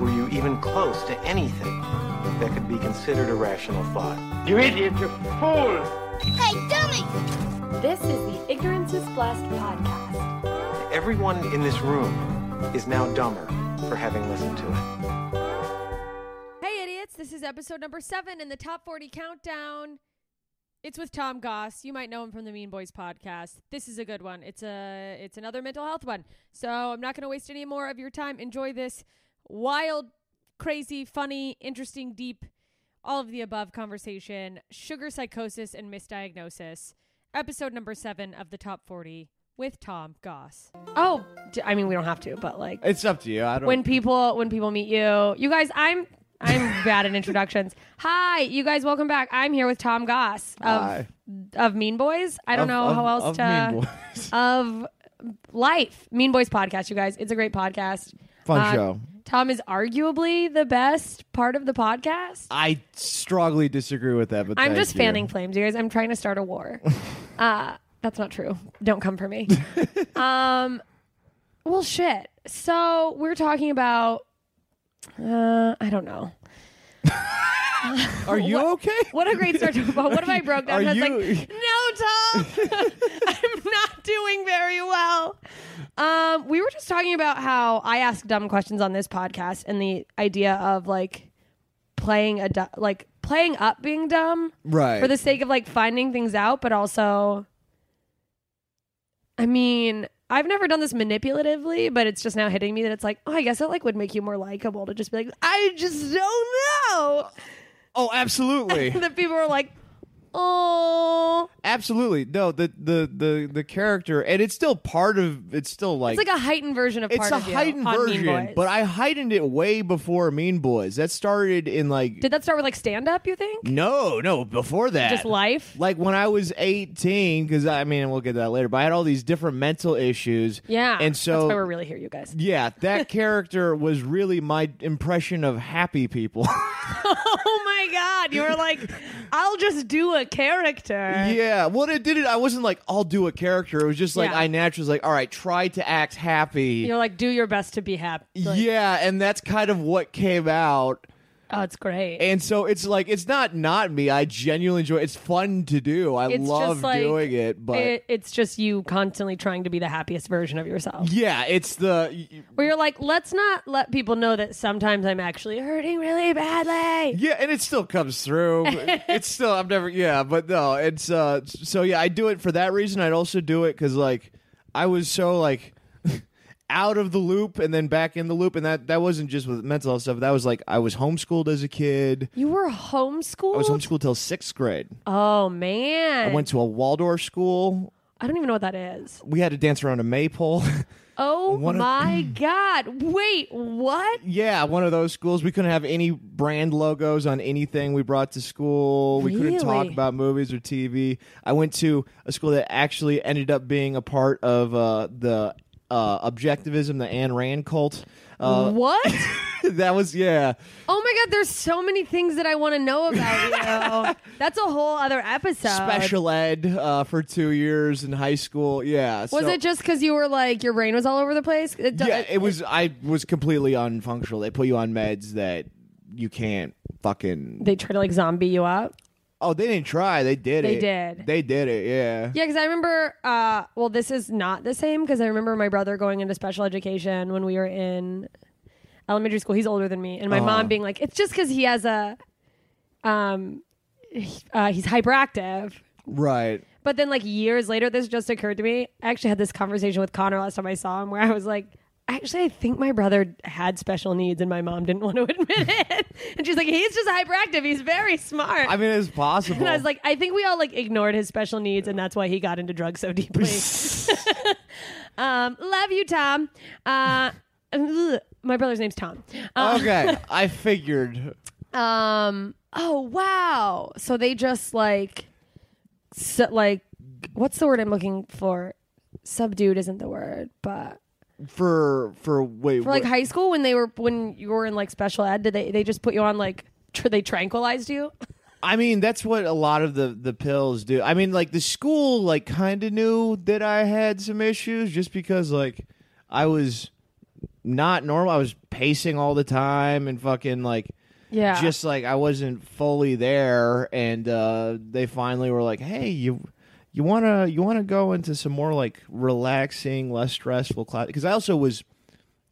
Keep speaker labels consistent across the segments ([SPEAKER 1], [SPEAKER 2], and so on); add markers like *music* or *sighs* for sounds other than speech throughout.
[SPEAKER 1] were you even close to anything that could be considered a rational thought.
[SPEAKER 2] You idiot, you fool!
[SPEAKER 3] Hey, dummy!
[SPEAKER 4] This is the Ignorance is Blessed podcast.
[SPEAKER 1] Everyone in this room is now dumber for having listened to it.
[SPEAKER 5] Hey, idiots. This is episode number seven in the top 40 countdown. It's with Tom Goss. You might know him from the Mean Boys podcast. This is a good one. It's a it's another mental health one. So I'm not going to waste any more of your time. Enjoy this wild, crazy, funny, interesting, deep, all of the above conversation. Sugar psychosis and misdiagnosis. Episode number seven of the top 40 with Tom Goss. Oh, d- I mean, we don't have to, but like
[SPEAKER 6] It's up to you. I don't.
[SPEAKER 5] when people when people meet you, you guys, I'm
[SPEAKER 6] *laughs*
[SPEAKER 5] I'm bad at introductions. Hi, you guys, welcome back. I'm here with Tom Goss of
[SPEAKER 6] Hi.
[SPEAKER 5] of Mean Boys. I don't
[SPEAKER 6] Of-
[SPEAKER 5] know
[SPEAKER 6] of-
[SPEAKER 5] how else
[SPEAKER 6] of
[SPEAKER 5] to
[SPEAKER 6] Mean
[SPEAKER 5] *laughs*
[SPEAKER 6] Boys.
[SPEAKER 5] of life. Mean Boys podcast, you guys. It's a great podcast.
[SPEAKER 6] Fun
[SPEAKER 5] Uh,
[SPEAKER 6] show.
[SPEAKER 5] Tom is arguably the best part of the podcast.
[SPEAKER 6] I strongly disagree with that, but
[SPEAKER 5] I'm
[SPEAKER 6] thank
[SPEAKER 5] just
[SPEAKER 6] you.
[SPEAKER 5] fanning flames, you guys. I'm trying to start a
[SPEAKER 6] *laughs*
[SPEAKER 5] war. uh, that's not true. Don't come for me. um, well, shit. So we're talking about. Uh, I don't know.
[SPEAKER 6] Are you okay?
[SPEAKER 5] *laughs* What a great start to a but What if I broke down?
[SPEAKER 6] Are
[SPEAKER 5] and I was
[SPEAKER 6] you-
[SPEAKER 5] like, no, Tom, *laughs* I'm not doing very well. Um, we were just talking about how I ask dumb questions on this podcast and the idea of like playing a du- like playing up being dumb
[SPEAKER 6] Right.
[SPEAKER 5] for the sake of like finding things out, but also, I mean, I've never done this manipulatively, but it's just now hitting me that it's like, oh, I guess it like would make you more likable to just be like, I just don't
[SPEAKER 6] oh,
[SPEAKER 5] *laughs*
[SPEAKER 6] absolutely.
[SPEAKER 5] know. that people are like, oh,
[SPEAKER 6] Absolutely. No, the, the the the character and it's still part of it's still like
[SPEAKER 5] it's like a heightened version of
[SPEAKER 6] it's
[SPEAKER 5] part
[SPEAKER 6] a
[SPEAKER 5] of you
[SPEAKER 6] heightened
[SPEAKER 5] on Mean
[SPEAKER 6] version,
[SPEAKER 5] Boys.
[SPEAKER 6] but I heightened it way before Mean Boys. That started in like
[SPEAKER 5] did that start with like stand up? You think
[SPEAKER 6] no, no, before that.
[SPEAKER 5] just life?
[SPEAKER 6] Like when I was 18 cuz I mean, we'll get to that later, but I had all these different mental issues.
[SPEAKER 5] yeah,
[SPEAKER 6] And so
[SPEAKER 5] that's why we're really here, you guys.
[SPEAKER 6] yeah,
[SPEAKER 5] *laughs*
[SPEAKER 6] that character was really my impression of happy people.
[SPEAKER 5] *laughs* Oh my god, you were like, I'll just do a character.
[SPEAKER 6] Yeah, well, it did it. I wasn't like, I'll do a character. It was just like
[SPEAKER 5] Yeah.
[SPEAKER 6] I naturally was like, all right, try to act happy.
[SPEAKER 5] You're like, do your best to be happy. Like,
[SPEAKER 6] yeah, and that's kind of what came out.
[SPEAKER 5] oh, it's great.
[SPEAKER 6] And so it's like it's not not me. I genuinely enjoy. It's fun to do. I
[SPEAKER 5] It's
[SPEAKER 6] love
[SPEAKER 5] just like-
[SPEAKER 6] doing it, but
[SPEAKER 5] it, it's just you constantly trying to be the happiest version of yourself.
[SPEAKER 6] yeah, it's the
[SPEAKER 5] Where you're like, let's not let people know that sometimes I'm actually hurting really badly.
[SPEAKER 6] yeah, and it still comes through. it's still I'm never yeah, but no, it's uh so yeah, I do it for that reason. I'd also do it cuz like I was so like *laughs* out of the loop and then back in the loop and that that wasn't just with mental health stuff. That was like I was homeschooled as a kid.
[SPEAKER 5] You were homeschooled?
[SPEAKER 6] I was homeschooled till 6th grade.
[SPEAKER 5] oh man.
[SPEAKER 6] I
[SPEAKER 5] I,
[SPEAKER 6] went to a Waldorf school.
[SPEAKER 5] don't even know what that is.
[SPEAKER 6] We had to dance around a maypole. *laughs*
[SPEAKER 5] Oh
[SPEAKER 6] One of-
[SPEAKER 5] my
[SPEAKER 6] *clears throat*
[SPEAKER 5] god. Wait, what?
[SPEAKER 6] yeah, one of those schools. We couldn't have any brand logos on anything we brought to school. We couldn't talk
[SPEAKER 5] Really?
[SPEAKER 6] about movies or TV. I went to a school that actually ended up being a part of uh, the uh, objectivism, the Ayn Rand cult. Uh,
[SPEAKER 5] what?
[SPEAKER 6] *laughs* that was, yeah.
[SPEAKER 5] Oh my god, there's so many things that I want to know
[SPEAKER 6] *laughs*
[SPEAKER 5] about you. That's a whole other episode.
[SPEAKER 6] Special ed uh, for two years in high school. Yeah.
[SPEAKER 5] Was
[SPEAKER 6] so-
[SPEAKER 5] it just because you were like your brain was all over the place? It, do-
[SPEAKER 6] yeah, it was. I was completely unfunctional. They put you on meds that you can't fucking.
[SPEAKER 5] They try to like zombie you up.
[SPEAKER 6] Oh, they didn't try. They did
[SPEAKER 5] They
[SPEAKER 6] it.
[SPEAKER 5] did.
[SPEAKER 6] They did it. Yeah.
[SPEAKER 5] Yeah, because I remember. Uh, well, this is not the same because I remember my brother going into special education when we were in elementary school. He's older than me, and my mom being like, "It's just because he has a, um, he- uh, he's hyperactive."
[SPEAKER 6] Right.
[SPEAKER 5] But then, like years later, this just occurred to me. I actually had this conversation with Connor last time I saw him, where I was like. Actually, I think my brother had special needs, and my mom didn't *laughs* want to admit it. And she's like, "He's just hyperactive. He's very smart."
[SPEAKER 6] I mean, it's possible.
[SPEAKER 5] And I was like, I think we all like ignored his special needs, and that's why he got into drugs so deeply. um, love you, Tom. Uh, ugh, my brother's name's Tom. Uh,
[SPEAKER 6] okay, I figured.
[SPEAKER 5] um. Oh wow. So they just like, su- like, what's the word I'm looking for? Subdued isn't the word, but
[SPEAKER 6] For for wait.
[SPEAKER 5] for like
[SPEAKER 6] what-
[SPEAKER 5] high school when they were when you were in like special ed, did they they just put you on like? tr- They tranquilized you.
[SPEAKER 6] I mean, that's what a lot of the the pills do. I mean, like the school like kind of knew that I had some issues just because like I was not normal. I was pacing all the time and fucking like
[SPEAKER 5] Yeah.
[SPEAKER 6] just like I wasn't fully there, and uh, they finally were like, "Hey, you." You wanna you wanna go into some more like relaxing, less stressful class because I also was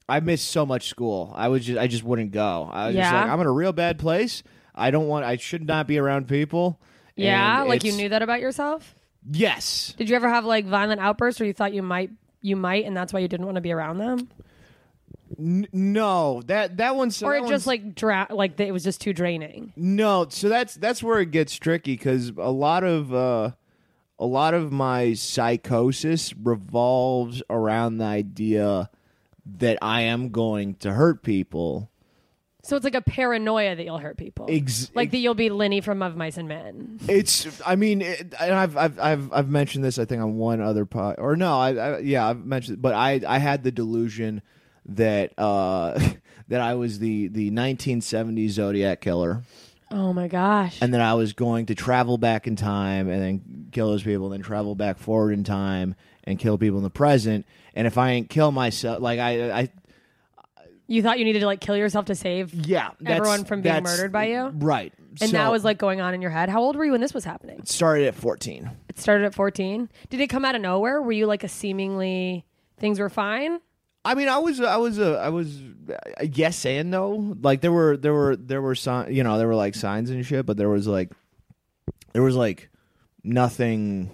[SPEAKER 6] I missed so much school. I was just I just wouldn't go. I was just
[SPEAKER 5] Yeah.
[SPEAKER 6] like I'm in a real bad place. I don't want I should not be around people.
[SPEAKER 5] yeah.
[SPEAKER 6] And
[SPEAKER 5] Like you
[SPEAKER 6] it's-
[SPEAKER 5] knew that about yourself.
[SPEAKER 6] Yes.
[SPEAKER 5] Did you ever have like violent outbursts where you thought you might you might and that's why you didn't want to be around them?
[SPEAKER 6] N- no. That that one's
[SPEAKER 5] or
[SPEAKER 6] that
[SPEAKER 5] it just
[SPEAKER 6] one's-
[SPEAKER 5] like dra- like it was just too draining.
[SPEAKER 6] No, so that's that's where it gets tricky because a lot of uh, a lot of my psychosis revolves around the idea that I am going to hurt people.
[SPEAKER 5] So it's like a paranoia that you'll hurt people.
[SPEAKER 6] Ex-
[SPEAKER 5] like that you'll be Lenny from Of Mice and Men.
[SPEAKER 6] It's, I mean, it, and I've, I've, I've, I've mentioned this, I think, on one other pod, or no, I, I yeah, I've mentioned, but I, I had the delusion that, uh, *laughs* that I was the, the 1970s Zodiac killer,
[SPEAKER 5] Oh my gosh.
[SPEAKER 6] and that I was going to travel back in time and then kill those people, and then travel back forward in time and kill people in the present, and if I ain't kill myself, like I, I,
[SPEAKER 5] you thought you needed to like kill yourself to save
[SPEAKER 6] yeah, that's-
[SPEAKER 5] everyone from being
[SPEAKER 6] that's-
[SPEAKER 5] murdered by you?
[SPEAKER 6] right?
[SPEAKER 5] And
[SPEAKER 6] So,
[SPEAKER 5] that was like going on in your head. How old were you when this was happening?
[SPEAKER 6] started at 14.
[SPEAKER 5] It started at 14. Did it come out of nowhere? Were you like a seemingly things were fine?
[SPEAKER 6] I mean, I was, I was, uh, I was, uh, yes and no. Like there were, there were, there were signs. You know, there were like signs and shit, but there was like, there was like nothing.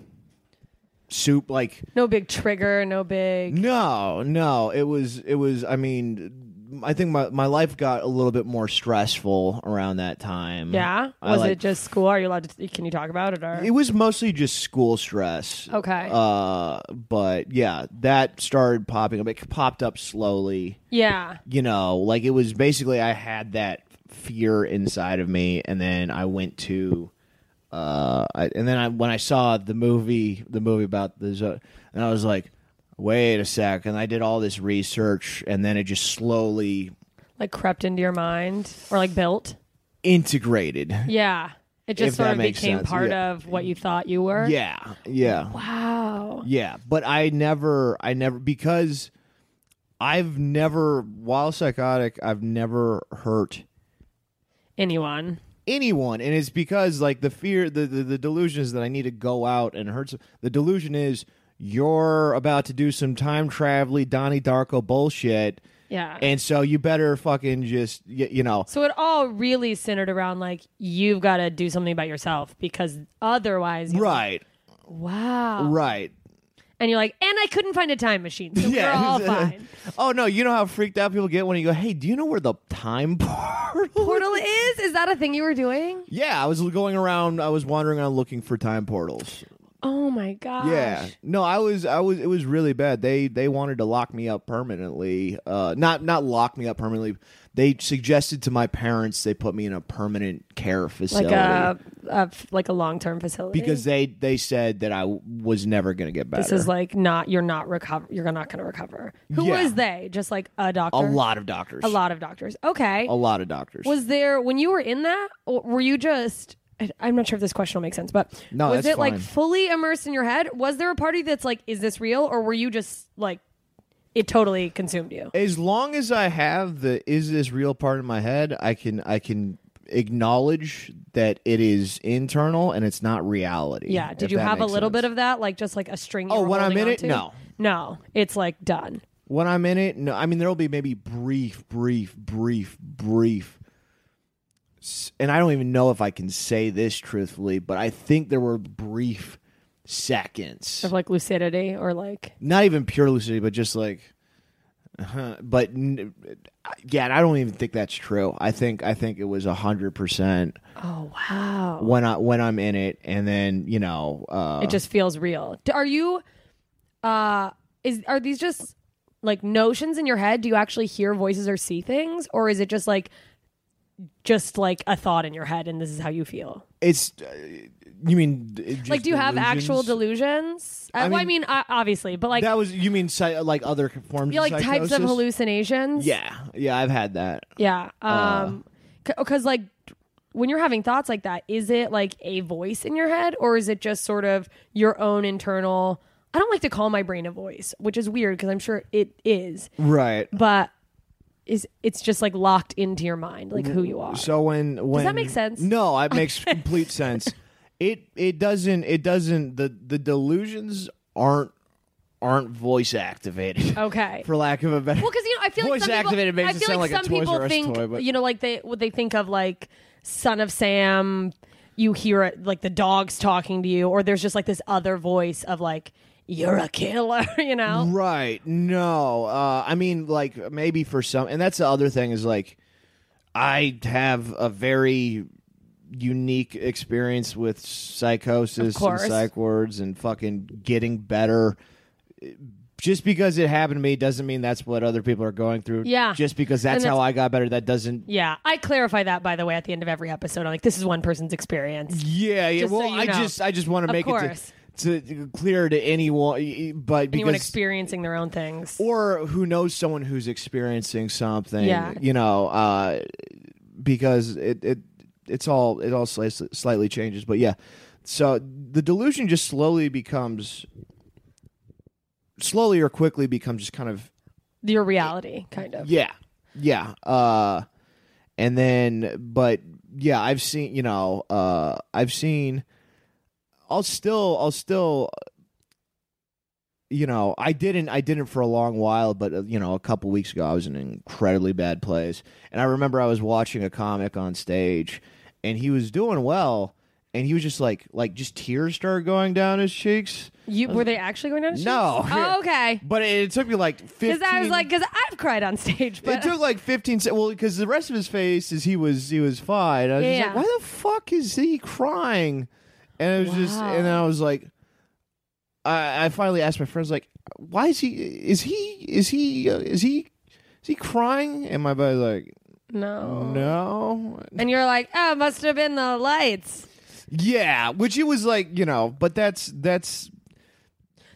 [SPEAKER 6] Soup, like
[SPEAKER 5] No big trigger, no
[SPEAKER 6] Mm.
[SPEAKER 5] big
[SPEAKER 6] no, no. It was, it was. I mean, I think my my life got a little bit more stressful around that time.
[SPEAKER 5] Yeah?
[SPEAKER 6] I,
[SPEAKER 5] Was
[SPEAKER 6] like-
[SPEAKER 5] it just school? Are you allowed to can you talk about it or
[SPEAKER 6] It was mostly just school stress.
[SPEAKER 5] Okay.
[SPEAKER 6] Uh, but yeah, that started popping up. It popped up slowly.
[SPEAKER 5] yeah.
[SPEAKER 6] you know, like it was basically I had that fear inside of me, and then I went to, uh, I, and then I when I saw the movie, the movie about the, zo- and I was like, wait a sec, and I did all this research, and then it just slowly
[SPEAKER 5] Like crept into your mind or like built?
[SPEAKER 6] integrated.
[SPEAKER 5] Yeah. It
[SPEAKER 6] If
[SPEAKER 5] just
[SPEAKER 6] that
[SPEAKER 5] sort of
[SPEAKER 6] makes
[SPEAKER 5] became
[SPEAKER 6] sense,
[SPEAKER 5] part
[SPEAKER 6] yeah.
[SPEAKER 5] of what you thought you were.
[SPEAKER 6] Yeah, yeah.
[SPEAKER 5] Wow.
[SPEAKER 6] Yeah, but I never, I never, because I've never, while psychotic, I've never hurt
[SPEAKER 5] Anyone.
[SPEAKER 6] anyone and it's because like the fear the, the the delusion is that i need to go out and hurt some the delusion is you're about to do some time travel donnie darko bullshit
[SPEAKER 5] Yeah.
[SPEAKER 6] and so you better fucking just y- you know
[SPEAKER 5] So it all really centered around like you've got to do something about yourself because otherwise, you're
[SPEAKER 6] right
[SPEAKER 5] like, wow.
[SPEAKER 6] right
[SPEAKER 5] And you're like, and I couldn't find a time machine, so
[SPEAKER 6] yeah *laughs*
[SPEAKER 5] we're all fine.
[SPEAKER 6] oh no you know how freaked out people get when you go hey do you know where the time *laughs* portal
[SPEAKER 5] Portal is? Is that a thing you were doing?
[SPEAKER 6] yeah i was going around i was wandering around looking for time portals
[SPEAKER 5] Oh my gosh.
[SPEAKER 6] Yeah. No, I was I was it was really bad. They they wanted to lock me up permanently. Uh not not lock me up permanently. They suggested to my parents they put me in a permanent care
[SPEAKER 5] Like uh,
[SPEAKER 6] facility
[SPEAKER 5] a, a like a long term facility.
[SPEAKER 6] because they they said that I was never going to get better.
[SPEAKER 5] this is like not you're not recover you're not going to recover. Who
[SPEAKER 6] Yeah.
[SPEAKER 5] was they? Just like a doctor.
[SPEAKER 6] a lot of doctors.
[SPEAKER 5] A lot of doctors. Okay.
[SPEAKER 6] A lot of doctors.
[SPEAKER 5] Was there when you were in that? Or were you just? I- I'm not sure if this question will make sense, but
[SPEAKER 6] No,
[SPEAKER 5] was
[SPEAKER 6] that's
[SPEAKER 5] it like
[SPEAKER 6] fine.
[SPEAKER 5] fully immersed in your head? Was there a party that's like, is this real, or were you just like, it totally consumed you?
[SPEAKER 6] as long as I have the is this real part in my head, I can I can acknowledge that it is internal and it's not reality.
[SPEAKER 5] Yeah. Did
[SPEAKER 6] if
[SPEAKER 5] you
[SPEAKER 6] that
[SPEAKER 5] have a
[SPEAKER 6] makes
[SPEAKER 5] little
[SPEAKER 6] sense.
[SPEAKER 5] bit of that, like just like a string? you
[SPEAKER 6] Oh,
[SPEAKER 5] were
[SPEAKER 6] when I'm
[SPEAKER 5] holding
[SPEAKER 6] in it?
[SPEAKER 5] onto?
[SPEAKER 6] No.
[SPEAKER 5] no, it's like done.
[SPEAKER 6] when I'm in it, no, I mean there'll be maybe brief, brief, brief, brief. s- And I don't even know if I can say this truthfully, but I think there were brief seconds,
[SPEAKER 5] Of like lucidity or like
[SPEAKER 6] not even pure lucidity, but just like, uh but n- I- yeah, and I don't even think that's true. I think I think it was a hundred percent
[SPEAKER 5] oh wow,
[SPEAKER 6] when I when I'm in it, and then you know, uh,
[SPEAKER 5] it just feels real. D- Are you? uh Is are these just like notions in your head? Do you actually hear voices or see things, or is it just like just like a thought in your head and this is how you feel?
[SPEAKER 6] it's. Uh, you mean it just
[SPEAKER 5] like, do you have actual
[SPEAKER 6] delusions?
[SPEAKER 5] delusions? I, well, I mean, uh, obviously, but like
[SPEAKER 6] That was you mean psy- like other forms
[SPEAKER 5] you
[SPEAKER 6] of
[SPEAKER 5] like types of
[SPEAKER 6] psychosis?
[SPEAKER 5] hallucinations.
[SPEAKER 6] Yeah, yeah, I've had that.
[SPEAKER 5] Yeah. Um, because like when you're having thoughts like that, is it like a voice in your head or is it just sort of your own internal? I don't like to call my brain a voice, which is weird because I'm sure it is,
[SPEAKER 6] Right.
[SPEAKER 5] but is it's just like locked into your mind, like who you are.
[SPEAKER 6] So when when
[SPEAKER 5] make sense?
[SPEAKER 6] No,
[SPEAKER 5] *laughs*
[SPEAKER 6] it makes complete sense. It it doesn't it doesn't the the delusions aren't aren't voice activated.
[SPEAKER 5] okay.
[SPEAKER 6] *laughs* For lack of a better
[SPEAKER 5] Well, because you know, I feel like
[SPEAKER 6] voice
[SPEAKER 5] some
[SPEAKER 6] activated
[SPEAKER 5] people,
[SPEAKER 6] makes
[SPEAKER 5] I
[SPEAKER 6] it
[SPEAKER 5] feel
[SPEAKER 6] sound
[SPEAKER 5] like,
[SPEAKER 6] a
[SPEAKER 5] some
[SPEAKER 6] Toys R
[SPEAKER 5] people
[SPEAKER 6] Us
[SPEAKER 5] think
[SPEAKER 6] toy, but
[SPEAKER 5] you know, like they what they think of like Son of Sam. You hear it like the dogs talking to you, or there's just like this other voice of like you're a killer, *laughs* you know.
[SPEAKER 6] Right. No. Uh, I mean, like maybe for some, and that's the other thing is like, I have a very unique experience with psychosis
[SPEAKER 5] Of course.
[SPEAKER 6] and psych wards and fucking getting better. Just because it happened to me doesn't mean that's what other people are going through.
[SPEAKER 5] Yeah.
[SPEAKER 6] Just because that's,
[SPEAKER 5] And that's-
[SPEAKER 6] how I got better, that doesn't.
[SPEAKER 5] Yeah, I clarify that by the way at the end of every episode. I'm like, this is one person's experience.
[SPEAKER 6] Yeah. yeah
[SPEAKER 5] Just so
[SPEAKER 6] well,
[SPEAKER 5] you
[SPEAKER 6] I
[SPEAKER 5] know.
[SPEAKER 6] just I just want
[SPEAKER 5] Of
[SPEAKER 6] to make
[SPEAKER 5] course.
[SPEAKER 6] it to, to clear to anyone, but because
[SPEAKER 5] Anyone experiencing their own things.
[SPEAKER 6] or who knows someone who's experiencing something
[SPEAKER 5] Yeah.
[SPEAKER 6] you know uh because it it it's all it all sli- slightly changes but yeah so the delusion just slowly becomes slowly or quickly becomes just kind of
[SPEAKER 5] Your reality, kind of.
[SPEAKER 6] yeah yeah uh and then but yeah i've seen you know uh i've seen i'll still i'll still you know i didn't i didn't for a long while but uh, you know a couple weeks ago i was in an incredibly bad place and i remember i was watching a comic on stage and he was doing well and he was just like like just tears started going down his cheeks
[SPEAKER 5] You were they actually going down? a
[SPEAKER 6] No.
[SPEAKER 5] shoot?
[SPEAKER 6] *laughs*
[SPEAKER 5] Oh, okay.
[SPEAKER 6] but it, it took me like 15
[SPEAKER 5] Because I was like, because I've cried on stage, but uh,
[SPEAKER 6] it took like 15 seconds. Well, because the rest of his face is he was he was fine. I was just
[SPEAKER 5] Yeah.
[SPEAKER 6] like, why the fuck is he crying? And it was just, and then I was like, I, I finally asked my friends like, why is he? Is he? Is he? Uh, is he? Is he crying? And my buddy's like,
[SPEAKER 5] no.
[SPEAKER 6] no.
[SPEAKER 5] And you're like, oh, it must have been the lights.
[SPEAKER 6] Yeah, which it was like, you know, but that's that's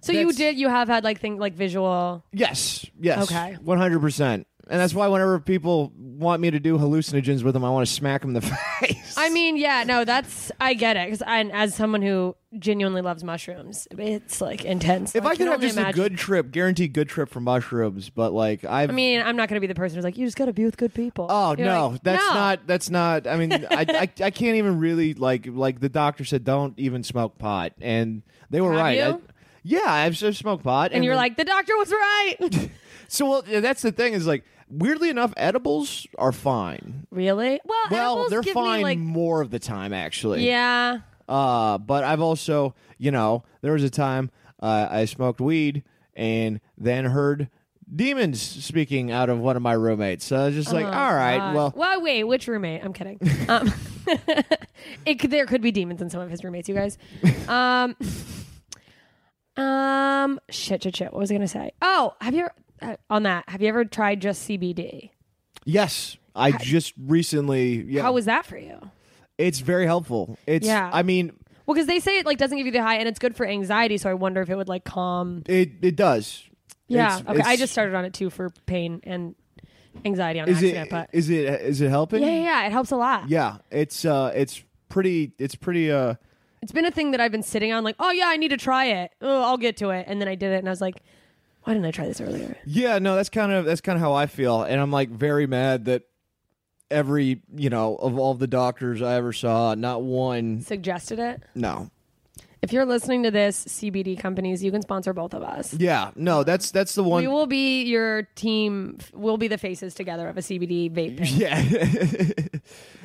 [SPEAKER 5] So you
[SPEAKER 6] That's-
[SPEAKER 5] did. You have had like thing like visual.
[SPEAKER 6] Yes. Yes.
[SPEAKER 5] Okay.
[SPEAKER 6] One hundred percent. And that's why whenever people want me to do hallucinogens with them, I want to smack them in the *laughs* face.
[SPEAKER 5] I mean, yeah, no, that's I get it. Because and as someone who genuinely loves mushrooms, it's like intense.
[SPEAKER 6] If
[SPEAKER 5] can
[SPEAKER 6] I, could have
[SPEAKER 5] only
[SPEAKER 6] just
[SPEAKER 5] imagine-
[SPEAKER 6] a good trip, guaranteed good trip for mushrooms, but like I've
[SPEAKER 5] I mean, I'm not going to be the person who's like, you just got to be with good people.
[SPEAKER 6] oh
[SPEAKER 5] You're
[SPEAKER 6] no,
[SPEAKER 5] like,
[SPEAKER 6] that's
[SPEAKER 5] "No."
[SPEAKER 6] not that's
[SPEAKER 5] *laughs*
[SPEAKER 6] not. I mean, I, I I can't even really like like the doctor said, don't even smoke pot, and they were
[SPEAKER 5] Have
[SPEAKER 6] right. I-
[SPEAKER 5] you?
[SPEAKER 6] yeah, I've just smoked pot,
[SPEAKER 5] And you're
[SPEAKER 6] then-
[SPEAKER 5] like, the doctor was right.
[SPEAKER 6] *laughs* so well, yeah, that's the thing is like weirdly enough, edibles are fine.
[SPEAKER 5] really? Well,
[SPEAKER 6] Well,
[SPEAKER 5] edibles
[SPEAKER 6] they're
[SPEAKER 5] give
[SPEAKER 6] fine
[SPEAKER 5] Me, like,
[SPEAKER 6] more of the time actually.
[SPEAKER 5] yeah.
[SPEAKER 6] Uh, but I've also, you know, there was a time uh, I smoked weed and then heard demons speaking out of one of my roommates. So I was just
[SPEAKER 5] Oh
[SPEAKER 6] like, all right,
[SPEAKER 5] God.
[SPEAKER 6] well,
[SPEAKER 5] well, wait, which roommate? I'm
[SPEAKER 6] *laughs*
[SPEAKER 5] kidding. Um, *laughs* it could, there could be demons in some of his roommates, you guys. Um, *laughs* um, shit, shit, shit. What was I gonna say? Oh, have you ever, uh, on that? Have you ever tried just CBD?
[SPEAKER 6] yes, I just recently, yeah,
[SPEAKER 5] How was that for you?
[SPEAKER 6] it's very helpful. It's,
[SPEAKER 5] Yeah.
[SPEAKER 6] I mean,
[SPEAKER 5] Well, because they say it like doesn't give you the high, and it's good for anxiety. So I wonder if it would like calm.
[SPEAKER 6] it, it does.
[SPEAKER 5] Yeah.
[SPEAKER 6] It's-
[SPEAKER 5] okay. I
[SPEAKER 6] it's-
[SPEAKER 5] just started on it too for pain and anxiety on
[SPEAKER 6] Is
[SPEAKER 5] accident,
[SPEAKER 6] it,
[SPEAKER 5] but
[SPEAKER 6] is it, is it helping?
[SPEAKER 5] yeah, yeah, yeah, it helps a lot.
[SPEAKER 6] Yeah, it's, uh, it's pretty, it's pretty, uh,
[SPEAKER 5] it's been a thing that I've been sitting on, like, oh yeah, I need to try it. Oh, I'll get to it, and then I did it, and I was like, why didn't I try this earlier?
[SPEAKER 6] Yeah, no, that's kind of that's kind of how I feel, and I'm like very mad that every you know of all the doctors I ever saw, not one.
[SPEAKER 5] Suggested it.
[SPEAKER 6] No,
[SPEAKER 5] If you're listening to this, CBD companies, you can sponsor both of us.
[SPEAKER 6] yeah, no, that's that's the one.
[SPEAKER 5] We will be your team. We'll be the faces together of a CBD vape. pen.
[SPEAKER 6] *laughs* yeah,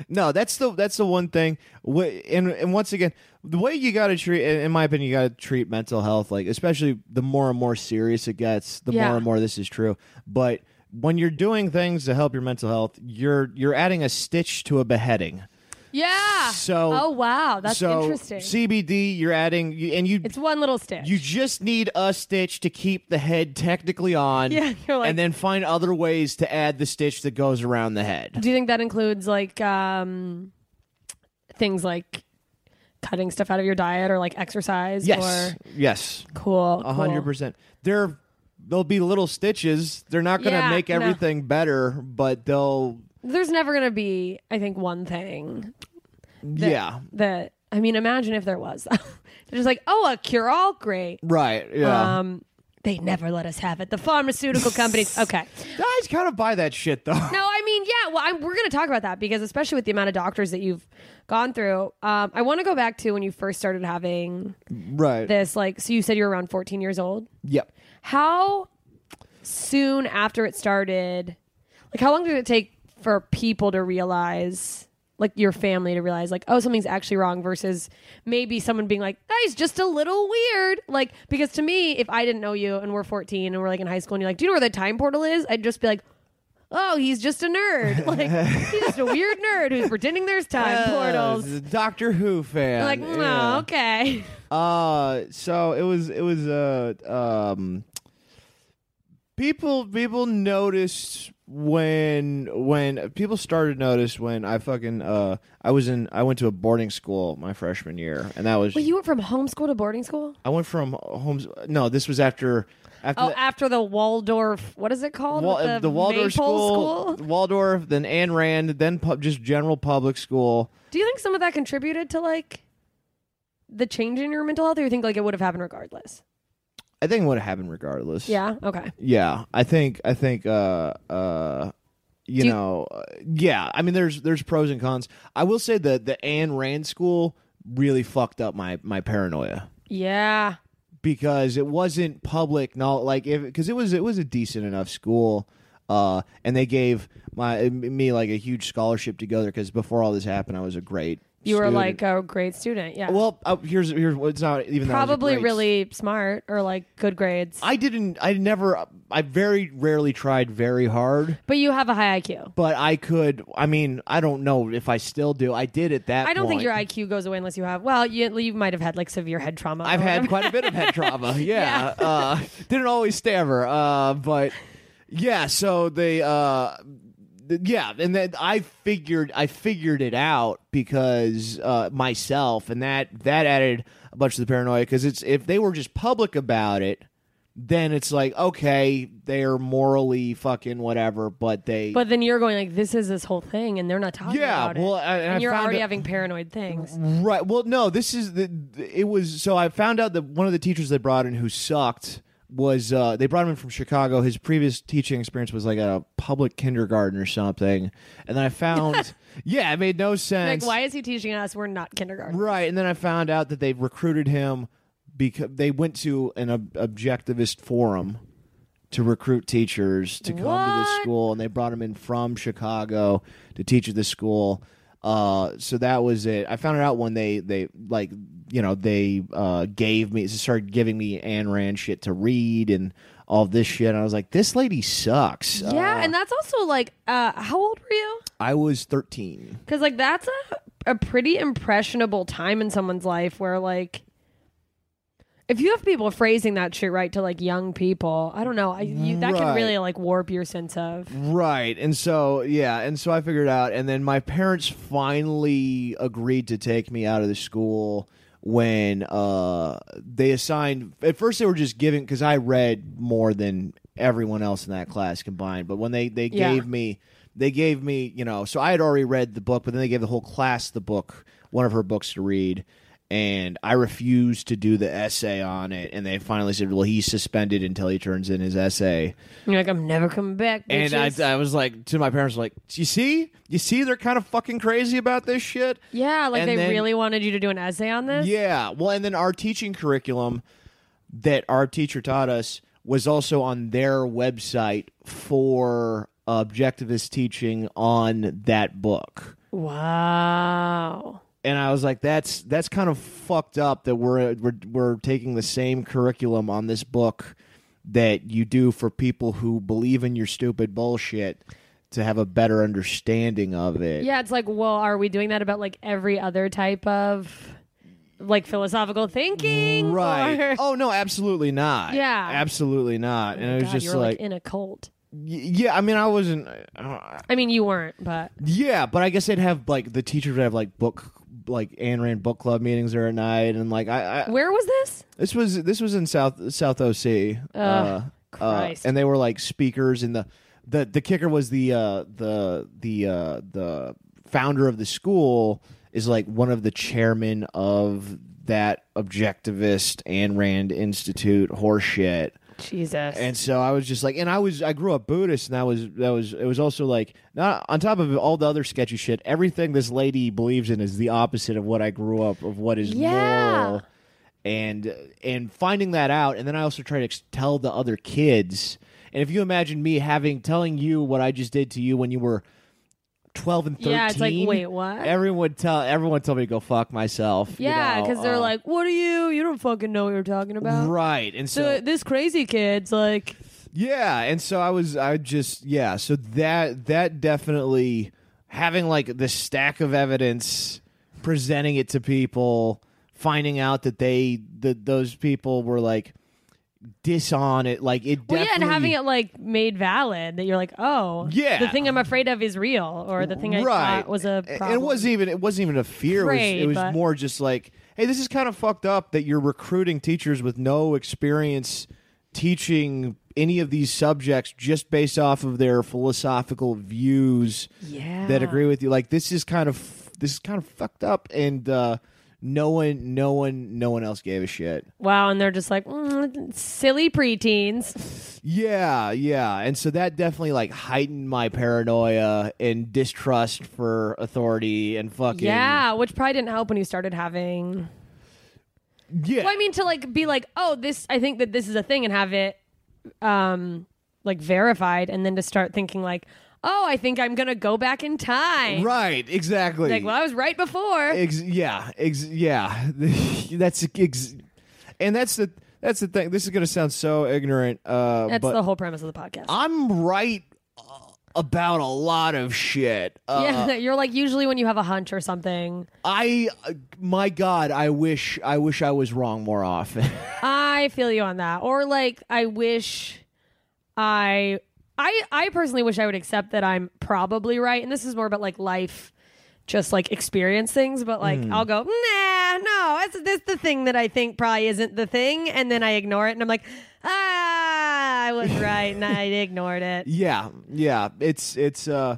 [SPEAKER 6] no, that's the that's the one thing. Wh- And and once again, the way you got to treat, in in my opinion, you got to treat mental health, like especially the more and more serious it gets, the
[SPEAKER 5] Yeah.
[SPEAKER 6] more and more this is true. But when you're doing things to help your mental health, you're you're adding a stitch to a beheading.
[SPEAKER 5] Yeah.
[SPEAKER 6] So-
[SPEAKER 5] Oh wow, that's
[SPEAKER 6] so
[SPEAKER 5] interesting.
[SPEAKER 6] CBD, you're adding, you- and you
[SPEAKER 5] it's one little stitch.
[SPEAKER 6] you just need a stitch to keep the head technically
[SPEAKER 5] *laughs*
[SPEAKER 6] on.
[SPEAKER 5] Yeah, you're like-
[SPEAKER 6] and then find other ways to add the stitch that goes around the head.
[SPEAKER 5] Do you think that includes like um, things like cutting stuff out of your diet or like exercise?
[SPEAKER 6] Yes,
[SPEAKER 5] Or
[SPEAKER 6] yes,
[SPEAKER 5] cool.
[SPEAKER 6] a hundred
[SPEAKER 5] cool.
[SPEAKER 6] percent. There, there'll be little stitches. They're not going to
[SPEAKER 5] Yeah,
[SPEAKER 6] make
[SPEAKER 5] no.
[SPEAKER 6] everything better, but they'll.
[SPEAKER 5] There's never gonna be, I think, one thing that,
[SPEAKER 6] yeah,
[SPEAKER 5] that I mean, imagine if there was. *laughs* They're just like, oh, a cure all, great.
[SPEAKER 6] right. Yeah,
[SPEAKER 5] Um, they never let us have it. The pharmaceutical companies. Okay.
[SPEAKER 6] I just kind of buy that shit though. *laughs*
[SPEAKER 5] No, I mean, yeah. Well, I'm, we're going to talk about that because, especially with the amount of doctors that you've gone through, um, I want to go back to when you first started having
[SPEAKER 6] right.
[SPEAKER 5] this. Like, so you said you were around 14 years old.
[SPEAKER 6] yep.
[SPEAKER 5] How soon after it started, like, how long did it take for people to realize, like, your family to realize, like, oh, something's actually wrong versus maybe someone being like, that is just a little weird? Like, because to me, if I didn't know you and we're 14 and we're like in high school and you're like, do you know where the time portal is? I'd just be like, oh, he's just a nerd. *laughs* Like he's just a weird nerd who's pretending there's time
[SPEAKER 6] *laughs*
[SPEAKER 5] portals.
[SPEAKER 6] Uh, Doctor Who fan.
[SPEAKER 5] You're like, no,
[SPEAKER 6] yeah.
[SPEAKER 5] okay.
[SPEAKER 6] Uh, so it was it was uh um people people noticed when when people started to notice when I fucking uh I was in I went to a boarding school my freshman year and that was
[SPEAKER 5] Wait, you went from homeschool to boarding school?
[SPEAKER 6] I went from homes no this was after after
[SPEAKER 5] Oh,
[SPEAKER 6] the-
[SPEAKER 5] after the Waldorf, what is it called?
[SPEAKER 6] Wa-
[SPEAKER 5] the,
[SPEAKER 6] Waldorf
[SPEAKER 5] Maypole
[SPEAKER 6] school, Waldorf, then Ayn Rand, then pub, just general public school.
[SPEAKER 5] Do you think some of that contributed to like the change in your mental health, or you think like it would have happened regardless?
[SPEAKER 6] I think it would have happened regardless.
[SPEAKER 5] Yeah. Okay.
[SPEAKER 6] yeah i think i think uh uh you
[SPEAKER 5] Do you-
[SPEAKER 6] know uh, yeah i mean there's there's pros and cons i will say that the Ayn rand school really fucked up my my paranoia
[SPEAKER 5] Yeah.
[SPEAKER 6] because it wasn't public no like if because it was it was a decent enough school uh and they gave my me like a huge scholarship to go there because before all this happened i was a great
[SPEAKER 5] You were
[SPEAKER 6] student.
[SPEAKER 5] like a great student. Yeah.
[SPEAKER 6] well uh, here's here's what's not even though I was a
[SPEAKER 5] probably
[SPEAKER 6] great
[SPEAKER 5] really smart or like good grades.
[SPEAKER 6] i didn't i never i very rarely tried very hard
[SPEAKER 5] but you have a high IQ.
[SPEAKER 6] but I could. I mean, I don't know if I still do. I did at that.
[SPEAKER 5] I don't think
[SPEAKER 6] point.
[SPEAKER 5] your IQ goes away unless you have. Well, you, you might have had like severe head trauma.
[SPEAKER 6] I've
[SPEAKER 5] or
[SPEAKER 6] had
[SPEAKER 5] whatever.
[SPEAKER 6] quite a bit of
[SPEAKER 5] *laughs*
[SPEAKER 6] head trauma. Yeah, Uh, didn't always stammer, uh, but yeah. So they, uh, th- yeah, and then I figured I figured it out because uh, myself, and that that added a bunch of the paranoia because it's if they were just public about it. Then it's like okay, they're morally fucking whatever, but they
[SPEAKER 5] But then you're going like, this is this whole thing, and they're not talking
[SPEAKER 6] Yeah,
[SPEAKER 5] about it.
[SPEAKER 6] well, I- and I
[SPEAKER 5] you're
[SPEAKER 6] found
[SPEAKER 5] already
[SPEAKER 6] it-
[SPEAKER 5] having paranoid things.
[SPEAKER 6] Right. Well, no, this is the it was so I found out that one of the teachers they brought in who sucked was uh, they brought him in from Chicago. His previous teaching experience was like a public kindergarten or something. And then I
[SPEAKER 5] *laughs*
[SPEAKER 6] found yeah, it made no sense.
[SPEAKER 5] Like, why is he teaching us? We're not kindergarten.
[SPEAKER 6] Right, and then I found out that they recruited him because they went to an ob- objectivist forum to recruit teachers to come to this
[SPEAKER 5] What?
[SPEAKER 6] school, and they brought him in from Chicago to teach at this school. Uh, so that was it. I found it out when they they like you know they uh, gave me started giving me Ayn Rand shit to read and all this shit. And I was like, this lady sucks.
[SPEAKER 5] Yeah, and that's also like, uh, how old were you?
[SPEAKER 6] I was thirteen.
[SPEAKER 5] Because like that's a a pretty impressionable time in someone's life where like. If you have people phrasing that shit right to like young people, I don't know. I, you, that
[SPEAKER 6] Right.
[SPEAKER 5] can really like warp your sense of.
[SPEAKER 6] Right. And so, yeah. And so I figured out. And then my parents finally agreed to take me out of the school when uh, they assigned. At first, they were just giving, because I read more than everyone else in that class combined. But when they, they
[SPEAKER 5] Yeah.
[SPEAKER 6] gave me, they gave me, you know, so I had already read the book, but then they gave the whole class the book, one of her books to read. And I refused to do the essay on it. And they finally said, well, he's suspended until he turns in his essay.
[SPEAKER 5] You're like, I'm never coming back.
[SPEAKER 6] And uh, I,
[SPEAKER 5] bitches."
[SPEAKER 6] I was like to my parents, like, you see, you see, they're kind of fucking crazy about this shit.
[SPEAKER 5] yeah, like
[SPEAKER 6] and
[SPEAKER 5] they
[SPEAKER 6] then-
[SPEAKER 5] really wanted you to do an essay on this.
[SPEAKER 6] Yeah. Well, and then our teaching curriculum that our teacher taught us was also on their website for objectivist teaching on that book.
[SPEAKER 5] Wow.
[SPEAKER 6] And I was like, that's that's kind of fucked up that we're we're we're taking the same curriculum on this book that you do for people who believe in your stupid bullshit to have a better understanding of it.
[SPEAKER 5] Yeah, it's like, well, are we doing that about like every other type of like philosophical thinking?
[SPEAKER 6] Right.
[SPEAKER 5] Or-
[SPEAKER 6] Oh no, absolutely not.
[SPEAKER 5] Yeah. Oh
[SPEAKER 6] absolutely not. And it was
[SPEAKER 5] God,
[SPEAKER 6] just
[SPEAKER 5] you were like,
[SPEAKER 6] like,
[SPEAKER 5] in a cult.
[SPEAKER 6] y- yeah. I mean, I wasn't. Uh,
[SPEAKER 5] I mean, you weren't, but
[SPEAKER 6] yeah, but I guess they'd have like the teachers would have like book like Ayn Rand book club meetings there at night, and like I, I
[SPEAKER 5] where was this?
[SPEAKER 6] this was this was in South South OC. Uh,
[SPEAKER 5] Christ.
[SPEAKER 6] and they were like speakers, and the the the kicker was the uh, the the uh, the founder of the school is like one of the chairmen of that objectivist Ayn Rand Institute horseshit.
[SPEAKER 5] Jesus.
[SPEAKER 6] And so I was just like, and I was, I grew up Buddhist, and that was, that was, it was also like, not on top of all the other sketchy shit, everything this lady believes in is the opposite of what I grew up, of what is
[SPEAKER 5] Yeah.
[SPEAKER 6] moral. And, and finding that out, and then I also try to ex- tell the other kids. And if you imagine me having, telling you what I just did to you when you were 12 and 13.
[SPEAKER 5] Yeah, it's like, wait, what?
[SPEAKER 6] Everyone tell, everyone told me to go fuck myself. you
[SPEAKER 5] yeah,
[SPEAKER 6] know,
[SPEAKER 5] because they're
[SPEAKER 6] uh,
[SPEAKER 5] like, what are you? You don't fucking know what you're talking about.
[SPEAKER 6] right. And so,
[SPEAKER 5] So this crazy kid's like,
[SPEAKER 6] Yeah, and so I was I just yeah, so that that definitely having like the stack of evidence presenting it to people, finding out that they that those people were like dishon it like it
[SPEAKER 5] Well, yeah,
[SPEAKER 6] definitely
[SPEAKER 5] and having it like made valid that you're like, oh,
[SPEAKER 6] Yeah.
[SPEAKER 5] the thing I'm afraid of is real, or the thing I
[SPEAKER 6] right
[SPEAKER 5] thought was a
[SPEAKER 6] And
[SPEAKER 5] problem.
[SPEAKER 6] It wasn't even it wasn't even a fear.
[SPEAKER 5] Right,
[SPEAKER 6] it was, it
[SPEAKER 5] but-
[SPEAKER 6] was more just like, hey, this is kind of fucked up that you're recruiting teachers with no experience teaching any of these subjects just based off of their philosophical views
[SPEAKER 7] Yeah.
[SPEAKER 6] that agree with you. Like this is kind of this is kind of fucked up, and uh, no one, no one, no one else gave a shit.
[SPEAKER 5] Wow, and they're just like mm, silly preteens.
[SPEAKER 6] Yeah, yeah. And so that definitely like heightened my paranoia and distrust for authority and fucking
[SPEAKER 5] Yeah, which probably didn't help when you started having.
[SPEAKER 6] Yeah.
[SPEAKER 5] Well, I mean, to like be like, oh, this, I think that this is a thing, and have it, um, like verified, and then to start thinking like, oh, I think I'm gonna go back in time.
[SPEAKER 6] Right, exactly.
[SPEAKER 5] Like, well, I was right before.
[SPEAKER 6] Ex- yeah, ex- yeah. *laughs* that's ex- and that's the that's the thing. This is going to sound so ignorant, uh,
[SPEAKER 5] That's
[SPEAKER 6] but Ah.
[SPEAKER 5] the whole premise of the podcast.
[SPEAKER 6] I'm right uh, about a lot of shit. Uh,
[SPEAKER 5] *laughs* yeah, you're like usually when you have a hunch or something.
[SPEAKER 6] I, my God, I wish I wish I was wrong more often. *laughs*
[SPEAKER 5] I feel you on that. Or like I wish I I I personally wish I would accept that I'm probably right. And this is more about like life just like experience things, but like I'll go, nah, no, that's this the thing that I think probably isn't the thing, and then I ignore it and I'm like, ah I was right and I ignored it.
[SPEAKER 6] Yeah, yeah. It's it's uh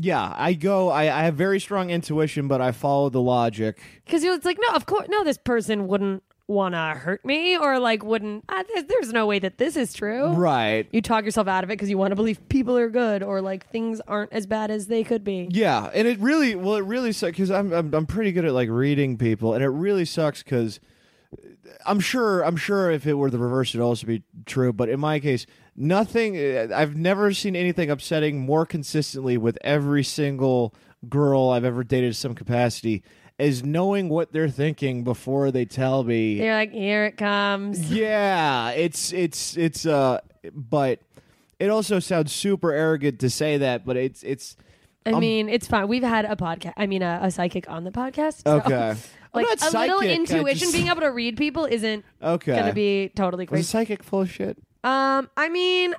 [SPEAKER 6] yeah, I go I, I have very strong intuition, but I follow the logic.
[SPEAKER 5] Because it's like, no, of course, no, this person wouldn't want to hurt me, or like, wouldn't. ah, there- there's no way that this is true.
[SPEAKER 6] Right.
[SPEAKER 5] You talk yourself out of it because you want to believe people are good, or like things aren't as bad as they could be.
[SPEAKER 6] Yeah, and it really well it really sucks cuz I'm, I'm I'm pretty good at like reading people and it really sucks cuz I'm sure I'm sure if it were the reverse it'd also be true, but in my case nothing eh, I've never seen anything upsetting more consistently with every single girl I've ever dated to some capacity is knowing what they're thinking before they tell me
[SPEAKER 5] You're like, here it comes.
[SPEAKER 6] Yeah, it's it's it's uh but it also sounds super arrogant to say that, but it's it's
[SPEAKER 5] I
[SPEAKER 6] Um,
[SPEAKER 5] mean, it's fine. We've had a podcast, I mean, a, a psychic on the podcast. so- *laughs*
[SPEAKER 6] okay.
[SPEAKER 5] Like,
[SPEAKER 6] I'm not
[SPEAKER 5] a little
[SPEAKER 6] psychic, I
[SPEAKER 5] intuition,
[SPEAKER 6] just-
[SPEAKER 5] being able to read people isn't
[SPEAKER 6] okay.
[SPEAKER 5] going to be totally
[SPEAKER 6] Was
[SPEAKER 5] crazy.
[SPEAKER 6] psychic full of shit?
[SPEAKER 5] um, I mean,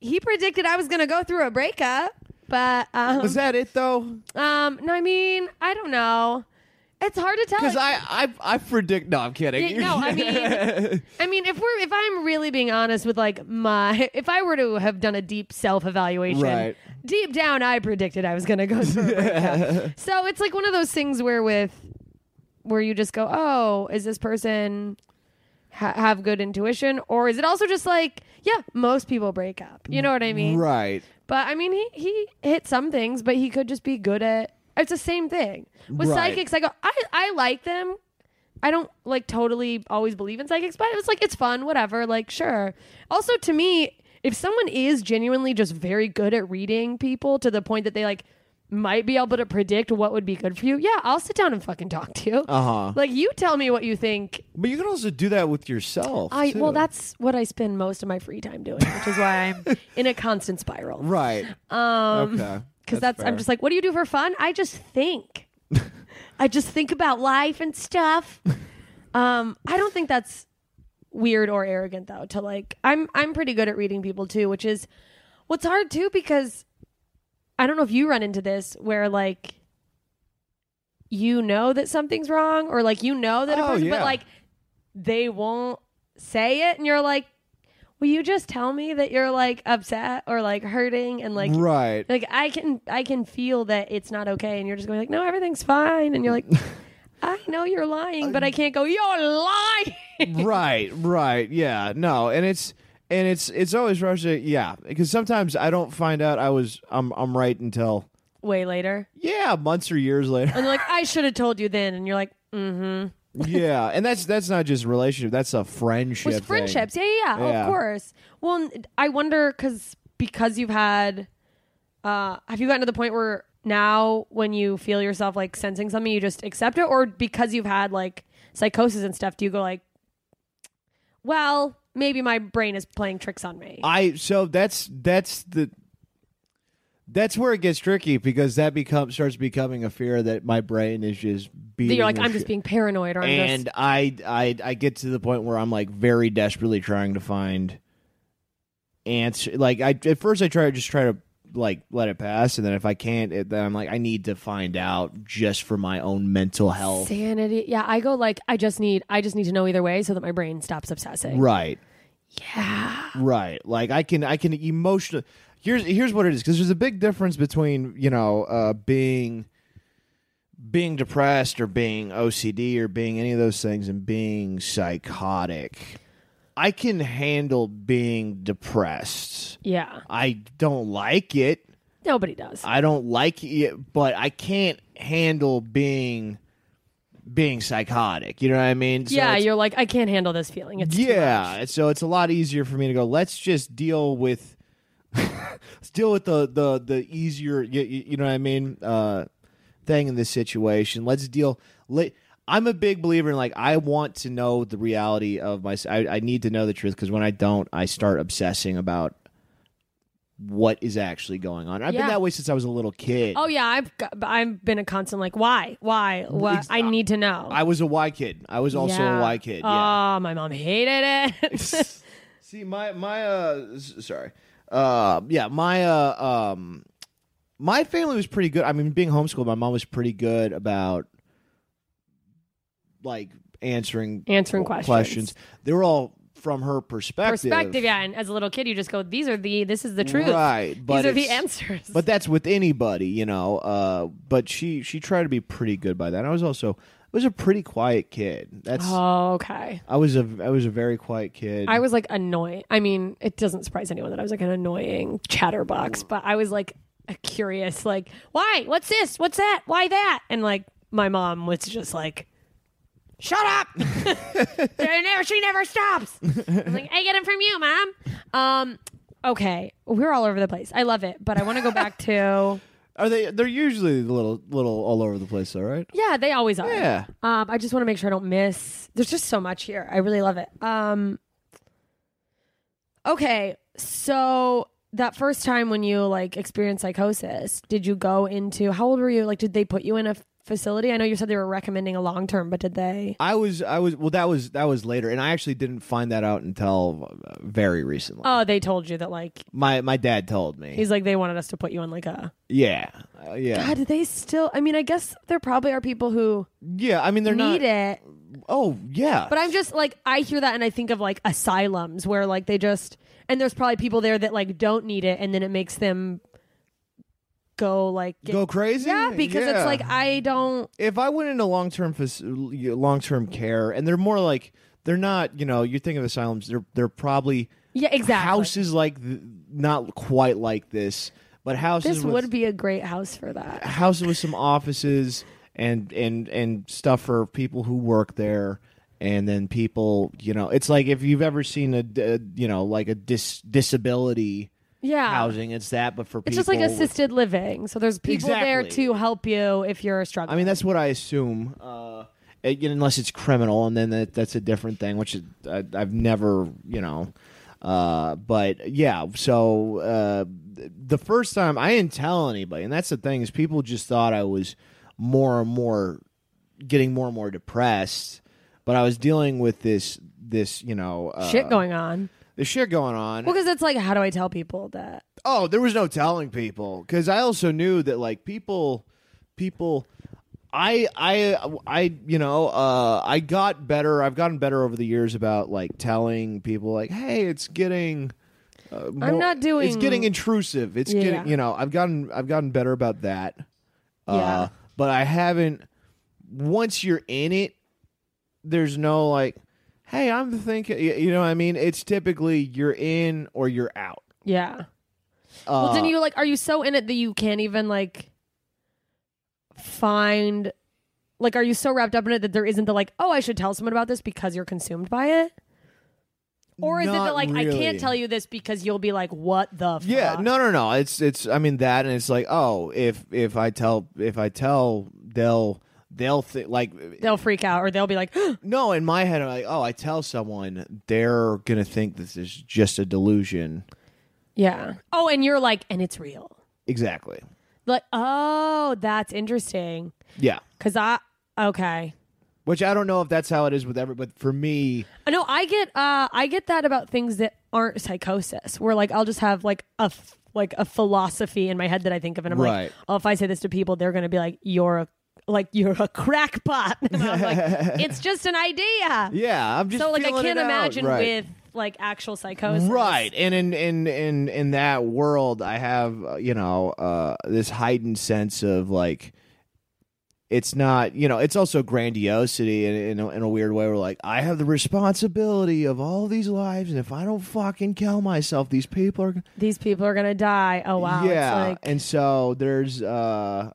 [SPEAKER 5] he predicted I was going to go through a breakup, but. Um,
[SPEAKER 6] Was that it though?
[SPEAKER 5] Um, no, I mean, I don't know. It's hard to tell.
[SPEAKER 6] Because I, I I predict. No, I'm kidding.
[SPEAKER 5] Uh, Yeah, no, I mean- I mean, if we're if I'm really being honest with like my *laughs* if I were to have done a deep self evaluation,
[SPEAKER 6] Right.
[SPEAKER 5] deep down I predicted I was gonna go through a
[SPEAKER 6] *laughs*
[SPEAKER 5] breakup. So it's like one of those things where with where you just go, oh, is this person ha- have good intuition, or is it also just like, yeah, most people break up. You know what I mean?
[SPEAKER 6] *laughs* right.
[SPEAKER 5] But I mean, he he hit some things, but he could just be good at. It's the same thing with
[SPEAKER 6] Right.
[SPEAKER 5] psychics. I go, I I like them. I don't like totally always believe in psychics, but it's like it's fun, whatever. Like sure. Also, to me, if someone is genuinely just very good at reading people to the point that they like might be able to predict what would be good for you, yeah, I'll sit down and fucking talk to you.
[SPEAKER 6] Uh-huh.
[SPEAKER 5] Like you tell me what you think
[SPEAKER 6] But you can also do that with yourself.
[SPEAKER 5] I well,
[SPEAKER 6] too.
[SPEAKER 5] that's what I spend most of my free time doing, which is why
[SPEAKER 6] *laughs*
[SPEAKER 5] I'm in a constant spiral.
[SPEAKER 6] right. Um. Okay.
[SPEAKER 5] Because that's, I'm just like, what do you do for fun? I just
[SPEAKER 6] *laughs*
[SPEAKER 5] think. I just think about life and stuff. Um, I don't think that's weird or arrogant though. To like, I'm I'm pretty good at reading people too, which is what's hard too because I don't know if you run into this where like you know that something's wrong or like you know that a
[SPEAKER 6] Oh,
[SPEAKER 5] person, but
[SPEAKER 6] yeah.
[SPEAKER 5] like they won't say it, and you're like. Will you just tell me that you're like upset or like hurting and like *laughs*
[SPEAKER 6] right.
[SPEAKER 5] like i can i can feel that it's not okay and you're just going like no everything's fine and you're like i know you're lying but i can't go you're lying *laughs*
[SPEAKER 6] right right yeah no and it's and it's it's always russia yeah because sometimes i don't find out i was i'm i'm right until
[SPEAKER 5] way later
[SPEAKER 6] yeah months or years later *laughs*
[SPEAKER 5] and they're like i should have told you then and you're like mm-hmm
[SPEAKER 6] yeah and that's that's not just relationship that's a friendship
[SPEAKER 5] was
[SPEAKER 6] thing.
[SPEAKER 5] friendships yeah yeah, yeah. Oh,
[SPEAKER 6] Yeah.
[SPEAKER 5] of course well n- i wonder because because you've had uh have you gotten to the point where now when you feel yourself like sensing something you just accept it or because you've had like psychosis and stuff do you go like well maybe my brain is playing tricks on me.
[SPEAKER 6] I so that's that's the that's where it gets tricky because that becomes starts becoming a fear that my brain is just
[SPEAKER 5] That
[SPEAKER 6] beating.
[SPEAKER 5] you're like,
[SPEAKER 6] the
[SPEAKER 5] I'm just
[SPEAKER 6] shit-
[SPEAKER 5] being paranoid, or I'm
[SPEAKER 6] and
[SPEAKER 5] just
[SPEAKER 6] I, I I get to the point where I'm like very desperately trying to find answer. Like I at first I try to just try to like let it pass, and then if I can't, it, then I'm like I need to find out just for my own mental health.
[SPEAKER 5] sanity. Yeah, I go like, I just need, I just need to know either way so that my brain stops obsessing.
[SPEAKER 6] Right. Yeah. Right. Like I can I can emotionally Here's here's what it is cuz there's a big difference between, you know, uh being being depressed or being OCD or being any of those things and being psychotic. I can handle being depressed.
[SPEAKER 5] Yeah,
[SPEAKER 6] I don't like it.
[SPEAKER 5] nobody does.
[SPEAKER 6] I don't like it, but I can't handle being being psychotic. You know what I mean? So
[SPEAKER 5] yeah,
[SPEAKER 6] it's-
[SPEAKER 5] you're like, I can't handle this feeling. It's too
[SPEAKER 6] yeah, so it's a lot easier for me to go. Let's just deal with, *laughs* let's deal with the the the easier, you, you know what I mean, uh, thing in this situation. Let's deal. Let I'm a big believer in like I want to know the reality of my. I, I need to know the truth because when I don't, I start obsessing about what is actually going on. I've
[SPEAKER 5] Yeah.
[SPEAKER 6] been that way since I was a little kid.
[SPEAKER 5] Oh yeah, I've got, I've been a constant like, why, why, what?
[SPEAKER 6] Ex-
[SPEAKER 5] I need to know.
[SPEAKER 6] I was a Y kid. I was also a Y kid. Yeah.
[SPEAKER 5] Oh, my mom hated it.
[SPEAKER 6] See, my my uh, s- sorry, uh, yeah, my uh, um, my family was pretty good. I mean, being homeschooled, my mom was pretty good about like answering
[SPEAKER 5] *laughs* Answering
[SPEAKER 6] questions.
[SPEAKER 5] questions.
[SPEAKER 6] They were all from her perspective.
[SPEAKER 5] Perspective, yeah. And as a little kid, you just go, these are the, this is the truth.
[SPEAKER 6] Right, but
[SPEAKER 5] these are the
[SPEAKER 6] it's-
[SPEAKER 5] answers.
[SPEAKER 6] But that's with anybody, you know. Uh, but she she tried to be pretty good by that. I was also I was a pretty quiet kid. That's
[SPEAKER 5] oh, *laughs* okay.
[SPEAKER 6] I was a I was a very quiet kid.
[SPEAKER 5] I was like annoying. I mean, it doesn't surprise anyone that I was like an annoying chatterbox, but I was like a curious, like, why? What's this? What's that? Why that? And like, my mom was just like, shut up. *laughs* They never, she never stops. I'm like, I get it from you, mom. Um, okay. We're all over the place. I love it, but I want to go back to,
[SPEAKER 6] Are they? They're usually a little little all over the place, though, right?
[SPEAKER 5] yeah, they always are.
[SPEAKER 6] Yeah.
[SPEAKER 5] Um, I just want to make sure I don't miss. There's just so much here. I really love it. Um, okay, so that first time when you like experienced psychosis, did you go into? How old were you? Like, did they put you in a f- facility? I know you said they were recommending a long term, but did they?
[SPEAKER 6] I was I was well that was that was later and I actually didn't find that out until uh, very recently.
[SPEAKER 5] Oh, they told you that like
[SPEAKER 6] my my dad told me.
[SPEAKER 5] he's like they wanted us to put you in like a.
[SPEAKER 6] yeah. Uh, yeah.
[SPEAKER 5] God, do they still? I mean, I guess there probably are people who
[SPEAKER 6] Yeah, I mean they're
[SPEAKER 5] need
[SPEAKER 6] not
[SPEAKER 5] it.
[SPEAKER 6] Oh, yeah.
[SPEAKER 5] But I'm just like I hear that and I think of like asylums where like they just and there's probably people there that like don't need it and then it makes them go like get-
[SPEAKER 6] go crazy?
[SPEAKER 5] yeah because
[SPEAKER 6] Yeah.
[SPEAKER 5] it's like I don't
[SPEAKER 6] if I went into long term long term care and they're more like they're not, you know, you think of asylums, they're they're probably
[SPEAKER 5] yeah exactly
[SPEAKER 6] houses like th- not quite like this, but houses
[SPEAKER 5] this
[SPEAKER 6] with
[SPEAKER 5] would be a great house for that
[SPEAKER 6] house with some offices and and and stuff for people who work there and then people you know it's like if you've ever seen a, d- a, you know like a dis- disability
[SPEAKER 5] yeah
[SPEAKER 6] housing it's that but for
[SPEAKER 5] it's
[SPEAKER 6] people
[SPEAKER 5] just like
[SPEAKER 6] with-
[SPEAKER 5] assisted living so there's people there
[SPEAKER 6] Exactly.
[SPEAKER 5] to help you if you're struggling
[SPEAKER 6] i mean that's what i assume uh it- you know, unless it's criminal and then that, that's a different thing which is, I, i've never you know uh but yeah so uh th- the first time i didn't tell anybody and that's the thing is people just thought i was more and more getting more and more depressed but i was dealing with this this you know uh,
[SPEAKER 5] shit going on
[SPEAKER 6] the shit going on
[SPEAKER 5] well because it's like how do I tell people that
[SPEAKER 6] oh there was no telling people because i also knew that like people people i i i you know uh i got better i've gotten better over the years about like telling people like hey it's getting uh, more-
[SPEAKER 5] not doing-
[SPEAKER 6] it's getting intrusive it's
[SPEAKER 5] Yeah.
[SPEAKER 6] getting you know i've gotten i've gotten better about that
[SPEAKER 5] Yeah.
[SPEAKER 6] uh but i haven't once you're in it there's no like hey i'm thinking you you know what i mean it's typically you're in or you're out
[SPEAKER 5] yeah well
[SPEAKER 6] Uh,
[SPEAKER 5] then you like are you so in it that you can't even like find like are you so wrapped up in it that there isn't the like oh i should tell someone about this because you're consumed by it or is it
[SPEAKER 6] Not
[SPEAKER 5] the like i
[SPEAKER 6] really.
[SPEAKER 5] can't tell you this because you'll be like what the
[SPEAKER 6] Yeah,
[SPEAKER 5] fuck?
[SPEAKER 6] no, no, no. It's it's. I mean that, and it's like, oh, if if I tell if I tell, they'll they'll think like
[SPEAKER 5] They'll freak out or they'll be like, *gasps*
[SPEAKER 6] no in my head i'm like oh i tell someone they're gonna think this is just a delusion
[SPEAKER 5] yeah. Oh, and you're like, and it's real.
[SPEAKER 6] exactly
[SPEAKER 5] Like, oh, that's interesting.
[SPEAKER 6] yeah
[SPEAKER 5] Cause I, okay.
[SPEAKER 6] which i don't know if that's how it is with every but for me
[SPEAKER 5] No, I get uh I get that about things that aren't psychosis. Where like I'll just have like a f- like a philosophy in my head that I think of, and I'm
[SPEAKER 6] Right.
[SPEAKER 5] like, oh, if I say this to people, they're gonna be like, you're a like you're a crackpot. *laughs* And I'm like,
[SPEAKER 6] *laughs*
[SPEAKER 5] it's just an idea.
[SPEAKER 6] yeah i'm just
[SPEAKER 5] so like I
[SPEAKER 6] feeling it
[SPEAKER 5] can't
[SPEAKER 6] out.
[SPEAKER 5] imagine
[SPEAKER 6] Right.
[SPEAKER 5] with like actual psychosis.
[SPEAKER 6] right and in in in in that world i have uh, you know uh this heightened sense of like it's not you know it's also grandiosity in, in, a, in a weird way we're like i have the responsibility of all these lives and if i don't fucking kill myself these people are gonna
[SPEAKER 5] These people are gonna die. Oh wow.
[SPEAKER 6] yeah
[SPEAKER 5] It's like,
[SPEAKER 6] and so there's uh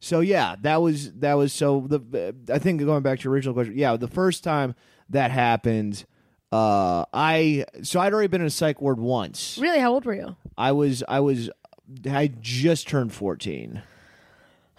[SPEAKER 6] so yeah that was that was so the i think going back to your original question yeah the first time that happened uh i so i'd already been in a psych ward once
[SPEAKER 5] really, how old were you?
[SPEAKER 6] i was i was i just turned 14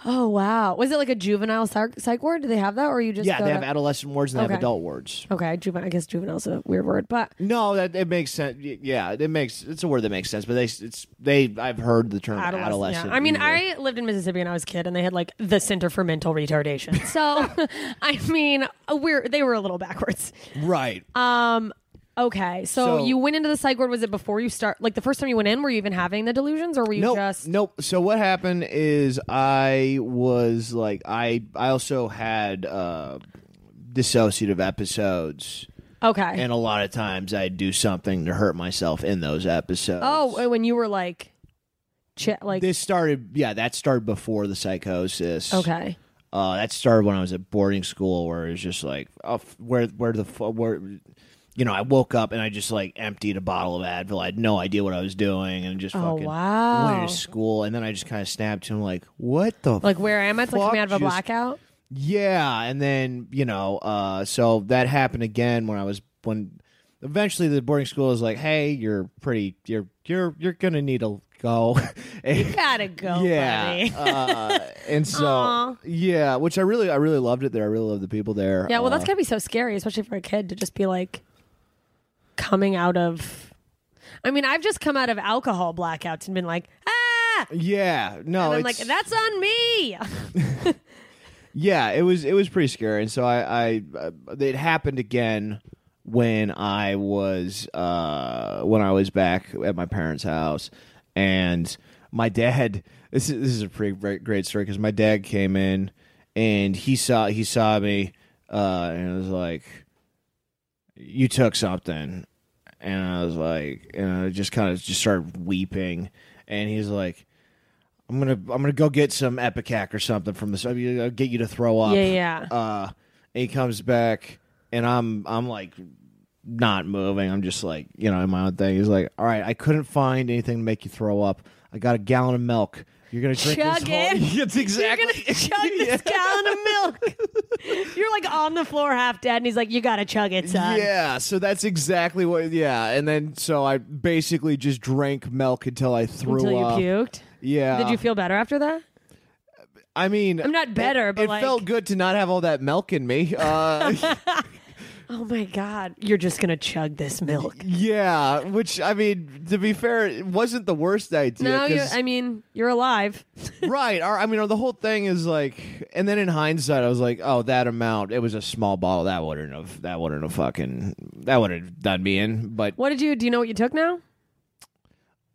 [SPEAKER 5] Oh wow. Was it like a juvenile psych, psych ward? Do they have that, or you just
[SPEAKER 6] yeah
[SPEAKER 5] go
[SPEAKER 6] they
[SPEAKER 5] to-
[SPEAKER 6] have adolescent wards and they
[SPEAKER 5] Okay.
[SPEAKER 6] have adult wards
[SPEAKER 5] okay? Juvenile. I guess juvenile's a weird word, but
[SPEAKER 6] no that it makes sense Y- yeah it makes it's a word that makes sense but they it's they i've heard the term adolescent,
[SPEAKER 5] adolescent. yeah. I mean,
[SPEAKER 6] either.
[SPEAKER 5] I lived in Mississippi when I was a kid, and they had like the Center for Mental
[SPEAKER 6] *laughs*
[SPEAKER 5] Retardation. So, *laughs* I mean, uh, we're they were a little backwards.
[SPEAKER 6] right
[SPEAKER 5] Um, okay, so,
[SPEAKER 6] So-
[SPEAKER 5] you went into the psych ward. Was it before you start? Like the first time you went in, were you even having the delusions, or were you
[SPEAKER 6] nope,
[SPEAKER 5] just
[SPEAKER 6] nope. So what happened is I was like I I also had uh dissociative episodes
[SPEAKER 5] okay?
[SPEAKER 6] and a lot of times I'd do something to hurt myself in those episodes.
[SPEAKER 5] oh, when you were like, chi- like
[SPEAKER 6] this started yeah, that started before the psychosis.
[SPEAKER 5] okay,
[SPEAKER 6] Uh that started when I was at boarding school where it was just like oh, f- where where the fu- where you know, I woke up and I just like emptied a bottle of Advil. I had no idea what I was doing and just
[SPEAKER 5] Oh,
[SPEAKER 6] fucking
[SPEAKER 5] wow.
[SPEAKER 6] went to school. And then I just kind of snapped to him like, "What the
[SPEAKER 5] like where am I? It's like
[SPEAKER 6] Fuck,
[SPEAKER 5] coming out of a
[SPEAKER 6] just-
[SPEAKER 5] blackout.
[SPEAKER 6] Yeah, and then you know, uh, so that happened again when I was when eventually the boarding school was like, "Hey, you're pretty, you're you're you're gonna need to go." *laughs* And-
[SPEAKER 5] Gotta go,
[SPEAKER 6] yeah,
[SPEAKER 5] buddy.
[SPEAKER 6] uh, and
[SPEAKER 5] *laughs*
[SPEAKER 6] so
[SPEAKER 5] Aw.
[SPEAKER 6] yeah, which I really I really loved it there. I really loved the people there.
[SPEAKER 5] Yeah, well,
[SPEAKER 6] Uh,
[SPEAKER 5] that's gonna be so scary, especially for a kid to just be like coming out of. I mean, I've just come out of alcohol blackouts and been like, ah, and
[SPEAKER 6] yeah, no,
[SPEAKER 5] I'm like,
[SPEAKER 6] it's-
[SPEAKER 5] that's on me.
[SPEAKER 6] Yeah, it was it was pretty scary, and so I, I uh, it happened again when I was uh, when I was back at my parents' house, and my dad. *laughs* This is this is a pretty great, great story because my dad came in and he saw he saw me uh, and was like, "You took something," and I was like, and I just kind of just started weeping, and he's like. I'm gonna I'm gonna go get some Epicac or something from this. I'll get you to throw up.
[SPEAKER 5] Yeah, yeah.
[SPEAKER 6] Uh, and he comes back, and I'm I'm like not moving. I'm just like you know in my own thing. He's like, all right, I couldn't find anything to make you throw up. I got a gallon of milk. You're gonna drink
[SPEAKER 5] Chug
[SPEAKER 6] this whole-"
[SPEAKER 5] it.
[SPEAKER 6] *laughs* It's exactly. *laughs*
[SPEAKER 5] You're gonna chug this
[SPEAKER 6] Yeah.
[SPEAKER 5] gallon of
[SPEAKER 6] *laughs*
[SPEAKER 5] milk. You're like on the floor, half dead, and he's like, "You gotta chug it, son."
[SPEAKER 6] Yeah, so that's exactly what. Yeah, and then so I basically just drank milk until I threw
[SPEAKER 5] Until you
[SPEAKER 6] up.
[SPEAKER 5] puked.
[SPEAKER 6] Yeah.
[SPEAKER 5] Did you feel better after that?
[SPEAKER 6] I mean,
[SPEAKER 5] I'm not better,
[SPEAKER 6] It,
[SPEAKER 5] but
[SPEAKER 6] it
[SPEAKER 5] like-
[SPEAKER 6] felt good to not have all that milk in me.
[SPEAKER 5] *laughs*
[SPEAKER 6] Uh,
[SPEAKER 5] Oh my god, you're just gonna chug this milk.
[SPEAKER 6] yeah, which I mean, to be fair, it wasn't the worst idea.
[SPEAKER 5] no, you
[SPEAKER 6] 'cause-
[SPEAKER 5] I mean, *laughs* you're alive.
[SPEAKER 6] right. Or, I mean, or the whole thing is like, and then in hindsight, I was like, oh, that amount, it was a small bottle. That wouldn't have, that wouldn't have fucking, that would have done me in. But
[SPEAKER 5] What did you? Do you know what you took now?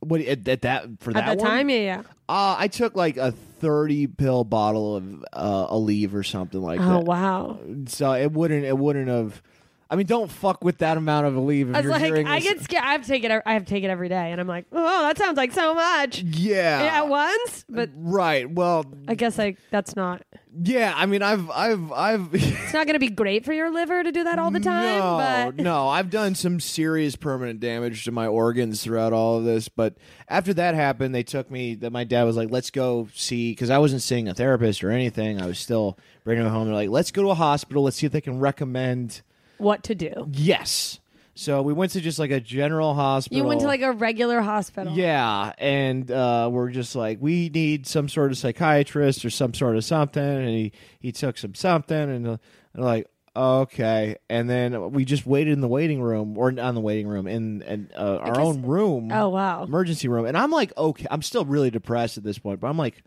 [SPEAKER 6] what at, at that for
[SPEAKER 5] At that
[SPEAKER 6] one,
[SPEAKER 5] time, yeah, yeah.
[SPEAKER 6] uh, I took like a thirty pill bottle of uh, Aleve or something like
[SPEAKER 5] Oh
[SPEAKER 6] that.
[SPEAKER 5] wow.
[SPEAKER 6] So it wouldn't, it wouldn't have. I mean, don't fuck with that amount of Aleve. If
[SPEAKER 5] I was
[SPEAKER 6] you're
[SPEAKER 5] like,
[SPEAKER 6] hearing
[SPEAKER 5] I
[SPEAKER 6] this.
[SPEAKER 5] get scared. I have to take it. ev- I have to take it every day, and I'm like, oh, that sounds like so much.
[SPEAKER 6] Yeah.
[SPEAKER 5] Yeah, at once, but
[SPEAKER 6] Right. Well,
[SPEAKER 5] I guess like that's not.
[SPEAKER 6] yeah. I mean, I've, I've, I've. *laughs*
[SPEAKER 5] It's not going to be great for your liver to do that all the time.
[SPEAKER 6] no,
[SPEAKER 5] but
[SPEAKER 6] no. I've done some serious permanent damage to my organs throughout all of this. But after that happened, they took me. That my dad was like, "Let's go see," because I wasn't seeing a therapist or anything. I was still bringing it home. They're like, "Let's go to a hospital. Let's see if they can recommend."
[SPEAKER 5] what to do?
[SPEAKER 6] Yes. So we went to just like a general hospital.
[SPEAKER 5] You went to like a regular hospital.
[SPEAKER 6] Yeah, and uh, we're just like, we need some sort of psychiatrist or some sort of something. And he, he took some something, and, uh, and like, okay. And then we just waited in the waiting room, or on the waiting room, in, in uh, our own room.
[SPEAKER 5] Oh, wow.
[SPEAKER 6] Emergency room. And I'm like, okay. I'm still really depressed at this point, but I'm like,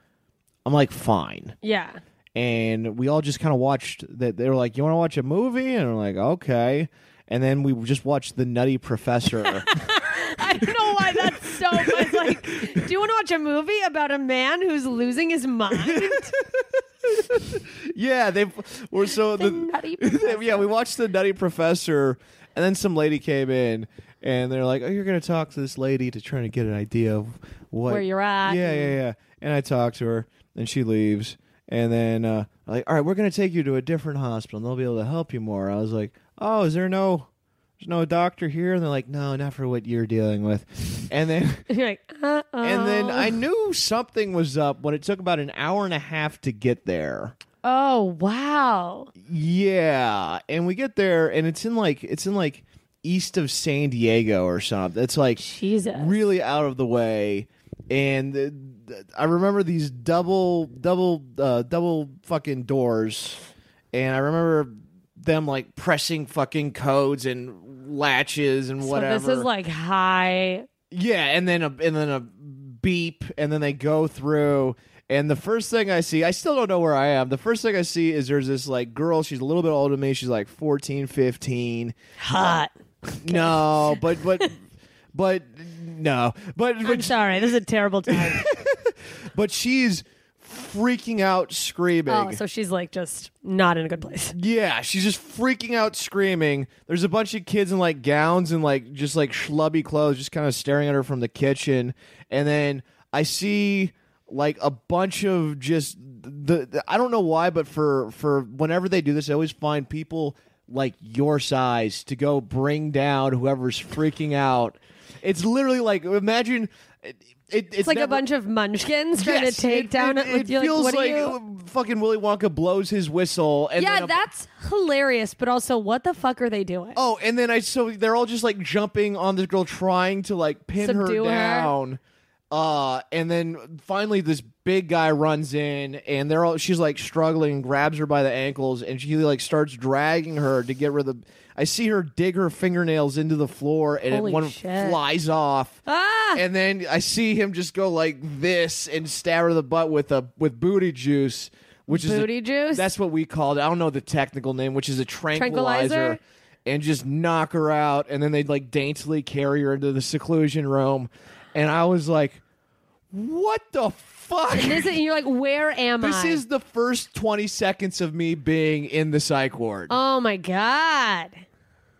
[SPEAKER 6] I'm like, fine
[SPEAKER 5] Yeah. *laughs*
[SPEAKER 6] and we all just kind of watched that they were like you want to watch a movie and we're like okay and then we just watched the nutty professor
[SPEAKER 5] I don't know why that's so much like, do you want to watch a movie about a man who's losing his
[SPEAKER 6] *laughs*
[SPEAKER 5] mind?
[SPEAKER 6] yeah they were so the,
[SPEAKER 5] Nutty
[SPEAKER 6] *laughs* yeah we watched the nutty professor and then some lady came in and they're like oh you're gonna talk to this lady to try to get an idea of what
[SPEAKER 5] Where you're at.
[SPEAKER 6] yeah yeah yeah and i talk to her and she leaves and then uh like all right we're gonna take you to a different hospital and they'll be able to help you more i was like oh is there no there's no doctor here and they're like no not for what you're dealing with and then
[SPEAKER 5] *laughs* You're like, uh oh.
[SPEAKER 6] and then i knew something was up when it took about an hour and a half to get there
[SPEAKER 5] Oh, wow.
[SPEAKER 6] yeah, and we get there, and it's in like it's in like east of San Diego or something. It's like
[SPEAKER 5] Jesus.
[SPEAKER 6] really out of the way. And uh, th- I remember these double, double, uh, double fucking doors, and I remember them like pressing fucking codes and latches and
[SPEAKER 5] So
[SPEAKER 6] whatever.
[SPEAKER 5] this is like high.
[SPEAKER 6] Yeah, and then a and then a beep, and then they go through. And the first thing I see, I still don't know where I am. The first thing I see is there's this like girl, she's a little bit older than me. She's like 14, 15.
[SPEAKER 5] Hot.
[SPEAKER 6] No, but but but no.
[SPEAKER 5] *laughs*
[SPEAKER 6] But
[SPEAKER 5] I'm
[SPEAKER 6] but,
[SPEAKER 5] sorry. This is a terrible time.
[SPEAKER 6] but she's freaking out screaming.
[SPEAKER 5] oh, so she's like just not in a good place.
[SPEAKER 6] Yeah, she's just freaking out, screaming. There's a bunch of kids in like gowns and like just like schlubby clothes, just kind of staring at her from the kitchen. And then I see like a bunch of just the, the I don't know why, but for for whenever they do this, they always find people like your size to go bring down whoever's freaking out. It's literally like imagine. It, it, it's,
[SPEAKER 5] It's like a
[SPEAKER 6] never-
[SPEAKER 5] bunch of *laughs* munchkins trying
[SPEAKER 6] Yes,
[SPEAKER 5] to take
[SPEAKER 6] it-
[SPEAKER 5] down.
[SPEAKER 6] It,
[SPEAKER 5] a-
[SPEAKER 6] it
[SPEAKER 5] you're
[SPEAKER 6] feels
[SPEAKER 5] like, what are you?
[SPEAKER 6] uh, fucking Willy Wonka blows his whistle. And
[SPEAKER 5] yeah,
[SPEAKER 6] then a
[SPEAKER 5] that's hilarious. But also, what the fuck are they doing?
[SPEAKER 6] Oh, and then I so they're all just like jumping on this girl, trying to like pin
[SPEAKER 5] Subdue her.
[SPEAKER 6] her down. Uh, and then finally this big guy runs in, and they're all she's like struggling, grabs her by the ankles, and she like starts dragging her to get rid of. The, I see her dig her fingernails into the floor, and it,
[SPEAKER 5] Holy
[SPEAKER 6] one
[SPEAKER 5] shit.
[SPEAKER 6] flies off.
[SPEAKER 5] Ah!
[SPEAKER 6] And then I see him just go like this and stab her in the butt with a with booty juice, which is a-
[SPEAKER 5] Booty juice?
[SPEAKER 6] That's what we called. it. I don't know the technical name, which is a tranquilizer,
[SPEAKER 5] Tranquilizer?
[SPEAKER 6] and just knock her out. And then they'd like daintily carry her into the seclusion room. And I was like, what the fuck?
[SPEAKER 5] This is, you're like, where am I?
[SPEAKER 6] This is the first 20 seconds of me being in the psych ward.
[SPEAKER 5] Oh my god!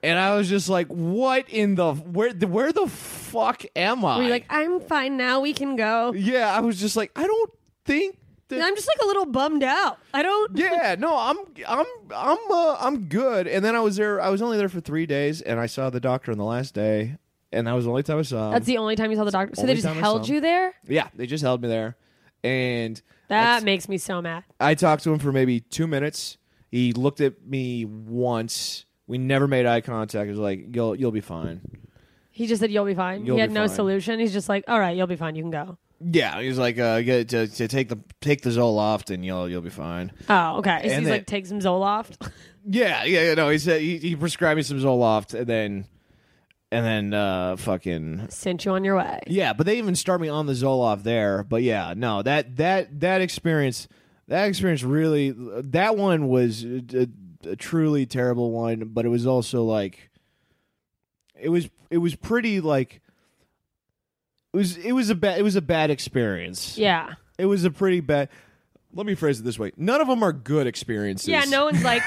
[SPEAKER 6] and I was just like, what in the, where, the- where the fuck am I?
[SPEAKER 5] Were you like, I'm fine now. We can go.
[SPEAKER 6] yeah, I was just like, I don't think that
[SPEAKER 5] And I'm just like a little bummed out. I don't.
[SPEAKER 6] *laughs* yeah no i'm i'm i'm uh, i'm good and then i was there i was only there for three days and i saw the doctor on the last day and that was the only time i saw him
[SPEAKER 5] That's the only time you saw the doctor. So they
[SPEAKER 6] Only
[SPEAKER 5] just
[SPEAKER 6] time I
[SPEAKER 5] held
[SPEAKER 6] saw him.
[SPEAKER 5] you there.
[SPEAKER 6] yeah they just held me there and
[SPEAKER 5] That
[SPEAKER 6] that's-
[SPEAKER 5] makes me so mad.
[SPEAKER 6] i talked to him for maybe two minutes he looked at me once we never made eye contact he was like you'll you'll be fine
[SPEAKER 5] He just said, "You'll be fine."
[SPEAKER 6] You'll
[SPEAKER 5] he
[SPEAKER 6] be
[SPEAKER 5] had no
[SPEAKER 6] fine.
[SPEAKER 5] solution. He's just like, "All right, you'll be fine. You can go."
[SPEAKER 6] yeah he was like uh get, to, to take the take the zoloft and you'll you'll be fine
[SPEAKER 5] Oh, okay. So
[SPEAKER 6] And
[SPEAKER 5] he's
[SPEAKER 6] then-
[SPEAKER 5] like, take some Zoloft. *laughs*
[SPEAKER 6] Yeah, yeah, yeah, no. He said he, he prescribed me some Zoloft, and then, and then, uh, fucking
[SPEAKER 5] Sent you on your way.
[SPEAKER 6] yeah. But they even start me on the Zoloft there. But yeah, no, that that that experience, that experience really, that one was a, a, a truly terrible one. But it was also like, it was it was pretty like, it was it was a bad it was a bad experience.
[SPEAKER 5] Yeah.
[SPEAKER 6] it was a pretty bad. Let me phrase it this way: none of them are good experiences.
[SPEAKER 5] Yeah. No one's
[SPEAKER 6] *laughs*
[SPEAKER 5] like,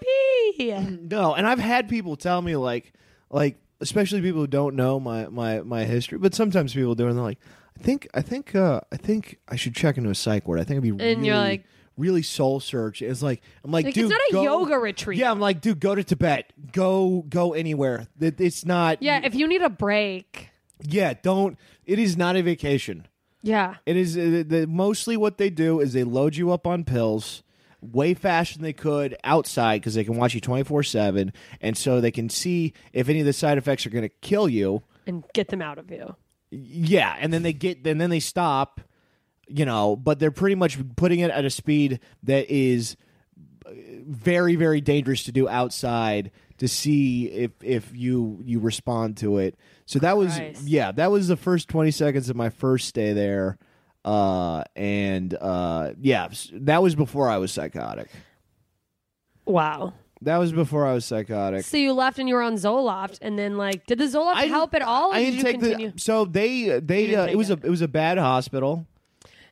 [SPEAKER 5] whoopee.
[SPEAKER 6] No, and I've had people tell me like like especially people who don't know my my my history, but sometimes people do and they're like, I think I think uh I think I should check into a psych ward. I think it'd be
[SPEAKER 5] And
[SPEAKER 6] really,
[SPEAKER 5] you're like-
[SPEAKER 6] really soul search. It's like I'm like,
[SPEAKER 5] Like,
[SPEAKER 6] dude,
[SPEAKER 5] it's not a
[SPEAKER 6] go-
[SPEAKER 5] yoga retreat.
[SPEAKER 6] Yeah, I'm like, dude, go to Tibet. Go go anywhere. That it's not
[SPEAKER 5] Yeah. If you need a break.
[SPEAKER 6] yeah, don't it is not a vacation.
[SPEAKER 5] Yeah.
[SPEAKER 6] It is uh, the, mostly what they do is they load you up on pills. way faster than they could outside because they can watch you 24 7. And so they can see if any of the side effects are going to kill you.
[SPEAKER 5] and get them out of you.
[SPEAKER 6] Yeah, and then they get and then they stop, you know, but they're pretty much putting it at a speed that is uh, very very dangerous to do outside to see if if you you respond to it. So that was
[SPEAKER 5] Christ.
[SPEAKER 6] yeah, that was the first 20 seconds of my first stay there. Uh and uh yeah, s- that was before I was psychotic.
[SPEAKER 5] Wow.
[SPEAKER 6] That was before I was psychotic.
[SPEAKER 5] So you left and you were on Zoloft, and then like, did the Zoloft
[SPEAKER 6] I didn't-
[SPEAKER 5] help at all? Or
[SPEAKER 6] I
[SPEAKER 5] did
[SPEAKER 6] didn't
[SPEAKER 5] you
[SPEAKER 6] take
[SPEAKER 5] continue?
[SPEAKER 6] the so they they
[SPEAKER 5] didn't
[SPEAKER 6] uh,
[SPEAKER 5] take
[SPEAKER 6] it was
[SPEAKER 5] it.
[SPEAKER 6] a it was a bad hospital.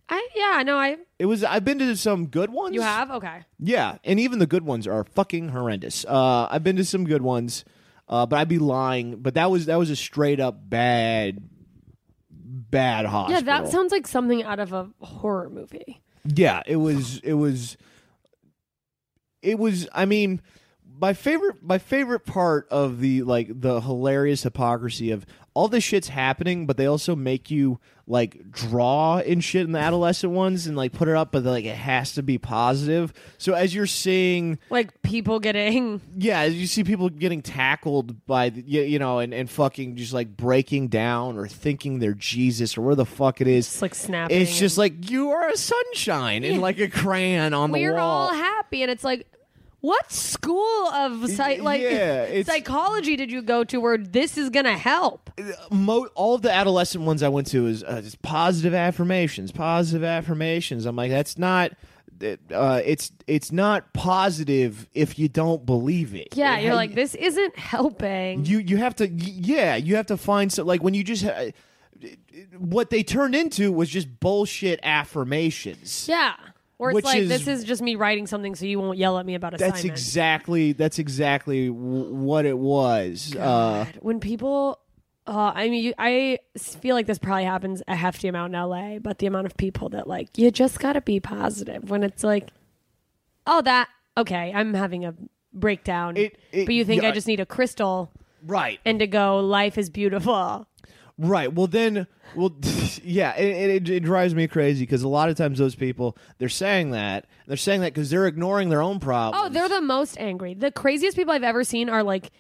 [SPEAKER 5] I yeah, no, I
[SPEAKER 6] It was I've been to some good ones.
[SPEAKER 5] you have okay.
[SPEAKER 6] Yeah, and even the good ones are fucking horrendous. Uh, I've been to some good ones, uh, but I'd be lying. But that was that was a straight up bad, bad
[SPEAKER 5] Yeah,
[SPEAKER 6] hospital.
[SPEAKER 5] that sounds like something out of a horror movie.
[SPEAKER 6] Yeah, it was. It was. It was. I mean, my favorite. My favorite part of the like the hilarious hypocrisy of all this shit's happening, but they also make you like draw and shit in the adolescent ones and like put it up, but like it has to be positive. So as you're seeing
[SPEAKER 5] Like people getting
[SPEAKER 6] yeah, you see people getting tackled by the, you, you know and and fucking just like breaking down or thinking they're Jesus or where the fuck it is.
[SPEAKER 5] just like snapping.
[SPEAKER 6] It's just like you are a sunshine and like a crayon on the
[SPEAKER 5] we're
[SPEAKER 6] wall.
[SPEAKER 5] all happy, and it's like, what school of psych- like *laughs*
[SPEAKER 6] yeah, it's-
[SPEAKER 5] psychology did you go to where this is gonna help?
[SPEAKER 6] Mo- all of the adolescent ones I went to is uh, just positive affirmations, positive affirmations. I'm like that's not uh, it's it's not positive if you don't believe it.
[SPEAKER 5] Yeah, you're
[SPEAKER 6] How-
[SPEAKER 5] like this isn't helping.
[SPEAKER 6] you you have to y- yeah you have to find some like when you just ha- what they turned into was just bullshit affirmations
[SPEAKER 5] Yeah, or it's
[SPEAKER 6] Which
[SPEAKER 5] like
[SPEAKER 6] is-
[SPEAKER 5] this is just me writing something so you won't yell at me about
[SPEAKER 6] that's
[SPEAKER 5] assignments.
[SPEAKER 6] exactly that's exactly w- what it was uh
[SPEAKER 5] God, when people uh, i mean you- i s- feel like this probably happens a hefty amount in la but the amount of people that like you just gotta be positive when it's like oh that okay i'm having a breakdown
[SPEAKER 6] It- it-
[SPEAKER 5] but you think
[SPEAKER 6] yeah,
[SPEAKER 5] i just need a crystal
[SPEAKER 6] right
[SPEAKER 5] and to go life is beautiful
[SPEAKER 6] Right. Well, then, well, *laughs* yeah, it, it, it drives me crazy because a lot of times those people they're saying that they're saying that because they're ignoring their own problems.
[SPEAKER 5] oh they're the most angry the craziest people i've ever seen are like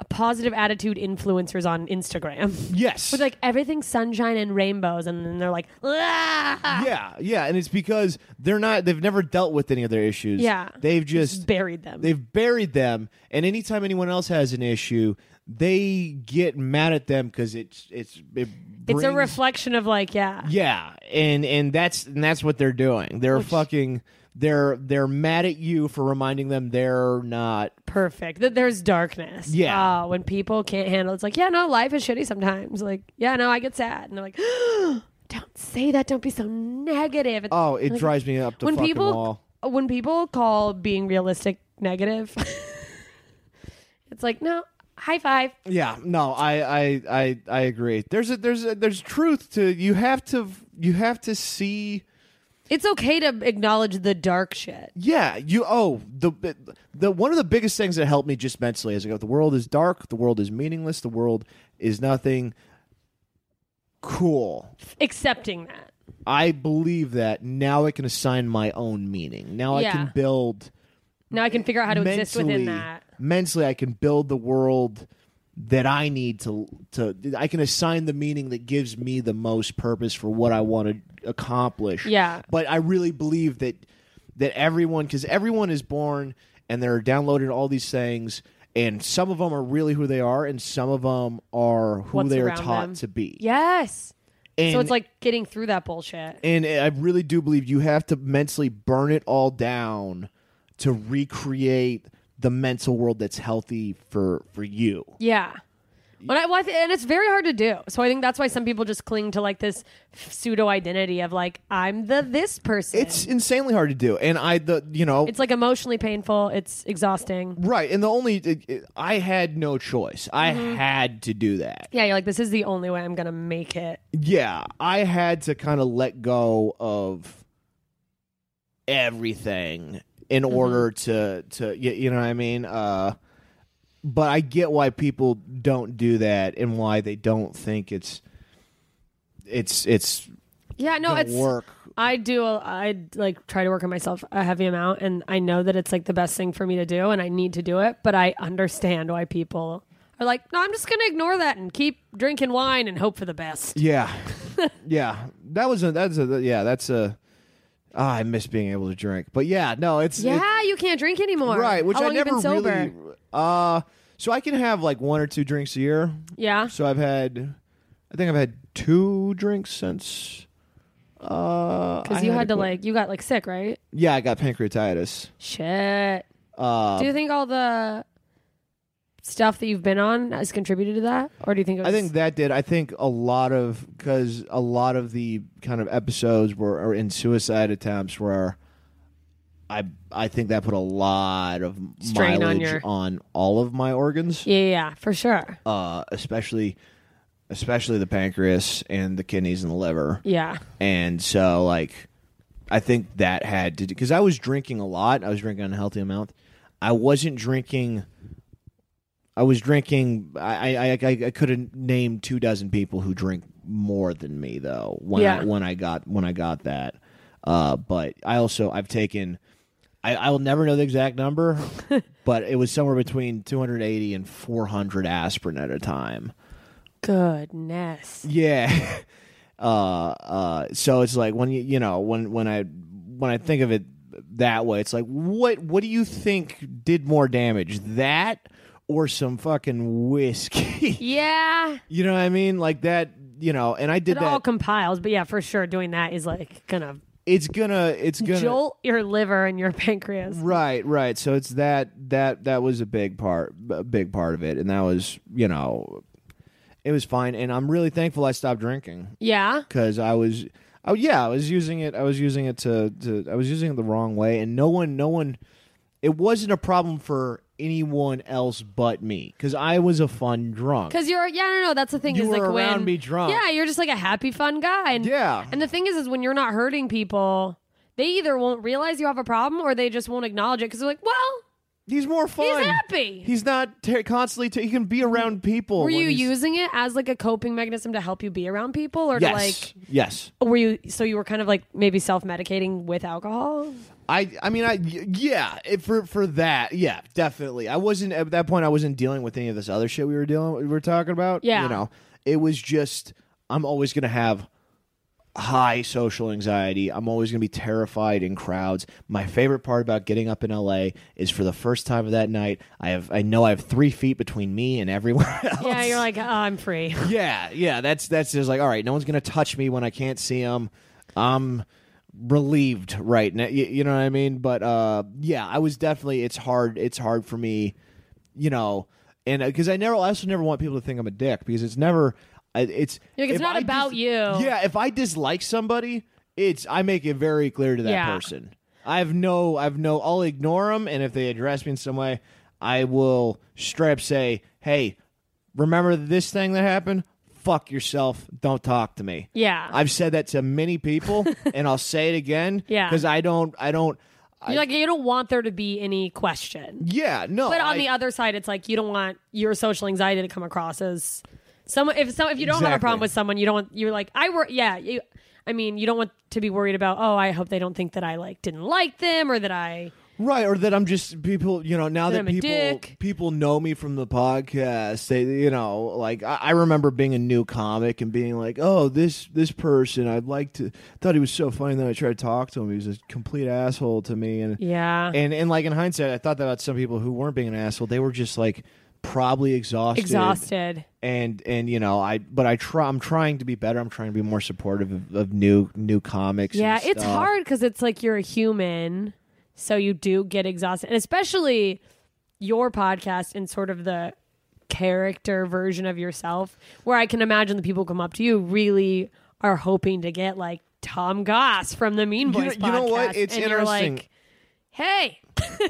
[SPEAKER 5] a positive attitude influencers on instagram *laughs*
[SPEAKER 6] yes,
[SPEAKER 5] it's like everything's sunshine and rainbows and then they're like ah!
[SPEAKER 6] yeah, yeah, and it's because they're not they've never dealt with any of their issues.
[SPEAKER 5] Yeah.
[SPEAKER 6] they've just
[SPEAKER 5] buried them
[SPEAKER 6] they've buried them, and anytime anyone else has an issue, they get mad at them because it's it's it
[SPEAKER 5] it's a
[SPEAKER 6] brings-
[SPEAKER 5] reflection of like yeah
[SPEAKER 6] Yeah, and and that's and that's what they're doing. They're fucking. They're they're mad at you for reminding them they're not
[SPEAKER 5] perfect that there's darkness
[SPEAKER 6] Yeah.
[SPEAKER 5] Uh, when people can't handle it's like yeah no life is shitty sometimes like yeah no i get sad and they're like *gasps* don't say that don't be so negative It's-
[SPEAKER 6] Oh, it drives me up the
[SPEAKER 5] when
[SPEAKER 6] fucking
[SPEAKER 5] people
[SPEAKER 6] wall.
[SPEAKER 5] when people call being realistic negative *laughs* it's like no high five
[SPEAKER 6] Yeah, no, I, I, I, I agree. There's a, there's a, there's truth to you have to you have to see.
[SPEAKER 5] it's okay to acknowledge the dark shit
[SPEAKER 6] Yeah, you. Oh, the the one of the biggest things that helped me just mentally is I go, the world is dark, the world is meaningless, the world is nothing. Cool.
[SPEAKER 5] accepting that
[SPEAKER 6] I believe that now I can assign my own meaning. Now I
[SPEAKER 5] Yeah.
[SPEAKER 6] can build
[SPEAKER 5] now i can figure out how to
[SPEAKER 6] mentally,
[SPEAKER 5] exist within that
[SPEAKER 6] Mentally, I can build the world that I need to to. I can assign the meaning that gives me the most purpose for what I want to accomplish.
[SPEAKER 5] Yeah.
[SPEAKER 6] but I really believe that that everyone, because everyone is born and they're downloaded all these things, and some of them are really who they are, and some of them are who
[SPEAKER 5] What's
[SPEAKER 6] they are
[SPEAKER 5] around
[SPEAKER 6] taught
[SPEAKER 5] them.
[SPEAKER 6] to be.
[SPEAKER 5] yes
[SPEAKER 6] and,
[SPEAKER 5] so it's like getting through that bullshit
[SPEAKER 6] and I really do believe you have to mentally burn it all down to recreate the mental world that's healthy for for you.
[SPEAKER 5] Yeah. When I, well, I th- and it's very hard to do. So I think that's why some people just cling to like this pseudo identity of like I'm the this person.
[SPEAKER 6] It's insanely hard to do, and I the you know
[SPEAKER 5] it's like emotionally painful. It's exhausting.
[SPEAKER 6] right, and the only it, it- I had no choice. I had to do that.
[SPEAKER 5] Yeah, you're like this is the only way I'm gonna make it.
[SPEAKER 6] Yeah, I had to kind of let go of everything in
[SPEAKER 5] Mm-hmm.
[SPEAKER 6] order to to y- you know what I mean. Uh, but I get why people don't do that and why they don't think it's it's it's
[SPEAKER 5] Yeah, no,
[SPEAKER 6] gonna
[SPEAKER 5] it's
[SPEAKER 6] work.
[SPEAKER 5] I do. a- I like try to work on myself a heavy amount, and I know that it's like the best thing for me to do, and I need to do it. But I understand why people are like, no, I'm just gonna ignore that and keep drinking wine and hope for the best. *laughs*
[SPEAKER 6] Yeah, yeah. That was a that's a yeah that's a. ah, I miss being able to drink, but yeah, no, it's it-
[SPEAKER 5] Yeah, you can't drink anymore.
[SPEAKER 6] right, which
[SPEAKER 5] How
[SPEAKER 6] I
[SPEAKER 5] long
[SPEAKER 6] never
[SPEAKER 5] you been sober?
[SPEAKER 6] really. Uh, so I can have like one or two drinks a year.
[SPEAKER 5] Yeah,
[SPEAKER 6] So I've had, I think I've had two drinks since. Uh,
[SPEAKER 5] because
[SPEAKER 6] I
[SPEAKER 5] you had to
[SPEAKER 6] quit.
[SPEAKER 5] like you got like sick, right?
[SPEAKER 6] Yeah, I got pancreatitis.
[SPEAKER 5] Shit.
[SPEAKER 6] Uh,
[SPEAKER 5] do you think all the stuff that you've been on has contributed to that, or do you think? It was,
[SPEAKER 6] I think that did. I think a lot of because a lot of the kind of episodes were are in suicide attempts where I I think that put a lot of
[SPEAKER 5] Strain on
[SPEAKER 6] mileage
[SPEAKER 5] your-
[SPEAKER 6] on all of my organs,
[SPEAKER 5] Yeah, yeah, yeah, for sure.
[SPEAKER 6] uh, especially especially the pancreas and the kidneys and the liver.
[SPEAKER 5] Yeah.
[SPEAKER 6] And so, like, I think that had to do because I was drinking a lot. I was drinking an unhealthy amount. I wasn't drinking. I was drinking. I I I, I could have named two dozen people who drink more than me though. When
[SPEAKER 5] Yeah.
[SPEAKER 6] I, when I got when I got that. Uh, but I also I've taken. I, I will never know the exact number, but it was somewhere between 280 and 400 aspirin at a time.
[SPEAKER 5] Goodness.
[SPEAKER 6] Yeah. *laughs* Uh, uh, so it's like when you you know when when I when I think of it that way, it's like what what do you think did more damage that or some fucking whiskey? *laughs*
[SPEAKER 5] Yeah.
[SPEAKER 6] you know what I mean? Like that. You know, and I did
[SPEAKER 5] it
[SPEAKER 6] that.
[SPEAKER 5] all compiles, but yeah, for sure, doing that is like gonna,
[SPEAKER 6] it's gonna it's gonna
[SPEAKER 5] jolt your liver and your *laughs* pancreas.
[SPEAKER 6] Right, right. So it's that that that was a big part, a big part of it, and that was you know, it was fine, and I'm really thankful I stopped drinking.
[SPEAKER 5] Yeah,
[SPEAKER 6] because I was, oh yeah, I was using it. I was using it to, to, I was using it the wrong way, and no one, no one, it wasn't a problem for anyone else but me because I was a fun drunk.
[SPEAKER 5] because you're yeah, no, no, that's the thing.
[SPEAKER 6] You
[SPEAKER 5] is
[SPEAKER 6] were
[SPEAKER 5] like when,
[SPEAKER 6] around me drunk.
[SPEAKER 5] Yeah, you're just like a happy, fun guy. And,
[SPEAKER 6] Yeah.
[SPEAKER 5] and the thing is, is when you're not hurting people, they either won't realize you have a problem or they just won't acknowledge it because they're like, well,
[SPEAKER 6] He's more fun.
[SPEAKER 5] happy.
[SPEAKER 6] He's not ter- constantly. ter- he can be around people.
[SPEAKER 5] were
[SPEAKER 6] when
[SPEAKER 5] you
[SPEAKER 6] he's-
[SPEAKER 5] using it as like a coping mechanism to help you be around people or
[SPEAKER 6] Yes.
[SPEAKER 5] to
[SPEAKER 6] yes.
[SPEAKER 5] like were you so you were kind of like maybe self medicating with alcohol?
[SPEAKER 6] I I mean I y- yeah it, for for that yeah definitely I wasn't at that point I wasn't dealing with any of this other shit we were dealing we were talking about
[SPEAKER 5] Yeah.
[SPEAKER 6] you know it was just I'm always gonna have high social anxiety I'm always gonna be terrified in crowds my favorite part about getting up in L.A. is for the first time of that night I have I know I have three feet between me and everyone *laughs* else
[SPEAKER 5] Yeah, you're like oh, I'm free.
[SPEAKER 6] yeah, yeah. That's that's just like all right. No one's gonna touch me when I can't see them. I'm relieved right now. You, you know what I mean? But uh, yeah, I was definitely. It's hard. It's hard for me. You know, and because I never, I also never want people to think I'm a dick because it's never. I- It's
[SPEAKER 5] You're like, it's
[SPEAKER 6] if
[SPEAKER 5] not
[SPEAKER 6] I
[SPEAKER 5] about you.
[SPEAKER 6] Yeah, if I dislike somebody, it's I make it very clear to that
[SPEAKER 5] Yeah.
[SPEAKER 6] person. I have no, I've no. I'll ignore them, and if they address me in some way, I will straight up say, "Hey, remember this thing that happened? Fuck yourself. Don't talk to me.
[SPEAKER 5] Yeah.
[SPEAKER 6] I've said that to many people,
[SPEAKER 5] *laughs*
[SPEAKER 6] and I'll say it again.
[SPEAKER 5] Yeah.
[SPEAKER 6] because I don't, I don't. *laughs* I,
[SPEAKER 5] You're like you don't want there to be any question.
[SPEAKER 6] yeah, no.
[SPEAKER 5] But on
[SPEAKER 6] I-
[SPEAKER 5] the other side, it's like you don't want your social anxiety to come across as someone. If some, if you don't have a problem
[SPEAKER 6] Exactly.
[SPEAKER 5] with someone, you don't. want You're like I were. Yeah, you, I mean, you don't want to be worried about. Oh, I hope they don't think that I like didn't like them or that I.
[SPEAKER 6] right, or that I'm just people. You know, now
[SPEAKER 5] That
[SPEAKER 6] that,
[SPEAKER 5] I'm a
[SPEAKER 6] people
[SPEAKER 5] dick.
[SPEAKER 6] people know me from the podcast, they you know, like I, I remember being a new comic and being like, oh, this this person, I'd like to. Thought he was so funny that I tried to talk to him. He was a complete asshole to me, and
[SPEAKER 5] Yeah.
[SPEAKER 6] *laughs* And and like in hindsight, I thought that about some people who weren't being an asshole. They were just like probably exhausted.
[SPEAKER 5] Exhausted.
[SPEAKER 6] And and you know, I but I try I'm trying to be better. I'm trying to be more supportive of, of new new comics. and
[SPEAKER 5] Yeah, it's
[SPEAKER 6] stuff.
[SPEAKER 5] hard because it's like you're a human, so you do get exhausted, and especially your podcast and sort of the character version of yourself, where I can imagine the people who come up to you really are hoping to get like Tom Goss from the Mean
[SPEAKER 6] You know-
[SPEAKER 5] Boys
[SPEAKER 6] you know what?
[SPEAKER 5] podcast,
[SPEAKER 6] It's
[SPEAKER 5] and You're
[SPEAKER 6] interesting.
[SPEAKER 5] like, hey,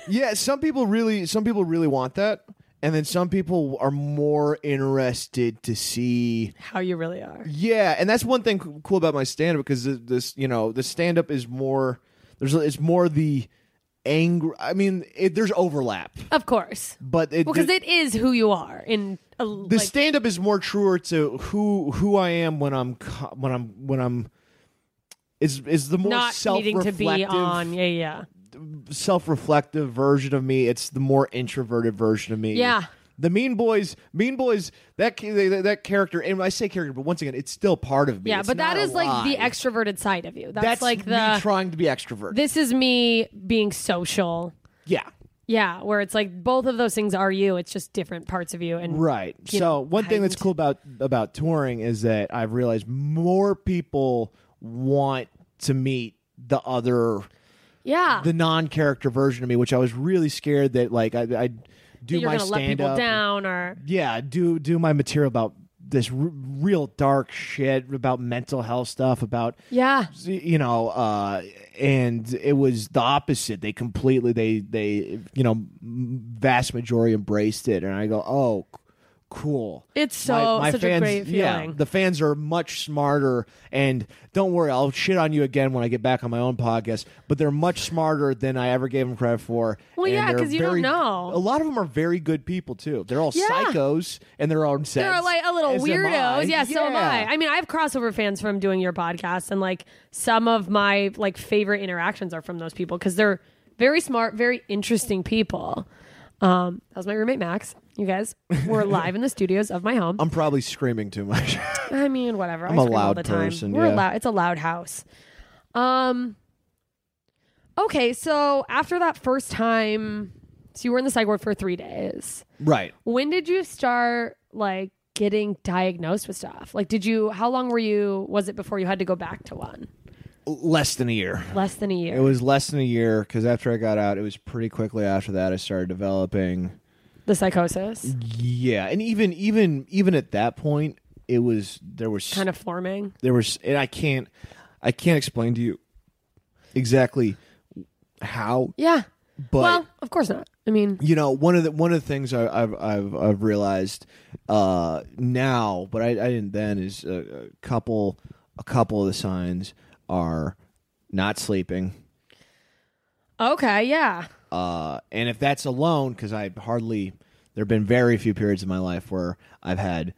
[SPEAKER 6] Yeah, some people really some people really want that. And then some people are more interested to see
[SPEAKER 5] how you really are.
[SPEAKER 6] Yeah, and that's one thing c- cool about my stand up because th- this, you know, the stand up is more there's it's more the angry I mean, it, there's overlap,
[SPEAKER 5] Of course,
[SPEAKER 6] but it,
[SPEAKER 5] well, because it is who you are in a,
[SPEAKER 6] the
[SPEAKER 5] like,
[SPEAKER 6] stand up is more truer to who who I am when I'm co- when I'm when I'm is is the more
[SPEAKER 5] not needing to
[SPEAKER 6] self-reflective
[SPEAKER 5] be on. Yeah, yeah.
[SPEAKER 6] self-reflective version of me. It's the more introverted version of me.
[SPEAKER 5] Yeah.
[SPEAKER 6] The Mean Boys, Mean Boys, that ca- they- that that character, and I say character, but once again, it's still part of me.
[SPEAKER 5] Yeah,
[SPEAKER 6] It's
[SPEAKER 5] but that
[SPEAKER 6] not a
[SPEAKER 5] is like the
[SPEAKER 6] lie.
[SPEAKER 5] extroverted side of you. That's,
[SPEAKER 6] That's
[SPEAKER 5] like
[SPEAKER 6] me
[SPEAKER 5] the
[SPEAKER 6] trying to be extrovert.
[SPEAKER 5] this is me being social.
[SPEAKER 6] yeah,
[SPEAKER 5] Yeah, where it's like both of those things are you. It's just different parts of you. And
[SPEAKER 6] right.
[SPEAKER 5] you
[SPEAKER 6] So
[SPEAKER 5] know,
[SPEAKER 6] one thing that's
[SPEAKER 5] heightened.
[SPEAKER 6] cool about about touring is that I've realized more people want to meet the other,
[SPEAKER 5] yeah,
[SPEAKER 6] the non-character version of me, which I was really scared that like I I'd do
[SPEAKER 5] you're
[SPEAKER 6] my
[SPEAKER 5] gonna let people
[SPEAKER 6] stand-up
[SPEAKER 5] down or
[SPEAKER 6] yeah do do my material about this r- real dark shit about mental health stuff about
[SPEAKER 5] yeah,
[SPEAKER 6] *laughs* you know uh and it was the opposite they completely they they you know m- vast majority embraced it and i go oh c- cool
[SPEAKER 5] It's so- such a great
[SPEAKER 6] yeah
[SPEAKER 5] feeling.
[SPEAKER 6] the fans are much smarter and don't worry i'll shit on you again when i get back on my own podcast but they're much smarter than i ever gave them credit for
[SPEAKER 5] Well,
[SPEAKER 6] and
[SPEAKER 5] yeah,
[SPEAKER 6] they're
[SPEAKER 5] 'cause you don't
[SPEAKER 6] very-
[SPEAKER 5] know.
[SPEAKER 6] a lot of them are very good people too they're all
[SPEAKER 5] Yeah.
[SPEAKER 6] psychos in their own sense
[SPEAKER 5] they're like a little
[SPEAKER 6] as am I.
[SPEAKER 5] weirdos. Yeah, so am I. I mean, I have crossover fans from doing your podcast, and like some of my like favorite interactions are from those people because they're very smart, very interesting people. Um, that was my roommate Max. You guys
[SPEAKER 6] *laughs*
[SPEAKER 5] were live in the studios of my home.
[SPEAKER 6] i'm probably screaming too much *laughs*
[SPEAKER 5] I mean, whatever. i
[SPEAKER 6] I'm a
[SPEAKER 5] scream all
[SPEAKER 6] loud
[SPEAKER 5] the time.
[SPEAKER 6] person,
[SPEAKER 5] We're
[SPEAKER 6] yeah.
[SPEAKER 5] a loud. It's a loud house. Um. Okay, so after that first time, so you were in the psych ward for three days.
[SPEAKER 6] right
[SPEAKER 5] When did you start like getting diagnosed with stuff? Like, did you? How long were you? Was it before you had to go back to one?
[SPEAKER 6] less than a year
[SPEAKER 5] Less than a year.
[SPEAKER 6] It was less than a year because after I got out, it was pretty quickly after that I started developing.
[SPEAKER 5] the psychosis
[SPEAKER 6] Yeah, and even even even at that point, it was there was
[SPEAKER 5] kind of forming.
[SPEAKER 6] there was and I can't I can't explain to you exactly how,
[SPEAKER 5] Yeah.
[SPEAKER 6] but
[SPEAKER 5] well, of course not. I mean,
[SPEAKER 6] you know one of the one of the things I, I've I've I've realized uh, now, but I, I didn't then is a, a couple a couple of the signs are not sleeping.
[SPEAKER 5] okay, yeah,
[SPEAKER 6] Uh, and if that's alone, because I hardly, there have been very few periods in my life where I've had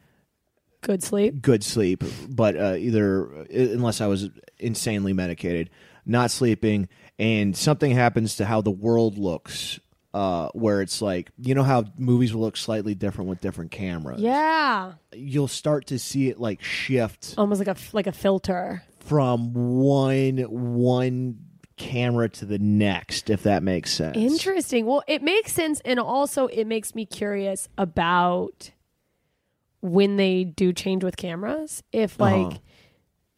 [SPEAKER 5] good sleep.
[SPEAKER 6] good sleep, but uh, either unless I was insanely medicated, not sleeping, and something happens to how the world looks, uh, where it's like you know how movies will look slightly different with different cameras.
[SPEAKER 5] Yeah,
[SPEAKER 6] you'll start to see it like shift
[SPEAKER 5] almost like a f- like a filter.
[SPEAKER 6] from one one camera to the next, if that makes sense.
[SPEAKER 5] Interesting. Well, it makes sense. And also, it makes me curious about when they do change with cameras. If,
[SPEAKER 6] Uh-huh.
[SPEAKER 5] like,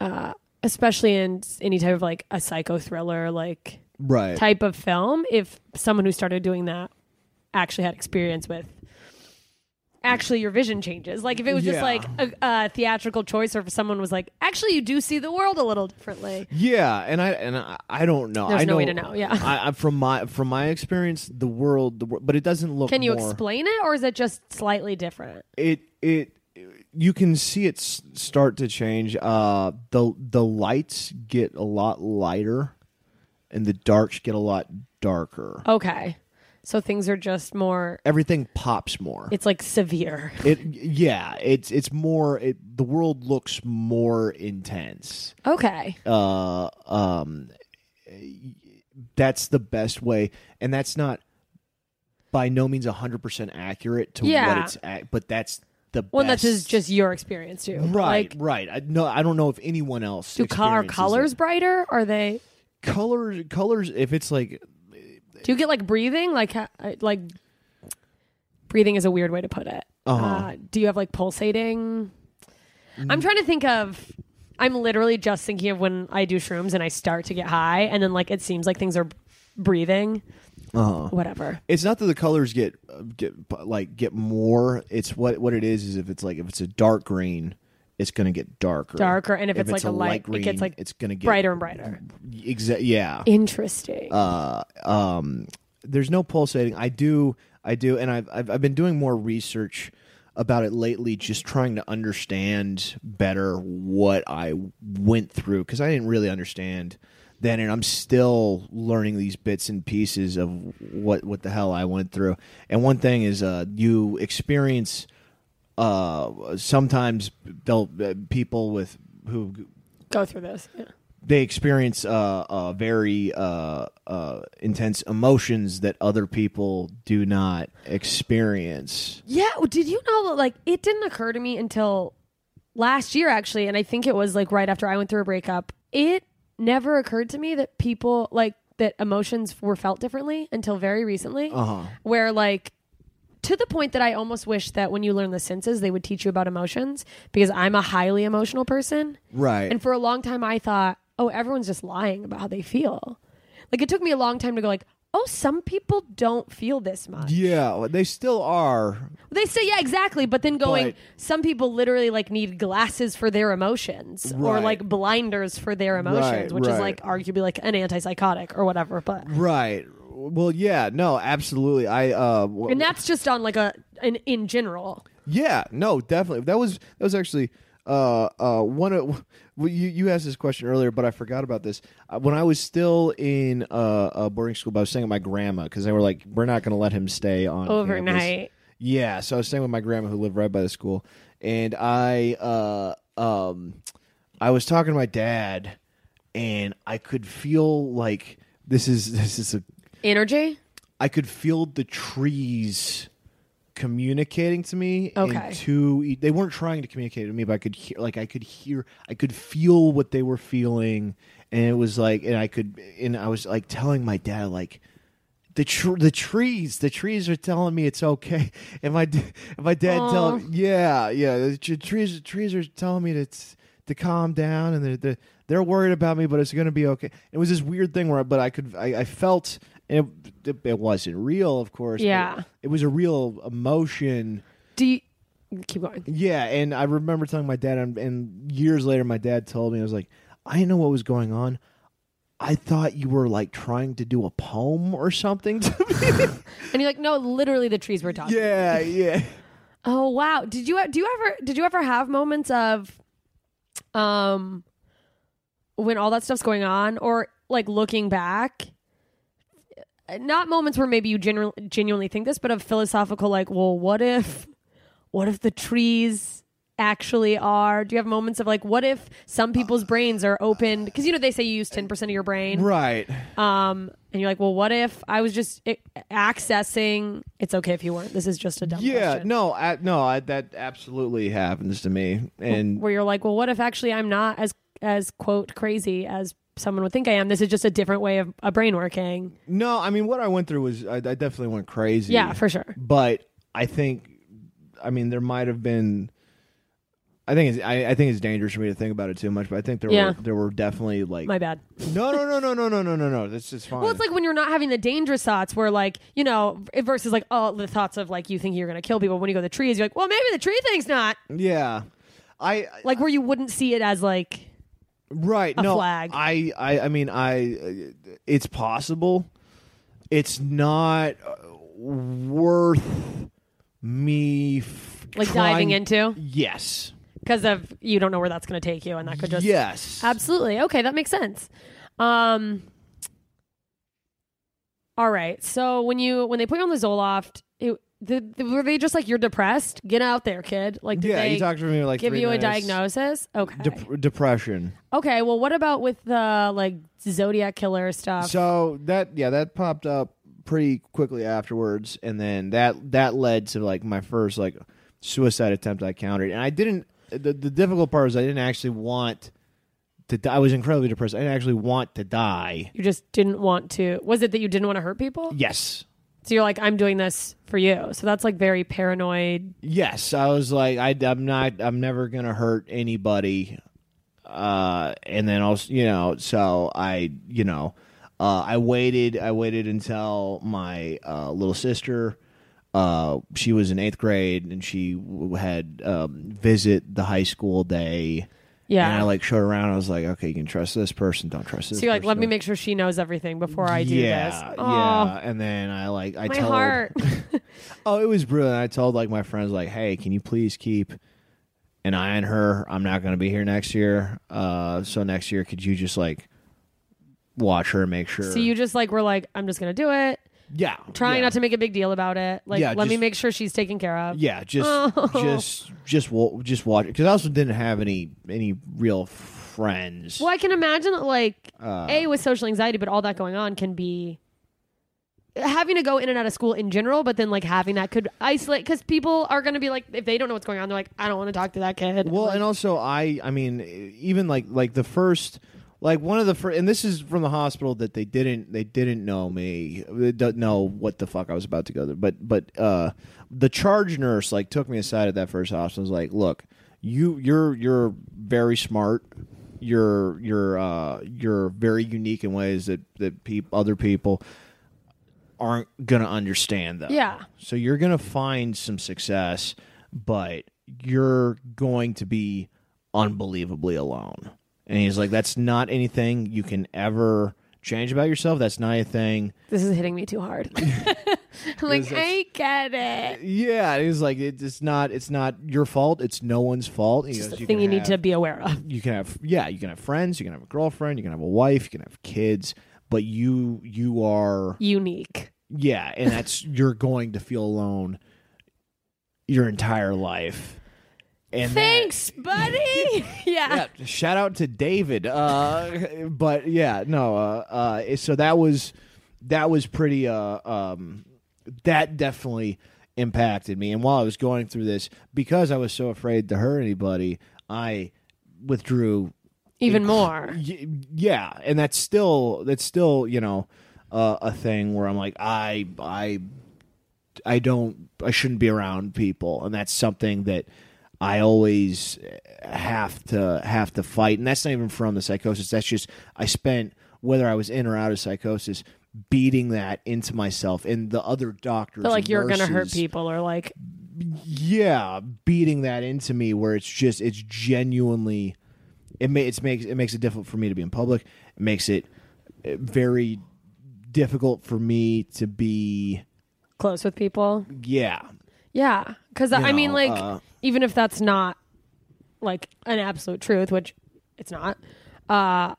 [SPEAKER 5] uh especially in s- any type of like a psycho thriller, like
[SPEAKER 6] right?
[SPEAKER 5] type of film, if someone who started doing that actually had experience with actually your vision changes. Like, if it was just
[SPEAKER 6] Yeah.
[SPEAKER 5] like a, a theatrical choice or if someone was like, actually, you do see the world a little differently.
[SPEAKER 6] Yeah, and I and I, I don't know.
[SPEAKER 5] There's
[SPEAKER 6] I
[SPEAKER 5] no way to know, yeah.
[SPEAKER 6] *laughs* I, I, from my from my experience, the world, the world, but it doesn't look.
[SPEAKER 5] Can you
[SPEAKER 6] more-
[SPEAKER 5] explain it or is it just slightly different?
[SPEAKER 6] it? It you can see it s- start to change. Uh, the the lights get a lot lighter, and the darks get a lot darker.
[SPEAKER 5] Okay. So things are just more
[SPEAKER 6] Everything pops more.
[SPEAKER 5] it's like severe.
[SPEAKER 6] It yeah, it's it's more. It the world looks more intense.
[SPEAKER 5] Okay.
[SPEAKER 6] uh, um, that's the best way, and that's not by no means hundred percent accurate to what
[SPEAKER 5] Yeah.
[SPEAKER 6] it's at, but that's the
[SPEAKER 5] Well,
[SPEAKER 6] best.
[SPEAKER 5] that's just, just your experience too.
[SPEAKER 6] right,
[SPEAKER 5] Like
[SPEAKER 6] right. I, no, I don't know if anyone else
[SPEAKER 5] do co- are
[SPEAKER 6] experiences
[SPEAKER 5] colors
[SPEAKER 6] it.
[SPEAKER 5] brighter? Are they
[SPEAKER 6] colors, colors. If it's like
[SPEAKER 5] do you get like breathing? Like ha- I- like breathing is a weird way to put it.
[SPEAKER 6] Uh-huh. Mm.
[SPEAKER 5] Uh, do you have like pulsating? I'm trying to think of I'm literally just thinking of when I do shrooms and I start to get high and then like it seems like things are breathing.
[SPEAKER 6] Uh-huh.
[SPEAKER 5] Whatever.
[SPEAKER 6] It's not that the colors get uh, get like get more. It's what what it is is if it's like if it's a dark green, it's gonna get darker.
[SPEAKER 5] Darker and if, it's, like a light,
[SPEAKER 6] green,
[SPEAKER 5] it gets like
[SPEAKER 6] it's gonna get Mm.
[SPEAKER 5] brighter and brighter.
[SPEAKER 6] Exa- yeah.
[SPEAKER 5] Interesting.
[SPEAKER 6] Uh, um, there's no pulsating. I do, I do, and I've, I've I've been doing more research about it lately, just trying to understand better what I went through because I didn't really understand then, and I'm still learning these bits and pieces of what what the hell I went through. And one thing is, uh, you experience uh sometimes they'll uh, people with who
[SPEAKER 5] Go through this. Yeah.
[SPEAKER 6] they experience uh, uh, very uh, uh, intense emotions that other people do not experience.
[SPEAKER 5] Yeah, well, did you know that like it didn't occur to me until last year actually, and I think it was like right after I went through a breakup. It never occurred to me that people like that emotions were felt differently until very recently.
[SPEAKER 6] Uh-huh.
[SPEAKER 5] Where like to the point that I almost wish that when you learn the senses, they would teach you about emotions because I'm a highly emotional person.
[SPEAKER 6] Right.
[SPEAKER 5] And for a long time, I thought, oh, everyone's just lying about how they feel. Like it took me a long time to go like, oh, some people don't feel this much.
[SPEAKER 6] yeah, well, they still are.
[SPEAKER 5] They say, yeah, exactly. But then going,
[SPEAKER 6] But-
[SPEAKER 5] some people literally like need glasses for their emotions or
[SPEAKER 6] Right.
[SPEAKER 5] like blinders for their emotions,
[SPEAKER 6] Right,
[SPEAKER 5] which is
[SPEAKER 6] right.
[SPEAKER 5] like arguably like an antipsychotic or whatever. But
[SPEAKER 6] Right. Well, yeah, no, absolutely. I uh, w-
[SPEAKER 5] and that's just on like a an, in general.
[SPEAKER 6] Yeah, no, definitely. That was that was actually uh uh one of well, you you asked this question earlier, but I forgot about this. Uh, when I was still in uh, uh boarding school, but I was staying with my grandma because they were like, we're not going to let him stay on campus."
[SPEAKER 5] Overnight.
[SPEAKER 6] Yeah, so I was staying with my grandma who lived right by the school, and I uh um I was talking to my dad, and I could feel like this is *laughs* this is a
[SPEAKER 5] Energy?
[SPEAKER 6] I could feel the trees communicating to me
[SPEAKER 5] Okay.
[SPEAKER 6] and to e- they weren't trying to communicate to me but I could hear like I could hear I could feel what they were feeling and it was like and I could and I was like telling my dad like the tr- the trees the trees are telling me it's okay *laughs* and my d- and my dad telling yeah yeah the tr- trees trees are telling me to s- to calm down and they're, they're they're worried about me but it's gonna be okay it was this weird thing where I, but I could I, I felt and it, it wasn't real of course but
[SPEAKER 5] Yeah.
[SPEAKER 6] it was a real emotion
[SPEAKER 5] Do you keep going?
[SPEAKER 6] yeah, and I remember telling my dad, and, and years later, my dad told me, I was like, I didn't know what was going on. I thought you were like trying to do a poem or something to me.
[SPEAKER 5] And you're like, no, literally the trees were talking.
[SPEAKER 6] *laughs* yeah, yeah.
[SPEAKER 5] Oh wow! Did you do you ever did you ever have moments of, um, when all that stuff's going on, or like looking back, not moments where maybe you genu- genuinely think this, but of philosophical, like, well, what if, what if the trees actually are? Do you have moments of like, what if some people's brains are open? Because you know they say you use ten percent of your brain,
[SPEAKER 6] Right.
[SPEAKER 5] um, and you're like, well, what if I was just i accessing? It's okay if you weren't. This is just a dumb
[SPEAKER 6] Yeah,
[SPEAKER 5] question.
[SPEAKER 6] no, I, no, I, that absolutely happens to me. And
[SPEAKER 5] where you're like, well, what if actually I'm not as as quote crazy as someone would think I am? This is just a different way of a brain working.
[SPEAKER 6] no, I mean, what I went through was, I, I definitely went crazy.
[SPEAKER 5] Yeah, for sure.
[SPEAKER 6] But I think, I mean, there might have been. I think it's, I, I think it's dangerous for me to think about it too much, but I think there
[SPEAKER 5] Yeah.
[SPEAKER 6] were there were definitely like
[SPEAKER 5] My bad.
[SPEAKER 6] No, no, no, no, no, no, no, no, no. That's just fine.
[SPEAKER 5] Well, it's like when you're not having the dangerous thoughts, where like you know, versus like all the thoughts of like you think you're gonna kill people. When you go to the trees, you're like, well, maybe the tree thing's not
[SPEAKER 6] yeah, I
[SPEAKER 5] like where you wouldn't see it as like
[SPEAKER 6] right.
[SPEAKER 5] a
[SPEAKER 6] no,
[SPEAKER 5] flag.
[SPEAKER 6] I, I, I mean, I. It's possible. It's not uh, worth me f-
[SPEAKER 5] like
[SPEAKER 6] trying-
[SPEAKER 5] diving into
[SPEAKER 6] Yes,
[SPEAKER 5] because of you don't know where that's gonna take you, and that could just
[SPEAKER 6] yes,
[SPEAKER 5] Absolutely. Okay, that makes sense. Um All right. So when you when they put you on the Zoloft, it, the, the- were they just like you're depressed? Get out there, kid. Like did
[SPEAKER 6] Yeah,
[SPEAKER 5] they
[SPEAKER 6] you talked to me for like
[SPEAKER 5] give
[SPEAKER 6] three
[SPEAKER 5] you
[SPEAKER 6] minutes.
[SPEAKER 5] a diagnosis? Okay.
[SPEAKER 6] Dep- depression.
[SPEAKER 5] okay, well what about with the like zodiac killer stuff?
[SPEAKER 6] So that yeah, that popped up pretty quickly afterwards, and then that that led to like my first like suicide attempt I countered, and I didn't. The, the difficult part was I didn't actually want to. Die. I was incredibly depressed. I didn't actually want to die.
[SPEAKER 5] you just didn't want to. Was it that you didn't want to hurt people?
[SPEAKER 6] Yes,
[SPEAKER 5] So you're like I'm doing this for you. So that's like very paranoid.
[SPEAKER 6] yes. I was like, I, I'm not. I'm never gonna hurt anybody. Uh, and then also, you know, so I, you know, uh, I waited. I waited until my uh, little sister. Uh, she was in eighth grade, and she w- had um, visit the high school day.
[SPEAKER 5] Yeah.
[SPEAKER 6] and I like showed her around. I was like, okay, you can trust this person. Don't trust this.
[SPEAKER 5] so you're like,
[SPEAKER 6] person.
[SPEAKER 5] let me make sure she knows everything before I do
[SPEAKER 6] yeah,
[SPEAKER 5] this.
[SPEAKER 6] yeah. And then I like, I
[SPEAKER 5] my
[SPEAKER 6] told
[SPEAKER 5] heart.
[SPEAKER 6] Oh, it was brilliant. I told like my friends, like, hey, can you please keep an eye on her? I'm not going to be here next year. Uh, so next year, could you just like watch her, and make sure?
[SPEAKER 5] So you just like were like, I'm just gonna do it,
[SPEAKER 6] yeah,
[SPEAKER 5] trying
[SPEAKER 6] yeah.
[SPEAKER 5] not to make a big deal about it. Like,
[SPEAKER 6] Yeah,
[SPEAKER 5] let me
[SPEAKER 6] just-
[SPEAKER 5] make sure she's taken care of. Oh.
[SPEAKER 6] Yeah, just, just, just, wa- just watch it because I also didn't have any any real f- friends.
[SPEAKER 5] Well, I can imagine that, like,
[SPEAKER 6] Uh,
[SPEAKER 5] A, with social anxiety, but all that going on can be having to go in and out of school in general, but then, like, having that could isolate because people are going to be like, if they don't know what's going on, they're like, I don't want to talk to that kid.
[SPEAKER 6] Well,
[SPEAKER 5] Like,
[SPEAKER 6] and also I I mean e, even like like the first like one of the first and this is from the hospital that they didn't they didn't know me they don't know what the fuck I was about to go through but but uh the charge nurse like took me aside at that first hospital and was like look you you're you're very smart you're you're uh you're very unique in ways that that peop- other people aren't gonna understand though
[SPEAKER 5] Yeah.
[SPEAKER 6] so you're going to find some success, but you're going to be unbelievably alone. And he's like, that's not anything you can ever change about yourself. That's not a thing.
[SPEAKER 5] this is hitting me too
[SPEAKER 6] *laughs*
[SPEAKER 5] hard. I'm *laughs* like, I get it.
[SPEAKER 6] Yeah. And he's like, it- it's not, it's not your fault. It's no one's fault. It's
[SPEAKER 5] It's the thing you need to be aware of.
[SPEAKER 6] you can have yeah you can have friends you can have a girlfriend you can have a wife you can have kids but you you are
[SPEAKER 5] Unique.
[SPEAKER 6] yeah and that's you're going to feel alone your entire life and that-
[SPEAKER 5] Thanks, buddy. *laughs* yeah.
[SPEAKER 6] *laughs* yeah, shout out to David. Uh, *laughs* but yeah, no. Uh, uh, so that was that was pretty. Uh, um, that definitely impacted me. And while I was going through this, because I was so afraid to hurt anybody, I withdrew.
[SPEAKER 5] Even more.
[SPEAKER 6] Y- yeah, and that's still that's still you know uh, a thing where I'm like I I I don't I shouldn't be around people and that's something that I always have to have to fight and that's not even from the psychosis that's just I spent whether I was in or out of psychosis beating that into myself and the other doctors
[SPEAKER 5] But, like,
[SPEAKER 6] and
[SPEAKER 5] you're going to hurt
[SPEAKER 6] nurses-
[SPEAKER 5] people or like,
[SPEAKER 6] yeah beating that into me where it's just it's genuinely it ma- it's makes it makes it difficult for me to be in public it makes it uh, very difficult for me to be
[SPEAKER 5] close with people.
[SPEAKER 6] yeah
[SPEAKER 5] Mm-hmm. Yeah, because I mean,
[SPEAKER 6] know,
[SPEAKER 5] like,
[SPEAKER 6] uh,
[SPEAKER 5] even if that's not like an absolute truth, which it's not, uh,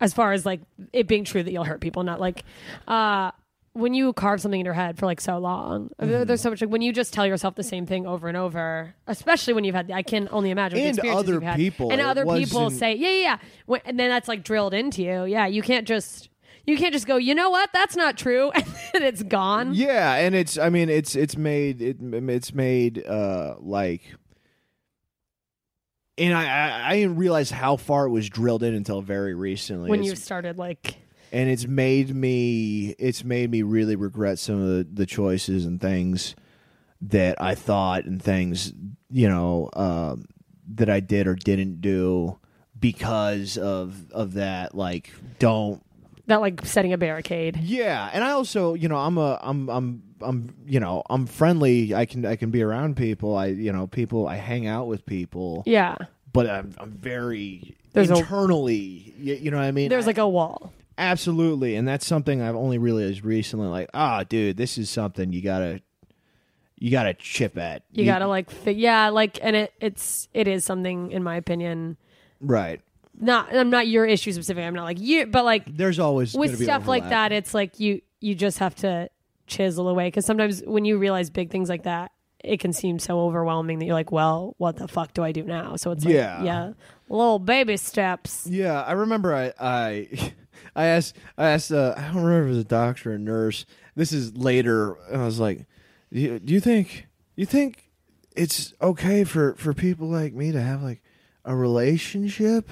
[SPEAKER 5] as far as like it being true that you'll hurt people, not like, uh, when you carve something in your head for like so long,
[SPEAKER 6] Mm-hmm.
[SPEAKER 5] there- there's so much like when you just tell yourself the same thing over and over, especially when you've had, I can only imagine with the
[SPEAKER 6] And
[SPEAKER 5] experiences
[SPEAKER 6] other
[SPEAKER 5] you've had.
[SPEAKER 6] people,
[SPEAKER 5] and
[SPEAKER 6] it
[SPEAKER 5] other people
[SPEAKER 6] wasn't-
[SPEAKER 5] say, yeah, yeah, yeah, When- and then that's like drilled into you. Yeah, you can't just. You can't just go, you know what? That's not true. *laughs* And then it's gone.
[SPEAKER 6] Yeah, and it's I mean it's it's made it it's made uh like and I, I I didn't realize how far it was drilled in until very recently.
[SPEAKER 5] when
[SPEAKER 6] It's-
[SPEAKER 5] you started, like,
[SPEAKER 6] and it's made me it's made me really regret some of the, the choices and things that I thought and things you know um, that I did or didn't do because of of that like don't
[SPEAKER 5] that like setting a barricade.
[SPEAKER 6] Yeah, and I also, you know, I'm a, I'm, I'm, I'm, you know, I'm friendly. I can, I can be around people. I, you know, people. I hang out with people.
[SPEAKER 5] Yeah.
[SPEAKER 6] But I'm, I'm very
[SPEAKER 5] There's a-
[SPEAKER 6] internally. y you know what I mean?
[SPEAKER 5] There's like a wall.
[SPEAKER 6] absolutely, and that's something I've only realized recently. Like, ah, dude, this is something you gotta, you gotta chip at.
[SPEAKER 5] You gotta like, fi- yeah, like, and it it's it is something in my opinion.
[SPEAKER 6] right.
[SPEAKER 5] Not I'm not your issue specific. I'm not like you, but like
[SPEAKER 6] There's always
[SPEAKER 5] with
[SPEAKER 6] gonna be
[SPEAKER 5] stuff like
[SPEAKER 6] overlap.
[SPEAKER 5] that, it's like you you just have to chisel away because sometimes when you realize big things like that, it can seem so overwhelming that you're like, well, what the fuck do I do now? So it's like,
[SPEAKER 6] Yeah.
[SPEAKER 5] yeah, little baby steps.
[SPEAKER 6] Yeah, I remember I I *laughs* I asked I asked uh, I don't remember if it was a doctor or nurse. This is later. And I was like, do you, do you think you think it's okay for for people like me to have like a relationship?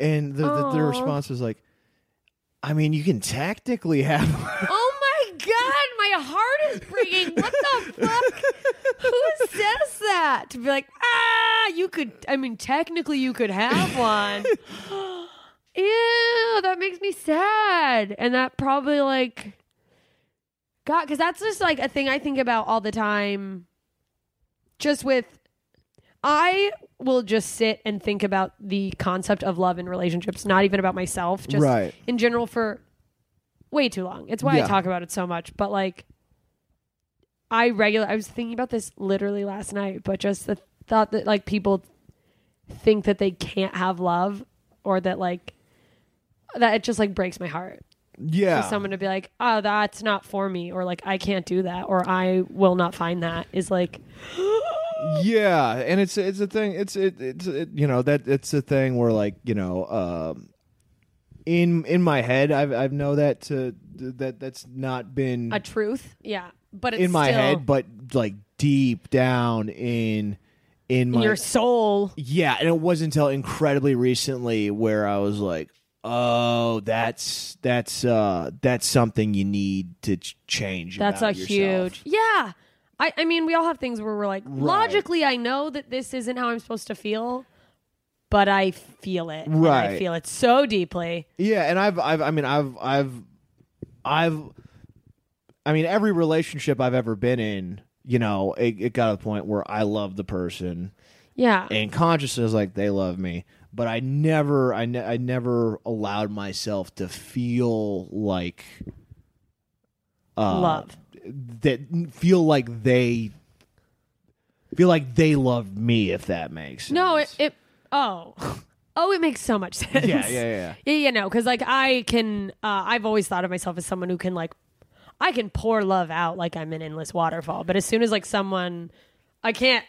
[SPEAKER 6] And the the, the
[SPEAKER 5] Aw.
[SPEAKER 6] response was like, I mean, you can tactically have. *laughs* one."
[SPEAKER 5] Oh my god, my heart is breaking. What the fuck? Who says that? To be like, ah, you could. I mean, technically, you could have one. Ew, that makes me sad. And that probably like, God, because that's just like a thing I think about all the time. Just with, I will just sit and think about the concept of love and relationships, not even about myself, just
[SPEAKER 6] Right.
[SPEAKER 5] in general for way too long. It's why
[SPEAKER 6] Yeah.
[SPEAKER 5] I talk about it so much. But like, I regular. I was thinking about this literally last night, but just the thought that like people think that they can't have love, or that like that it just like breaks my heart
[SPEAKER 6] yeah,
[SPEAKER 5] for someone to be like, oh, that's not for me, or like I can't do that, or I will not find that is like
[SPEAKER 6] Yeah, and it's it's a thing. It's it, it's it, you know that it's a thing where like you know um, in in my head I've I've know that to that that's not been
[SPEAKER 5] a truth. Yeah,
[SPEAKER 7] But it's
[SPEAKER 6] in my
[SPEAKER 7] still,
[SPEAKER 6] head, but like deep down in in my
[SPEAKER 5] your soul.
[SPEAKER 6] yeah, and it wasn't until incredibly recently where I was like, "Oh, that's that's uh that's something you need to ch- change."
[SPEAKER 5] That's a
[SPEAKER 6] about yourself.
[SPEAKER 5] huge. Yeah. I, I mean, we all have things where we're like, logically, I know that this isn't how I'm supposed to feel, but I feel it. and I
[SPEAKER 6] Right.
[SPEAKER 5] feel it so deeply.
[SPEAKER 6] Yeah, and I've I've I mean I've I've I've I mean every relationship I've ever been in, you know, it, it got to the point where I love the person
[SPEAKER 5] Yeah.
[SPEAKER 6] and consciousness like they love me, but I never I, ne- I never allowed myself to feel like uh,
[SPEAKER 5] Love.
[SPEAKER 6] that feel like they feel like they love me if that makes sense.
[SPEAKER 5] No, it, it. Oh. *laughs* Oh, *laughs* it makes so much sense.
[SPEAKER 6] yeah, yeah, yeah.
[SPEAKER 5] *laughs* Yeah, yeah, no, because like I can, uh, I've always thought of myself as someone who can like, I can pour love out like I'm an endless waterfall. But as soon as like someone, I can't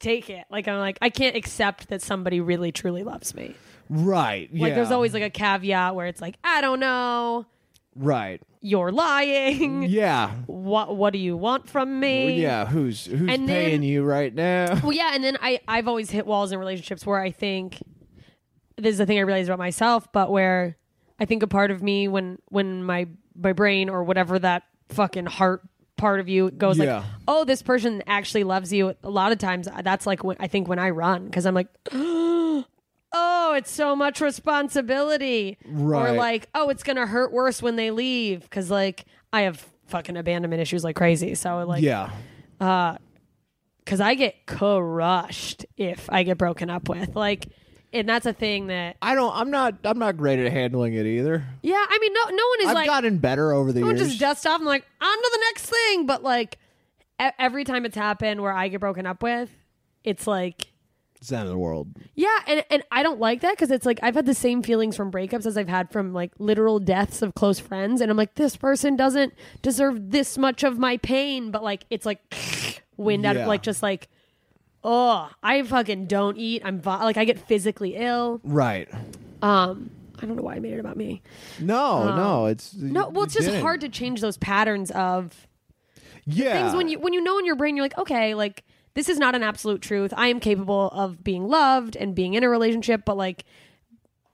[SPEAKER 5] take it. Like I'm like I can't accept that somebody really truly loves me.
[SPEAKER 6] Right.
[SPEAKER 5] Like
[SPEAKER 6] yeah.
[SPEAKER 5] there's always like a caveat where it's like I don't know,
[SPEAKER 6] right.
[SPEAKER 5] you're lying. *laughs*
[SPEAKER 6] Yeah.
[SPEAKER 5] What What do you want from
[SPEAKER 6] Well,
[SPEAKER 5] me?
[SPEAKER 6] yeah, who's who's
[SPEAKER 5] And then-
[SPEAKER 6] paying you
[SPEAKER 5] *laughs*
[SPEAKER 6] right now?
[SPEAKER 5] Well, yeah, and then I I've always hit walls in relationships where I think this is the thing I realized about myself, but where I think a part of me when when my my brain or whatever that fucking heart part of you goes
[SPEAKER 6] Yeah.
[SPEAKER 5] like, oh, this person actually loves you. A lot of times uh, that's like when I think when I run because I'm like. *gasps* Oh, it's so much responsibility. Or
[SPEAKER 6] Right.
[SPEAKER 5] like, oh, it's gonna hurt worse when they leave because like I have fucking abandonment issues like crazy. So like,
[SPEAKER 6] yeah.
[SPEAKER 5] because I get crushed if I get broken up with. Like, and that's a thing that,
[SPEAKER 6] I don't I'm not I'm not great at handling it either.
[SPEAKER 5] yeah, I mean, no, no one is
[SPEAKER 6] I've
[SPEAKER 5] like,
[SPEAKER 6] gotten better over the
[SPEAKER 5] no one
[SPEAKER 6] years.
[SPEAKER 5] just dust off and like, on to the next thing. But like, e- every time it's happened where I get broken up with, it's like,
[SPEAKER 6] it's the end of the world.
[SPEAKER 5] yeah, and, and I don't like that because it's like I've had the same feelings from breakups as I've had from like literal deaths of close friends, and I'm like, this person doesn't deserve this much of my pain, but like it's like *sniffs* wind out of
[SPEAKER 6] Yeah.
[SPEAKER 5] like just like, oh, I fucking don't eat. I'm vo- like I get physically ill.
[SPEAKER 6] Right.
[SPEAKER 5] Um, I don't know why I made it about me.
[SPEAKER 6] No, no, it's
[SPEAKER 5] No, well, it's just hard to change those patterns of
[SPEAKER 6] yeah.
[SPEAKER 5] things when you when you know in your brain you're like okay like this is not an absolute truth i am capable of being loved and being in a relationship but like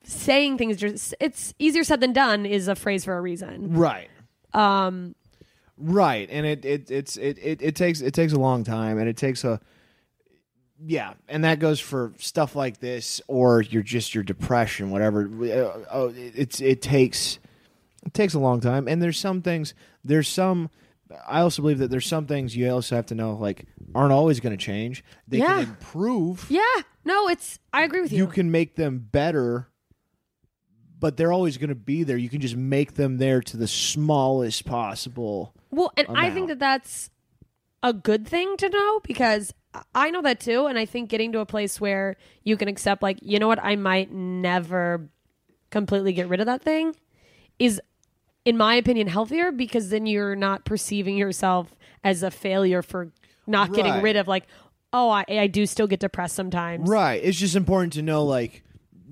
[SPEAKER 5] saying things just it's easier said than done is a phrase for a reason
[SPEAKER 6] Right. Um Right. And it, it it's it, it, it takes it takes a long time and it takes a yeah, and that goes for stuff like this or your just your depression, whatever. Uh, Oh, it- it's it takes it takes a long time and there's some things there's some I also believe that there's some things you also have to know like aren't always going to change. They
[SPEAKER 5] Yeah.
[SPEAKER 6] can improve.
[SPEAKER 5] yeah no it's i agree with you,
[SPEAKER 6] You can make them better, but they're always going to be there. You can just make them there to the smallest possible.
[SPEAKER 5] well and i
[SPEAKER 6] amount.
[SPEAKER 5] think that that's a good thing to know because I- i know that too and i think getting to a place where you can accept like you know what i might never completely get rid of that thing is in my opinion healthier because then you're not perceiving yourself as a failure for not getting
[SPEAKER 6] Right.
[SPEAKER 5] rid of like oh I, I do still get depressed sometimes
[SPEAKER 6] Right. It's just important to know like,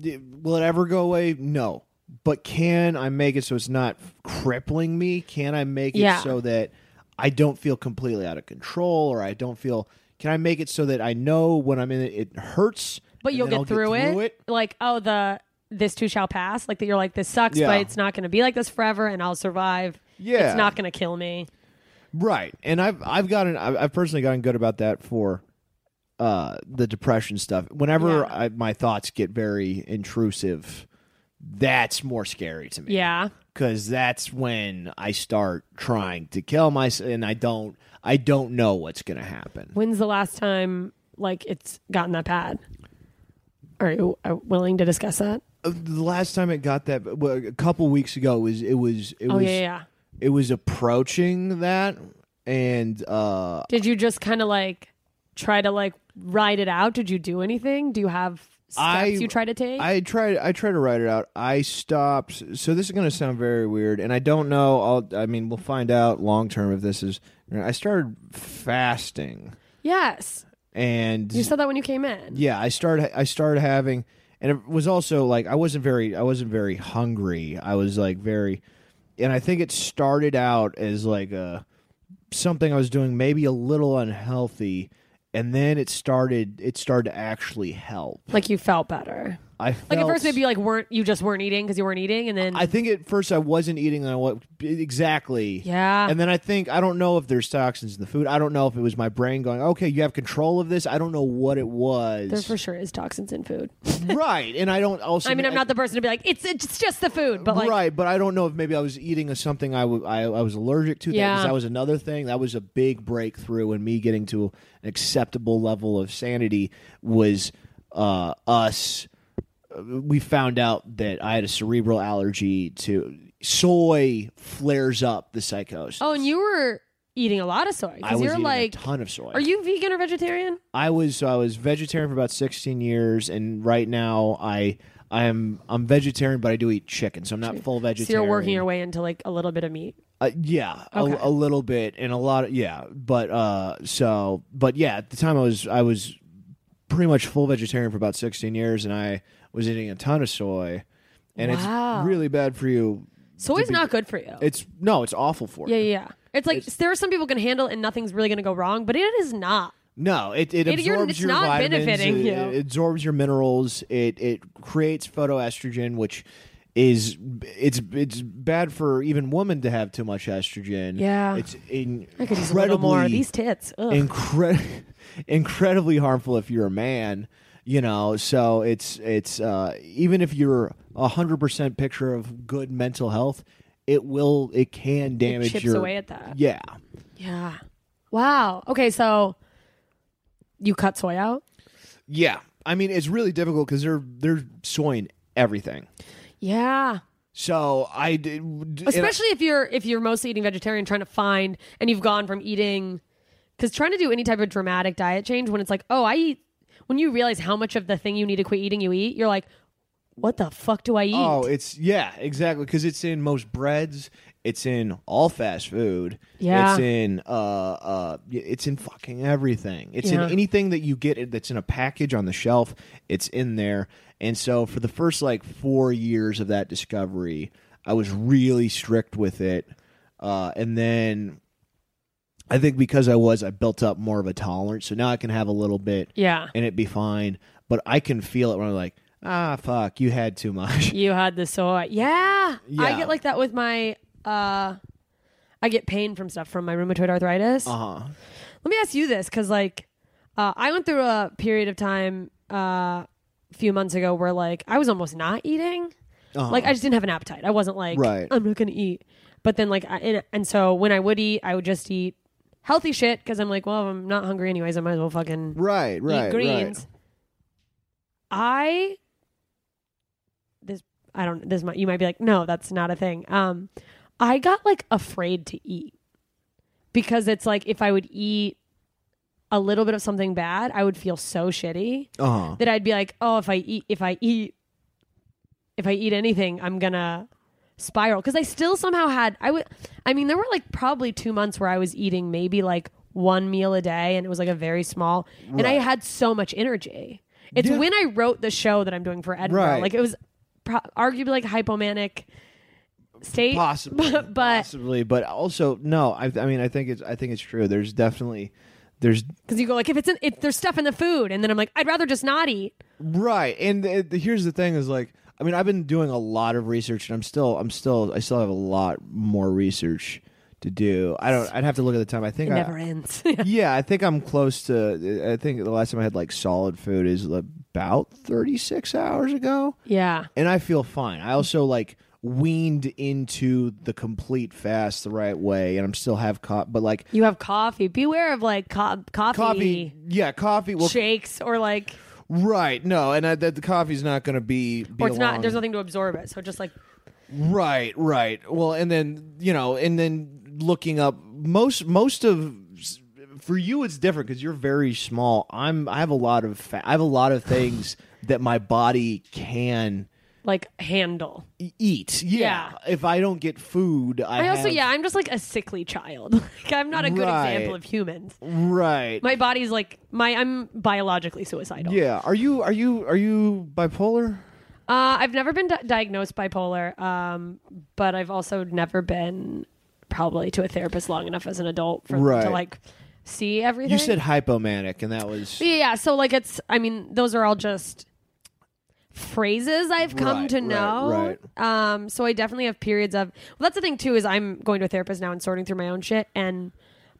[SPEAKER 6] d- will it ever go away? No. But can I make it so it's not crippling me? Can I make it
[SPEAKER 5] Yeah.
[SPEAKER 6] so that I don't feel completely out of control or I don't feel. Can I make it so that I know when I'm in it, it hurts?
[SPEAKER 5] but
[SPEAKER 6] and
[SPEAKER 5] you'll
[SPEAKER 6] then
[SPEAKER 5] get
[SPEAKER 6] I'll
[SPEAKER 5] through,
[SPEAKER 6] through
[SPEAKER 5] it. like oh the this too shall pass like that you're like this sucks
[SPEAKER 6] Yeah.
[SPEAKER 5] but it's not going to be like this forever and i'll survive
[SPEAKER 6] Yeah.
[SPEAKER 5] it's not going to kill me
[SPEAKER 6] Right, and I've I've gotten I've, I've personally gotten good about that for uh the depression stuff. Whenever
[SPEAKER 5] Yeah.
[SPEAKER 6] I, my thoughts get very intrusive, that's more scary to me.
[SPEAKER 5] yeah
[SPEAKER 6] because that's when I start trying to kill myself, and I don't I don't know what's gonna happen.
[SPEAKER 5] When's the last time like it's gotten that bad? Are you uh, willing to discuss that?
[SPEAKER 6] Uh, The last time it got that well, a couple weeks ago was it was it
[SPEAKER 5] oh
[SPEAKER 6] was
[SPEAKER 5] yeah, yeah, yeah.
[SPEAKER 6] it was approaching that, and uh
[SPEAKER 5] Did you just kind of like try to like ride it out? Did you do anything? Do you have steps
[SPEAKER 6] I-
[SPEAKER 5] you try to take?
[SPEAKER 6] I tried. I tried to write it out. I stopped. So this is going to sound very weird, and I don't know. I'll. I mean, we'll find out long term if this is. I started fasting,
[SPEAKER 5] yes.
[SPEAKER 6] and
[SPEAKER 5] You said that when you came in.
[SPEAKER 6] yeah i started i started having and it was also like i wasn't very i wasn't very hungry i was like very and i think it started out as like a something i was doing maybe a little unhealthy and then it started it started to actually help
[SPEAKER 5] Like you felt better.
[SPEAKER 6] i
[SPEAKER 5] Like
[SPEAKER 6] felt-
[SPEAKER 5] at first maybe you like weren't you just weren't eating because you weren't eating and then
[SPEAKER 6] I think at first I wasn't eating and I wa- exactly.
[SPEAKER 5] Yeah.
[SPEAKER 6] And then I think I don't know if there's toxins in the food. I don't know if it was my brain going, "Okay, you have control of this." I don't know what it was.
[SPEAKER 5] there for sure is toxins in
[SPEAKER 6] *laughs*
[SPEAKER 5] food.
[SPEAKER 6] right. And I don't also
[SPEAKER 5] *laughs* I mean, I'm not the person to be like it's it's just the food, but like
[SPEAKER 6] right, but I don't know if maybe I was eating a something I wa- I- I was allergic to.
[SPEAKER 5] Yeah.
[SPEAKER 6] That, 'cause that was another thing. That was a big breakthrough in me getting to an acceptable level of sanity was uh, us. uh, We found out that I had a cerebral allergy to soy flares up the psychosis.
[SPEAKER 5] oh, and you were eating a lot of soy
[SPEAKER 6] I
[SPEAKER 5] because
[SPEAKER 6] was
[SPEAKER 5] you're
[SPEAKER 6] eating
[SPEAKER 5] like
[SPEAKER 6] a ton of soy.
[SPEAKER 5] are you vegan or vegetarian?
[SPEAKER 6] I was so I was vegetarian for about 16 years, and right now I I am I'm vegetarian, but I do eat chicken, so I'm not full
[SPEAKER 5] So
[SPEAKER 6] vegetarian.
[SPEAKER 5] you're working your way into like a little bit of meat.
[SPEAKER 6] Uh, yeah,
[SPEAKER 5] Okay.
[SPEAKER 6] a, a little bit and a lot of yeah, but uh, so but yeah, at the time I was I was pretty much full vegetarian for about 16 years, and I was eating a ton of soy, and
[SPEAKER 5] Wow.
[SPEAKER 6] it's really bad for you.
[SPEAKER 5] Soy's
[SPEAKER 6] be-
[SPEAKER 5] not good for you.
[SPEAKER 6] It's no, it's awful for
[SPEAKER 5] yeah,
[SPEAKER 6] you.
[SPEAKER 5] yeah, yeah. It's like there are some people can handle it and nothing's really going to go wrong, but it is not.
[SPEAKER 6] No, it, it,
[SPEAKER 5] It-
[SPEAKER 6] absorbs
[SPEAKER 5] you're- it's
[SPEAKER 6] your
[SPEAKER 5] not
[SPEAKER 6] vitamins.
[SPEAKER 5] benefiting
[SPEAKER 6] it,
[SPEAKER 5] you.
[SPEAKER 6] it absorbs your minerals. It it creates photoestrogen, which is it's it's bad for even women to have too much estrogen.
[SPEAKER 5] Yeah.
[SPEAKER 6] it's in-
[SPEAKER 5] I could use a
[SPEAKER 6] incredibly
[SPEAKER 5] little more. These tits. Ugh.
[SPEAKER 6] incre- *laughs* incredibly harmful if you're a man. You know, so it's it's uh, even if you're a hundred percent picture of good mental health, it will it can damage
[SPEAKER 5] chips
[SPEAKER 6] your
[SPEAKER 5] away at that.
[SPEAKER 6] Yeah,
[SPEAKER 5] yeah. Wow. Okay, so you cut soy out?
[SPEAKER 6] yeah. I mean, it's really difficult because they're they're soying everything.
[SPEAKER 5] Yeah.
[SPEAKER 6] So I did,
[SPEAKER 5] Especially if you're if you're mostly eating vegetarian trying to find and you've gone from eating cuz trying to do any type of dramatic diet change when it's like, "Oh, I eat when you realize how much of the thing you need to quit eating you eat, you're like, "What the fuck do I eat?"
[SPEAKER 6] Oh, it's yeah, exactly. Because it's in most breads. It's in all fast food.
[SPEAKER 5] Yeah.
[SPEAKER 6] It's in uh uh. y- It's in fucking everything. It's
[SPEAKER 5] Yeah.
[SPEAKER 6] in anything that you get it- that's in a package on the shelf. It's in there. And so for the first like four years of that discovery, I was really strict with it. Uh, and then I think because I was, I built up more of a tolerance. So now I can have a little bit.
[SPEAKER 5] Yeah.
[SPEAKER 6] And it be fine. But I can feel it when I'm like, ah, fuck, you had too much.
[SPEAKER 5] You had the soy. Yeah. I
[SPEAKER 6] Yeah.
[SPEAKER 5] get like that with my uh I get pain from stuff from my rheumatoid arthritis.
[SPEAKER 6] Uh-huh.
[SPEAKER 5] Let me ask you this cuz like uh I went through a period of time uh a few months ago where like I was almost not eating.
[SPEAKER 6] Uh-huh.
[SPEAKER 5] Like I just didn't have an appetite. I wasn't like
[SPEAKER 6] Right.
[SPEAKER 5] I'm not going to eat. But then like I, and, and so when I would eat, I would just eat healthy shit cuz I'm like, well, I'm not hungry anyways. I might as well fucking
[SPEAKER 6] right, right,
[SPEAKER 5] eat
[SPEAKER 6] right.
[SPEAKER 5] greens. I this I don't this might you might be like no that's not a thing. Um, I got like afraid to eat because it's like if I would eat a little bit of something bad, I would feel so shitty
[SPEAKER 6] Uh-huh.
[SPEAKER 5] that I'd be like oh if I eat if I eat if I eat anything I'm gonna spiral because I still somehow had I would I mean there were like probably two months where I was eating maybe like one meal a day and it was like a very small and I
[SPEAKER 6] Right.
[SPEAKER 5] had so much energy. It's
[SPEAKER 6] Yeah.
[SPEAKER 5] when I wrote the show that I'm doing for Edinburgh.
[SPEAKER 6] Right.
[SPEAKER 5] Like it was pro- arguably like hypomanic state,
[SPEAKER 6] *laughs*
[SPEAKER 5] *laughs*
[SPEAKER 6] Possibly,
[SPEAKER 5] but, but
[SPEAKER 6] possibly, but also no. I, I mean, I think it's, I think it's true. There's definitely, there's
[SPEAKER 5] because you go like if it's in, if there's stuff in the food, and then I'm like I'd rather just not eat.
[SPEAKER 6] right. And the, the, here's the thing: is like, I mean, I've been doing a lot of research, and I'm still, I'm still, I still have a lot more research to do. I don't. I'd have to look at the time. I think
[SPEAKER 5] It
[SPEAKER 6] I,
[SPEAKER 5] never ends. *laughs*
[SPEAKER 6] yeah, I think I'm close to. I think the last time I had like solid food is about 36 hours ago.
[SPEAKER 5] yeah,
[SPEAKER 6] and I feel fine. I also like weaned into the complete fast the right way, and I'm still have caught, but like
[SPEAKER 5] you have coffee. Beware of like co- coffee,
[SPEAKER 6] coffee, yeah, coffee. Well,
[SPEAKER 5] shakes or like
[SPEAKER 6] right, no, and I, that the coffee's not going to be, be
[SPEAKER 5] or it's
[SPEAKER 6] along.
[SPEAKER 5] not. There's nothing to absorb it, so just like
[SPEAKER 6] Right, right. Well, and then you know, and then looking up most most of for you it's different because you're
[SPEAKER 5] *sighs*
[SPEAKER 6] very small. I'm I have a lot of fa- I have a lot of things that my body can
[SPEAKER 5] like handle.
[SPEAKER 6] E- eat. Yeah. If I don't get food, I,
[SPEAKER 5] I also,
[SPEAKER 6] have-
[SPEAKER 5] yeah, I'm just like a sickly child. *laughs* like I'm not a good
[SPEAKER 6] Right.
[SPEAKER 5] example of humans.
[SPEAKER 6] Right.
[SPEAKER 5] My body's like my I'm biologically suicidal.
[SPEAKER 6] yeah. Are you are you are you bipolar?
[SPEAKER 5] Uh, I've never been di- diagnosed bipolar, um, but I've also never been probably to a therapist long enough as an adult for
[SPEAKER 6] Right.
[SPEAKER 5] to like see everything.
[SPEAKER 6] You said hypomanic, and that was
[SPEAKER 5] yeah, yeah. So like it's I mean those are all just phrases I've come
[SPEAKER 6] Right,
[SPEAKER 5] to
[SPEAKER 6] right,
[SPEAKER 5] know.
[SPEAKER 6] right.
[SPEAKER 5] Um, so I definitely have periods of. Well, that's the thing too is I'm going to a therapist now and sorting through my own shit, and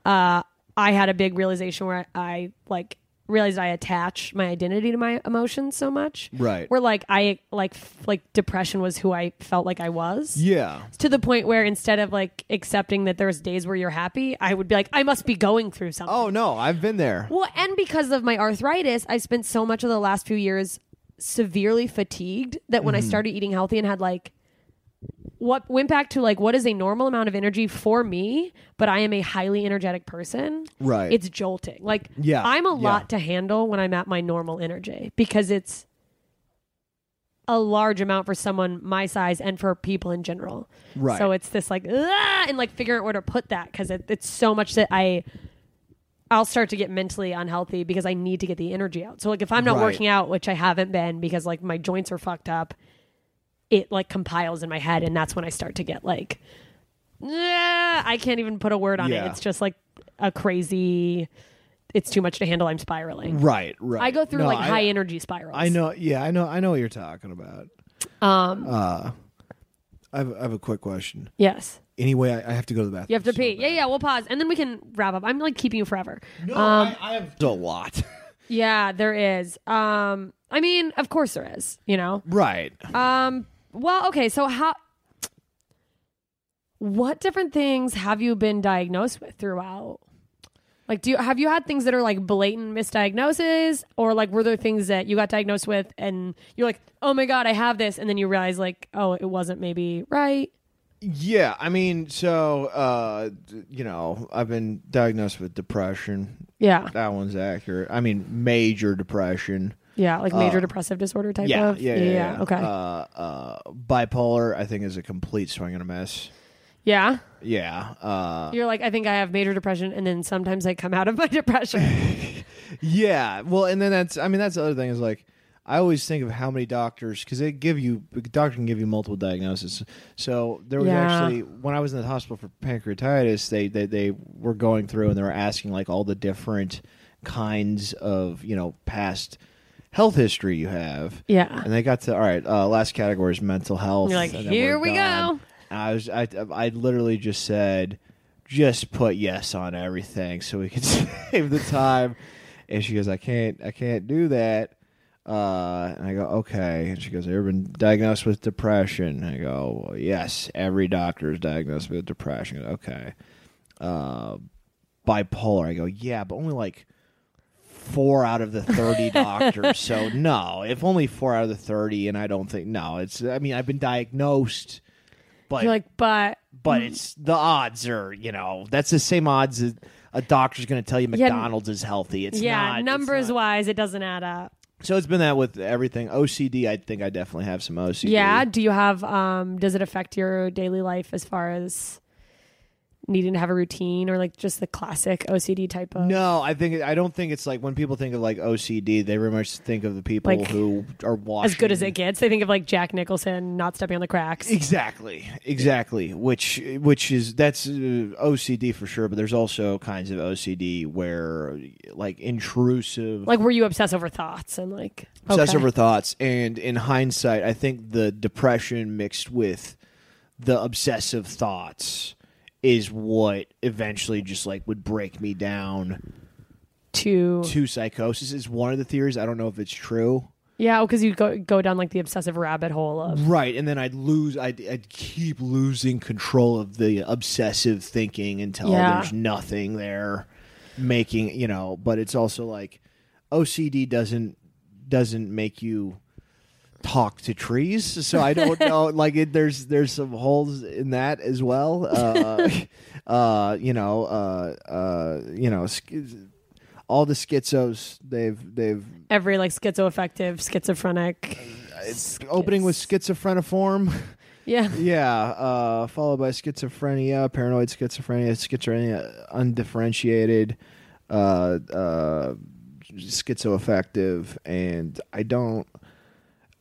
[SPEAKER 5] uh, I had a big realization where I, I like realized I attach my identity to my emotions so much.
[SPEAKER 6] Right.
[SPEAKER 5] Where like I like f- like depression was who I felt like I was.
[SPEAKER 6] yeah.
[SPEAKER 5] To the point where instead of like accepting that there's days where you're happy, I would be like, I must be going through something.
[SPEAKER 6] Oh no, I've been there.
[SPEAKER 5] Well, and because of my arthritis, I spent so much of the last few years severely fatigued that when I
[SPEAKER 6] Mm-hmm.
[SPEAKER 5] started eating healthy and had like what went back to like what is a normal amount of energy for me, but I am a highly energetic person.
[SPEAKER 6] Right.
[SPEAKER 5] It's jolting. Like
[SPEAKER 6] Yeah,
[SPEAKER 5] I'm a
[SPEAKER 6] yeah.
[SPEAKER 5] lot to handle when I'm at my normal energy because it's a large amount for someone my size and for people in general.
[SPEAKER 6] Right.
[SPEAKER 5] So it's this like "Ah," and like figuring out where to put that because it, it's so much that I I'll start to get mentally unhealthy because I need to get the energy out. So like if I'm not
[SPEAKER 6] Right.
[SPEAKER 5] working out, which I haven't been because like my joints are fucked up, it like compiles in my head and that's when I start to get like "Ah," I can't even put a word on
[SPEAKER 6] Yeah.
[SPEAKER 5] it. It's just like a crazy it's too much to handle. I'm spiraling.
[SPEAKER 6] right. Right.
[SPEAKER 5] I go through
[SPEAKER 6] No,
[SPEAKER 5] like
[SPEAKER 6] I-
[SPEAKER 5] high energy spirals.
[SPEAKER 6] I know. Yeah, I know. I know what you're talking about. Uh,
[SPEAKER 5] Um
[SPEAKER 6] I have, I have a quick question.
[SPEAKER 5] yes.
[SPEAKER 6] Anyway, I, I have to go to the bathroom.
[SPEAKER 5] You have to
[SPEAKER 6] so
[SPEAKER 5] pee.
[SPEAKER 6] bad.
[SPEAKER 5] Yeah, yeah, we'll pause and then we can wrap up. I'm like keeping you forever.
[SPEAKER 6] No,
[SPEAKER 5] um,
[SPEAKER 6] I, I have a lot. *laughs*
[SPEAKER 5] Yeah, there is. Um I mean, of course there is, you know.
[SPEAKER 6] right.
[SPEAKER 5] Um. Well, okay. So how? What different things have you been diagnosed with throughout? Like, do you have you had things that are like blatant misdiagnoses, or like were there things that you got diagnosed with and you're like, oh my god, I have this, and then you realize like, oh, it wasn't maybe right.
[SPEAKER 6] Yeah, I mean, so uh, d- you know, I've been diagnosed with depression.
[SPEAKER 5] Yeah,
[SPEAKER 6] That one's accurate. I mean, major depression.
[SPEAKER 5] yeah, like major depressive disorder type
[SPEAKER 6] uh, Yeah,
[SPEAKER 5] of.
[SPEAKER 6] yeah, yeah, yeah.
[SPEAKER 5] Okay,
[SPEAKER 6] Uh, uh, bipolar, I think, is a complete swing and a miss.
[SPEAKER 5] yeah.
[SPEAKER 6] Yeah, uh,
[SPEAKER 5] You're like, I think I have major depression, and then sometimes I come out of my *laughs* depression.
[SPEAKER 6] yeah. Well, and then that's, I mean, that's the other thing is like, I always think of how many doctors because they give you, a doctor can give you multiple diagnoses. So there was
[SPEAKER 5] Yeah.
[SPEAKER 6] actually when I was in the hospital for pancreatitis, they they they were going through and they were asking like all the different kinds of you know past health history you have.
[SPEAKER 5] Yeah.
[SPEAKER 6] and they got to all right. Uh, last category is mental health.
[SPEAKER 5] You're like,
[SPEAKER 6] and then
[SPEAKER 5] "Here
[SPEAKER 6] we're
[SPEAKER 5] we
[SPEAKER 6] done."
[SPEAKER 5] go.
[SPEAKER 6] And I was I I literally just said, just put yes on everything so we can *laughs* save the time. And she goes, I can't I can't do that. Uh, and I go, okay. And she goes, Have you ever been diagnosed with depression? I go, well, yes, every doctor is diagnosed with depression. I go, okay. Uh, bipolar. I go, yeah, but only like four out of
[SPEAKER 5] *laughs*
[SPEAKER 6] the 30 doctors. So, no, if only four out of the 30, and I don't think, no, it's, I mean, I've been diagnosed, but,
[SPEAKER 5] You're like, "Mm." but
[SPEAKER 6] but it's the odds are, you know, that's the same odds that a doctor's going to tell you
[SPEAKER 5] Yeah.
[SPEAKER 6] McDonald's is healthy. It's
[SPEAKER 5] yeah,
[SPEAKER 6] not. it's
[SPEAKER 5] numbers
[SPEAKER 6] not-
[SPEAKER 5] wise, it doesn't add up.
[SPEAKER 6] So it's been that with everything. OCD, I think I definitely have some OCD.
[SPEAKER 5] Yeah. Do you have um does it affect your daily life as far as needing to have a routine or like just the classic OCD type of
[SPEAKER 6] No, I think I don't think it's like when people think of like OCD, they very much think of the people
[SPEAKER 5] Like,
[SPEAKER 6] who are watching
[SPEAKER 5] as good as it gets? They think of like Jack Nicholson not stepping on the cracks.
[SPEAKER 6] Exactly, exactly. Which which is that's uh, OCD for sure, but there's also kinds of OCD where like intrusive
[SPEAKER 5] Like were you obsessed over thoughts and like
[SPEAKER 6] obsess
[SPEAKER 5] okay.
[SPEAKER 6] over thoughts and in hindsight I think the depression mixed with the obsessive thoughts is what eventually just like would break me down
[SPEAKER 5] to
[SPEAKER 6] to psychosis is one of the theories. I don't know if it's true.
[SPEAKER 5] Yeah, because you go go down like the obsessive rabbit hole of
[SPEAKER 6] Right, and then I'd lose. I'd, I'd keep losing control of the obsessive thinking until
[SPEAKER 5] Yeah.
[SPEAKER 6] there's nothing there, making you know. But it's also like OCD doesn't doesn't make you talk to trees, so I don't know. Like it, there's there's some holes in that as well. Uh, *laughs* uh, you know, uh, uh, you know, sch- all the schizos they've they've
[SPEAKER 5] every like schizoaffective, schizophrenic,
[SPEAKER 6] it's opening with schizophreniform.
[SPEAKER 5] Yeah.
[SPEAKER 6] yeah, uh, followed by schizophrenia, paranoid schizophrenia, schizophrenia undifferentiated, uh, uh, schizoaffective, and I don't.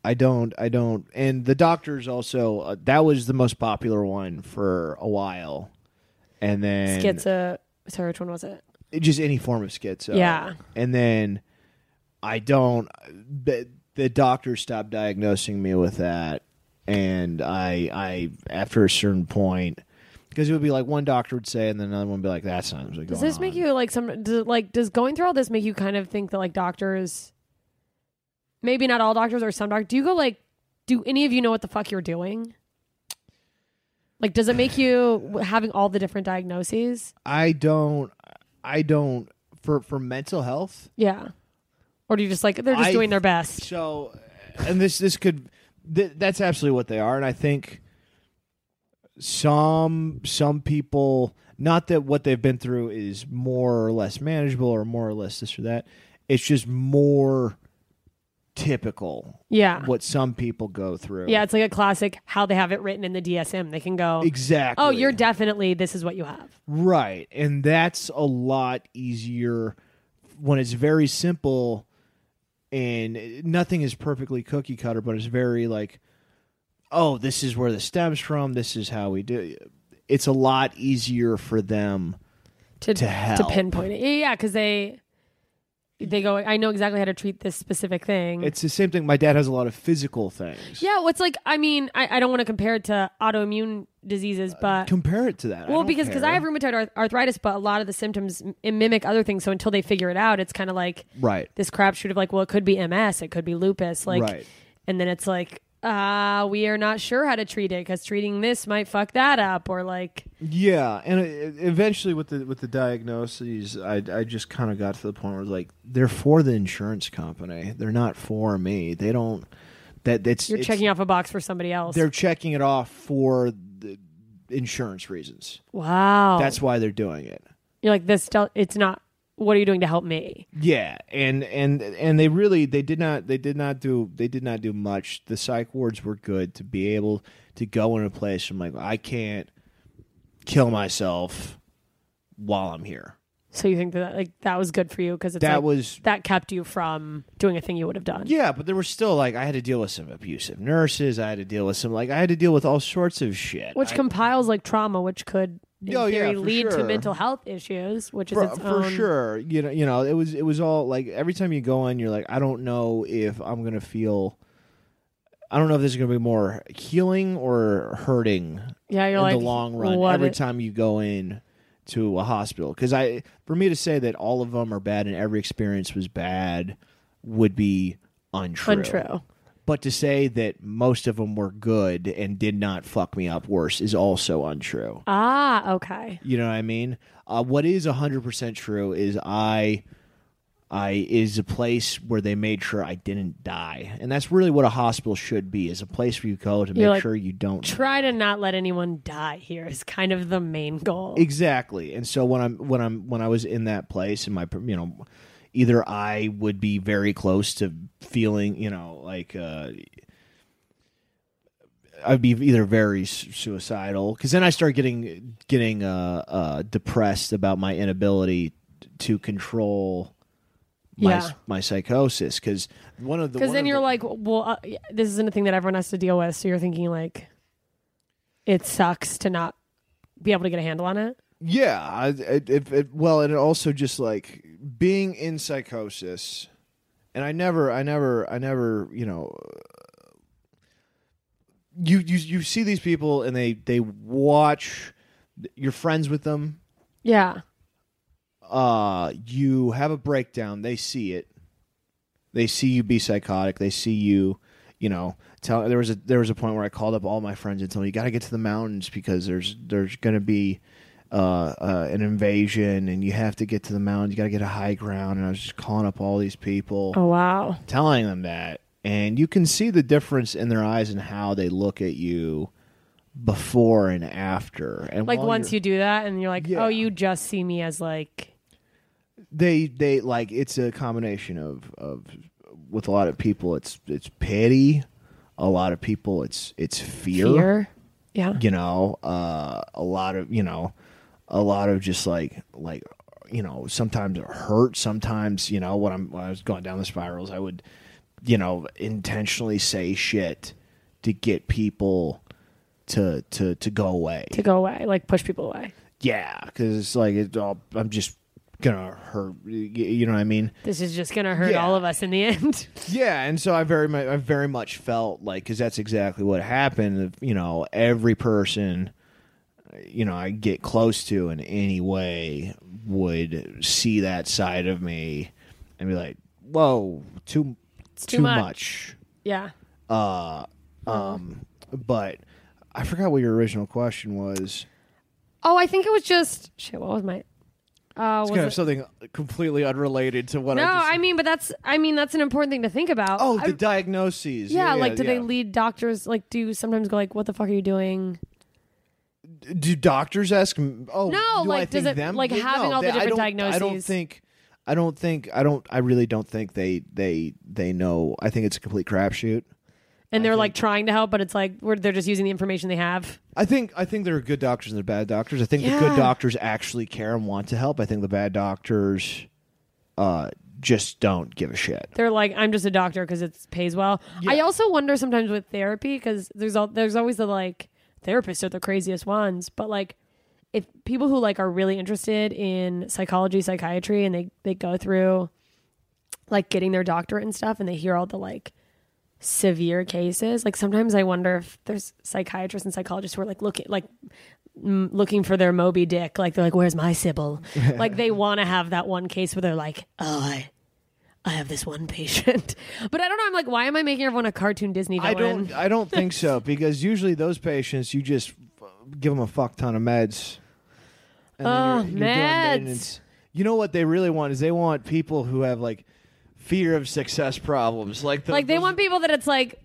[SPEAKER 6] I don't, I don't, and the doctors also. Uh, that was the most popular one for a while, and then
[SPEAKER 5] Schizo. Sorry, which one was it?
[SPEAKER 6] it- just any form of schizo.
[SPEAKER 5] Yeah.
[SPEAKER 6] And then I don't. The, the doctor stopped diagnosing me with that, and I, I after a certain point, because it would be like one doctor would say, and then another one would be like, "That's not." Like,
[SPEAKER 5] Does this make you like some do, like does going through all this make you kind of think that like doctors maybe not all doctors or some doctors do you go like do any of you know what the fuck you're doing? Like does it make you having all the different diagnoses?
[SPEAKER 6] I don't. I don't for for mental health.
[SPEAKER 5] Yeah. Or do you just like they're just
[SPEAKER 6] I-
[SPEAKER 5] doing their best?
[SPEAKER 6] So, and this this could th- that's absolutely what they are, and I think some some people not that what they've been through is more or less manageable or more or less this or that. It's just more typical
[SPEAKER 5] Yeah.
[SPEAKER 6] what some people go through.
[SPEAKER 5] Yeah, it's like a classic how they have it written in the DSM. They can go
[SPEAKER 6] exactly.
[SPEAKER 5] Oh, you're definitely this is what you have.
[SPEAKER 6] Right. And that's a lot easier when it's very simple and nothing is perfectly cookie cutter, but it's very like, oh, this is where this stems from. This is how we do it. It's a lot easier for them.
[SPEAKER 5] to
[SPEAKER 6] to help.
[SPEAKER 5] pinpoint it. Yeah, because they they go. I know exactly how to treat this specific thing.
[SPEAKER 6] It's the same thing. My dad has a lot of physical things.
[SPEAKER 5] yeah, what's like? I mean, I, I don't want to compare it to autoimmune diseases, but
[SPEAKER 6] Compare it to that. Uh, I
[SPEAKER 5] well,
[SPEAKER 6] don't
[SPEAKER 5] because because I
[SPEAKER 6] care.
[SPEAKER 5] have rheumatoid arth- arthritis, but a lot of the symptoms m- mimic other things. So until they figure it out, it's kind of like
[SPEAKER 6] Right.
[SPEAKER 5] this crapshoot of like, well, it could be MS, it could be lupus, like,
[SPEAKER 6] Right.
[SPEAKER 5] and then it's like. Uh, we are not sure how to treat it because treating this might fuck that up, or like,
[SPEAKER 6] Yeah, and it, it- eventually with the with the diagnoses, I I just kind of got to the point where like they're for the insurance company. They're not for me. They don't that that's
[SPEAKER 5] you're checking off a box for somebody else.
[SPEAKER 6] They're checking it off for the insurance reasons.
[SPEAKER 5] Wow,
[SPEAKER 6] That's why they're doing it.
[SPEAKER 5] you're like this. Del- it's not. What are you doing to help me?
[SPEAKER 6] Yeah, and and and they really they did not they did not do they did not do much. The psych wards were good to be able to go in a place. I'm like I can't kill myself while I'm here.
[SPEAKER 5] So you think that like that was good for you because
[SPEAKER 6] That
[SPEAKER 5] like,
[SPEAKER 6] was-
[SPEAKER 5] that kept you from doing a thing you would have done.
[SPEAKER 6] Yeah, but there were still like I had to deal with some abusive nurses. I had to deal with some like I had to deal with all sorts of shit.
[SPEAKER 5] Which
[SPEAKER 6] I-
[SPEAKER 5] compiles like trauma, which could in
[SPEAKER 6] Oh, yeah,
[SPEAKER 5] theory
[SPEAKER 6] for
[SPEAKER 5] lead to
[SPEAKER 6] sure.
[SPEAKER 5] mental health issues, which is
[SPEAKER 6] for,
[SPEAKER 5] its um,
[SPEAKER 6] for
[SPEAKER 5] own.
[SPEAKER 6] sure, you know, you know, it was it was all like every time you go in, you're like, I don't know if I'm gonna feel. I don't know if this is gonna be more healing or hurting
[SPEAKER 5] Yeah, you're
[SPEAKER 6] in
[SPEAKER 5] like
[SPEAKER 6] the long run.
[SPEAKER 5] what
[SPEAKER 6] Every
[SPEAKER 5] it-
[SPEAKER 6] time you go in to a hospital, because I for me to say that all of them are bad and every experience was bad would be
[SPEAKER 5] *laughs* untrue.
[SPEAKER 6] But to say that most of them were good and did not fuck me up worse is also untrue.
[SPEAKER 5] Ah, okay.
[SPEAKER 6] You know what I mean? Uh, what is 100% true is I I is a place where they made sure I didn't die. And that's really what a hospital should be, is a place where you go to
[SPEAKER 5] You're
[SPEAKER 6] make
[SPEAKER 5] like,
[SPEAKER 6] sure you don't
[SPEAKER 5] Try to not let anyone die here is kind of the main goal.
[SPEAKER 6] Exactly. And so when I'm when I'm when I was in that place and my you know either I would be very close to feeling, you know, like uh I'd be either very su- suicidal cuz then I start getting getting uh uh depressed about my inability to control my
[SPEAKER 5] Yeah.
[SPEAKER 6] my psychosis cuz one of the
[SPEAKER 5] Because
[SPEAKER 6] one
[SPEAKER 5] then
[SPEAKER 6] of
[SPEAKER 5] you're
[SPEAKER 6] the-
[SPEAKER 5] like, well, uh, yeah, this isn't a thing that everyone has to deal with. So you're thinking like, it sucks to not be able to get a handle on it.
[SPEAKER 6] Yeah, I, it, it, it, well, and it also just like being in psychosis, and I never, I never, I never, you know, you you you see these people and they they watch, you're friends with them,
[SPEAKER 5] Yeah.
[SPEAKER 6] uh, you have a breakdown. They see it. They see you be psychotic. They see you, you know. Tell there was a there was a point where I called up all my friends and told them you got to get to the mountains because there's there's going to be uh, uh, an invasion and you have to get to the mountains. You got to get a high ground. And I was just calling up all these people,
[SPEAKER 5] Oh wow.
[SPEAKER 6] telling them that, and you can see the difference in their eyes and how they look at you before and after. And
[SPEAKER 5] like
[SPEAKER 6] while
[SPEAKER 5] once
[SPEAKER 6] you're-
[SPEAKER 5] you do that and you're like
[SPEAKER 6] Yeah.
[SPEAKER 5] oh you just see me as like
[SPEAKER 6] they they like it's a combination of of with a lot of people it's it's pity a lot of people it's it's fear,
[SPEAKER 5] Fear. Yeah.
[SPEAKER 6] you know uh a lot of you know a lot of just like like you know sometimes hurt sometimes you know when i'm when i was going down the spirals i would you know intentionally say shit to get people to to to go away
[SPEAKER 5] To go away, like push people away.
[SPEAKER 6] yeah because it's like it all, i'm just gonna hurt y- you know what i mean
[SPEAKER 5] This is just gonna hurt
[SPEAKER 6] Yeah.
[SPEAKER 5] all of us in the end. *laughs*
[SPEAKER 6] Yeah, and so I very much, I very much felt like because that's exactly what happened. You know, every person, you know, I get close to in any way would see that side of me and be like, "Whoa, too,
[SPEAKER 5] too
[SPEAKER 6] too
[SPEAKER 5] much."
[SPEAKER 6] much.
[SPEAKER 5] yeah.
[SPEAKER 6] But I forgot what your original question was.
[SPEAKER 5] Oh, I think it was just shit. What was my? Uh, was
[SPEAKER 6] It's kind
[SPEAKER 5] it-
[SPEAKER 6] of something completely unrelated to what
[SPEAKER 5] no,
[SPEAKER 6] I just.
[SPEAKER 5] I mean, but that's I mean that's an important thing to think about.
[SPEAKER 6] oh,
[SPEAKER 5] I-
[SPEAKER 6] the diagnoses.
[SPEAKER 5] yeah, like do they
[SPEAKER 6] yeah.
[SPEAKER 5] lead doctors? Like, do you sometimes go like, "What the fuck are you doing?"
[SPEAKER 6] do doctors ask? m- Oh,
[SPEAKER 5] No,
[SPEAKER 6] do I
[SPEAKER 5] like, does
[SPEAKER 6] think
[SPEAKER 5] it-
[SPEAKER 6] them?
[SPEAKER 5] like,
[SPEAKER 6] did?
[SPEAKER 5] having
[SPEAKER 6] No,
[SPEAKER 5] all the
[SPEAKER 6] they- I
[SPEAKER 5] different
[SPEAKER 6] don't- I don't
[SPEAKER 5] diagnoses.
[SPEAKER 6] think. I don't think. I don't. I really don't think they they they know. I think it's a complete crapshoot.
[SPEAKER 5] And they're like trying to help, but it's like we're, they're just using the information they have.
[SPEAKER 6] I think I think there are good doctors and there are bad doctors. I think the good
[SPEAKER 5] Yeah.
[SPEAKER 6] doctors actually care and want to help. I think the bad doctors, uh, just don't give a shit.
[SPEAKER 5] They're like, "I'm just a doctor because it pays well." I also wonder sometimes with therapy because there's all there's always the like therapists are the craziest ones, but like if people who like are really interested in psychology, psychiatry, and they they go through like getting their doctorate and stuff, and they hear all the like severe cases. Like sometimes I wonder if there's psychiatrists and psychologists who are like looking like m- looking for their Moby Dick. Like they're like, "Where's my
[SPEAKER 6] *laughs*
[SPEAKER 5] Sybil?" like they want to have that one case where they're like, "Oh, I." I have this one patient, *laughs* but I don't know. I'm like, why am I making everyone a cartoon Disney
[SPEAKER 6] I
[SPEAKER 5] villain?
[SPEAKER 6] don't. I don't
[SPEAKER 5] *laughs*
[SPEAKER 6] think so because usually those patients, you just f- give them a fuck ton of meds. And
[SPEAKER 5] Oh,
[SPEAKER 6] doing
[SPEAKER 5] meds.
[SPEAKER 6] maintenance. You know what they really want is they want people who have like fear of success problems, like the,
[SPEAKER 5] like they
[SPEAKER 6] those-
[SPEAKER 5] want people that it's like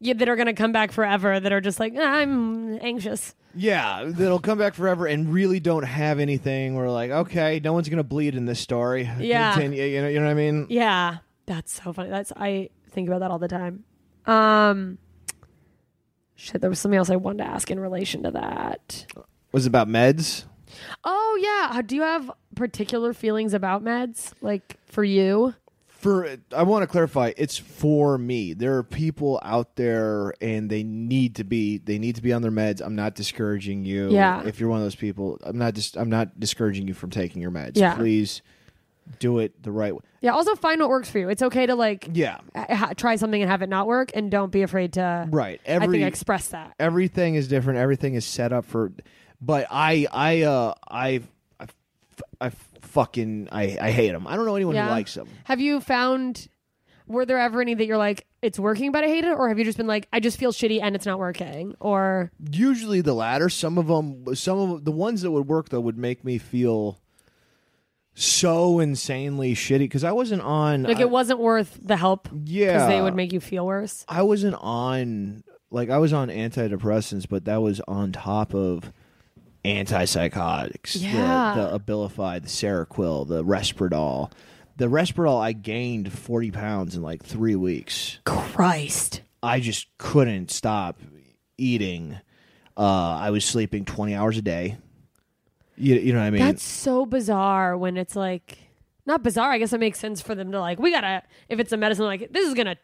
[SPEAKER 5] yeah, that are gonna come back forever that are just like "Ah, i'm anxious
[SPEAKER 6] Yeah, that'll come back forever and really don't have anything. We're like, okay, no one's gonna bleed in this story.
[SPEAKER 5] Yeah.
[SPEAKER 6] Continue, you know, you know what I mean.
[SPEAKER 5] yeah that's so funny that's i think about that all the time um shit there was something else i wanted to ask in relation to that
[SPEAKER 6] Was it about meds?
[SPEAKER 5] oh yeah Uh, do you have particular feelings about meds like for you
[SPEAKER 6] for I want to clarify, it's for me. There are people out there and they need to be they need to be on their meds. I'm not discouraging you.
[SPEAKER 5] Yeah.
[SPEAKER 6] If you're one of those people, I'm not dis- I'm not discouraging you from taking your meds.
[SPEAKER 5] Yeah.
[SPEAKER 6] Please do it the right way.
[SPEAKER 5] yeah also find what works for you it's okay to like
[SPEAKER 6] Yeah.
[SPEAKER 5] ha- ha- try something and have it not work and don't be afraid to
[SPEAKER 6] Right.
[SPEAKER 5] i
[SPEAKER 6] Every
[SPEAKER 5] think express that
[SPEAKER 6] everything is different. Everything is set up for but I I uh I I, f- I fucking I I hate them. I don't know anyone who likes them.
[SPEAKER 5] Have you found were there ever any that you're like it's working but I hate it or have you just been like I just feel shitty and it's not working or
[SPEAKER 6] usually the latter. Some of them, some of the ones that would work though would make me feel so insanely shitty because I wasn't on.
[SPEAKER 5] like
[SPEAKER 6] I,
[SPEAKER 5] it wasn't worth the help
[SPEAKER 6] Yeah.
[SPEAKER 5] they would make you feel worse.
[SPEAKER 6] I wasn't on. Like I was on antidepressants, but that was on top of antipsychotics. the-
[SPEAKER 5] Yeah.
[SPEAKER 6] The, Abilify, the Seroquel, the Resperdal. The Resperdal, I gained forty pounds in like three weeks.
[SPEAKER 5] Christ.
[SPEAKER 6] I just couldn't stop eating. Uh, I was sleeping 20 hours a day. You, you know what I mean?
[SPEAKER 5] That's so bizarre when it's like not bizarre, I guess it makes sense for them to like we got to if it's a medicine like this is going to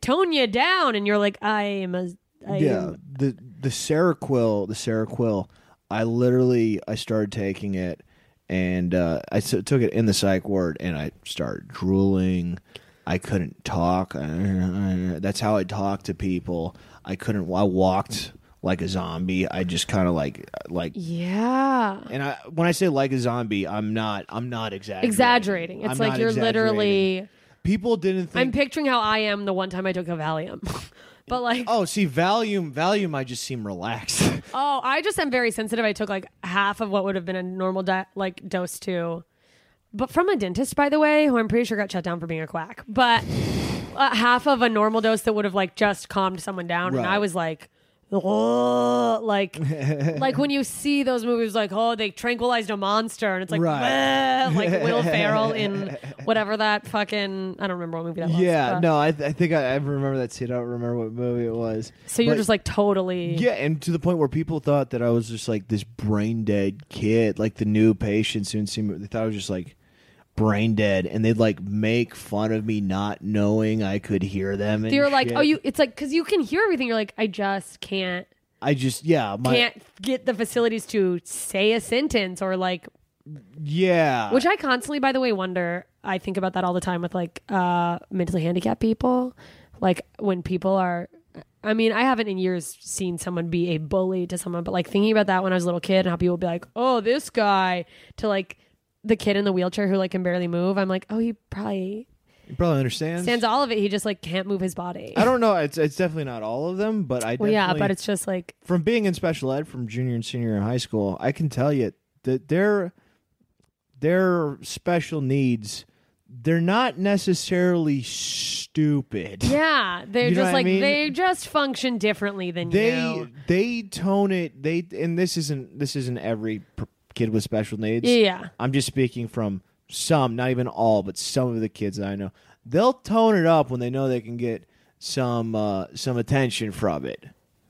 [SPEAKER 5] tone you down and you're like I am a I
[SPEAKER 6] yeah.
[SPEAKER 5] am,
[SPEAKER 6] The the Seroquel, the Seroquel. I literally I started taking it, and uh, I s- took it in the psych ward, and I started drooling. I couldn't talk. That's how I talked to people. I couldn't. I walked like a zombie. I just kind of like like
[SPEAKER 5] yeah.
[SPEAKER 6] And I, when I say like a zombie, I'm not. I'm not exaggerating.
[SPEAKER 5] Exaggerating. It's
[SPEAKER 6] I'm
[SPEAKER 5] like
[SPEAKER 6] not
[SPEAKER 5] you're
[SPEAKER 6] exaggerating.
[SPEAKER 5] literally
[SPEAKER 6] People didn't think.
[SPEAKER 5] I'm picturing how I am the one time I took a Valium. *laughs* but like
[SPEAKER 6] oh, see, Valium. Valium. I just seem relaxed. *laughs*
[SPEAKER 5] Oh, I just am very sensitive. I took like half of what would have been a normal di- like dose too, but from a dentist, by the way, who I'm pretty sure got shut down for being a quack. But uh, half of a normal dose that would have like just calmed someone down, and
[SPEAKER 6] Right.
[SPEAKER 5] I was like, "Ugh,"
[SPEAKER 6] *laughs*
[SPEAKER 5] like like when you see those movies like oh they tranquilized a monster and it's like
[SPEAKER 6] Right.
[SPEAKER 5] "Bleh," like Will
[SPEAKER 6] *laughs*
[SPEAKER 5] Ferrell in whatever that fucking I don't remember what movie that was.
[SPEAKER 6] Yeah,
[SPEAKER 5] but-
[SPEAKER 6] no, I, th- I think I, I remember that scene. I don't remember what movie it was.
[SPEAKER 5] So you're
[SPEAKER 6] But-
[SPEAKER 5] just like totally
[SPEAKER 6] yeah, and to the point where people thought that I was just like this brain dead kid, like the new patients who seemed they thought I was just like brain dead, and they'd like make fun of me not knowing I could hear them. And
[SPEAKER 5] You're like,
[SPEAKER 6] shit.
[SPEAKER 5] oh, you. It's like because you can hear everything. You're like, I just can't
[SPEAKER 6] I just yeah, my
[SPEAKER 5] can't get the facilities to say a sentence or like
[SPEAKER 6] yeah,
[SPEAKER 5] which i constantly by the way wonder i think about that all the time with like uh mentally handicapped people like when people are i mean i haven't in years seen someone be a bully to someone but like thinking about that when i was a little kid and how people would be like oh this guy to like the kid in the wheelchair who like can barely move i'm like oh he probably
[SPEAKER 6] you probably understand.
[SPEAKER 5] stands all of it he just like can't move his body
[SPEAKER 6] I don't know. It's it's definitely not all of them, but I
[SPEAKER 5] well,
[SPEAKER 6] definitely,
[SPEAKER 5] yeah but it's just like
[SPEAKER 6] from being in special ed from junior and senior in high school, I can tell you that their their special needs they're not necessarily stupid.
[SPEAKER 5] yeah they're
[SPEAKER 6] You know
[SPEAKER 5] just
[SPEAKER 6] what I
[SPEAKER 5] like
[SPEAKER 6] mean?
[SPEAKER 5] they just function differently than
[SPEAKER 6] They
[SPEAKER 5] you
[SPEAKER 6] they tone it they and this isn't this isn't every per- kid with special needs.
[SPEAKER 5] yeah
[SPEAKER 6] I'm just speaking from some, not even all, but some of the kids that I know. They'll tone it up when they know they can get some uh, some attention from it.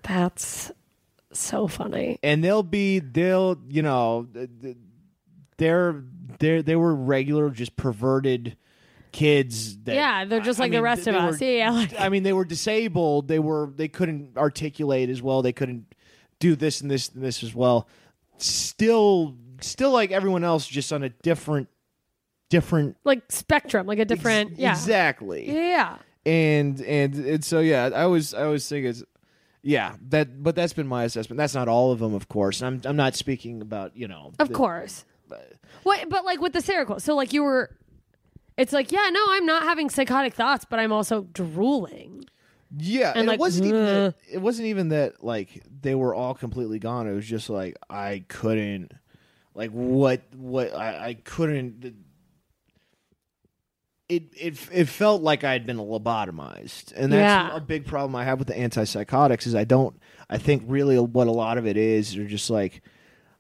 [SPEAKER 5] That's so funny.
[SPEAKER 6] and they'll be they'll you know th- th- they're they they were regular just perverted kids that,
[SPEAKER 5] Yeah, they're just
[SPEAKER 6] I- I
[SPEAKER 5] like the
[SPEAKER 6] mean,
[SPEAKER 5] rest
[SPEAKER 6] they
[SPEAKER 5] of
[SPEAKER 6] were-
[SPEAKER 5] us. Yeah, yeah, like-
[SPEAKER 6] i mean they were disabled they were they couldn't articulate as well they couldn't do this and this and this as well still still like everyone else just on a different different
[SPEAKER 5] Like spectrum, like a different yeah.
[SPEAKER 6] exactly
[SPEAKER 5] Yeah, Yeah.
[SPEAKER 6] and and and so yeah, I always I always think it's yeah that but that's been my assessment. That's not all of them, of course. I'm I'm not speaking about you know
[SPEAKER 5] Of
[SPEAKER 6] the-
[SPEAKER 5] course. What but like with the Seroquel. So like you were it's like, yeah, no, I'm not having psychotic thoughts, but I'm also drooling.
[SPEAKER 6] Yeah, and,
[SPEAKER 5] like,
[SPEAKER 6] it wasn't even
[SPEAKER 5] "Ugh."
[SPEAKER 6] that, it wasn't even that like they were all completely gone. It was just like I couldn't like what what I, I couldn't. It it it felt like I had been lobotomized, and that's
[SPEAKER 5] Yeah.
[SPEAKER 6] a big problem I have with the antipsychotics. Is I don't I think really what a lot of it is are just like.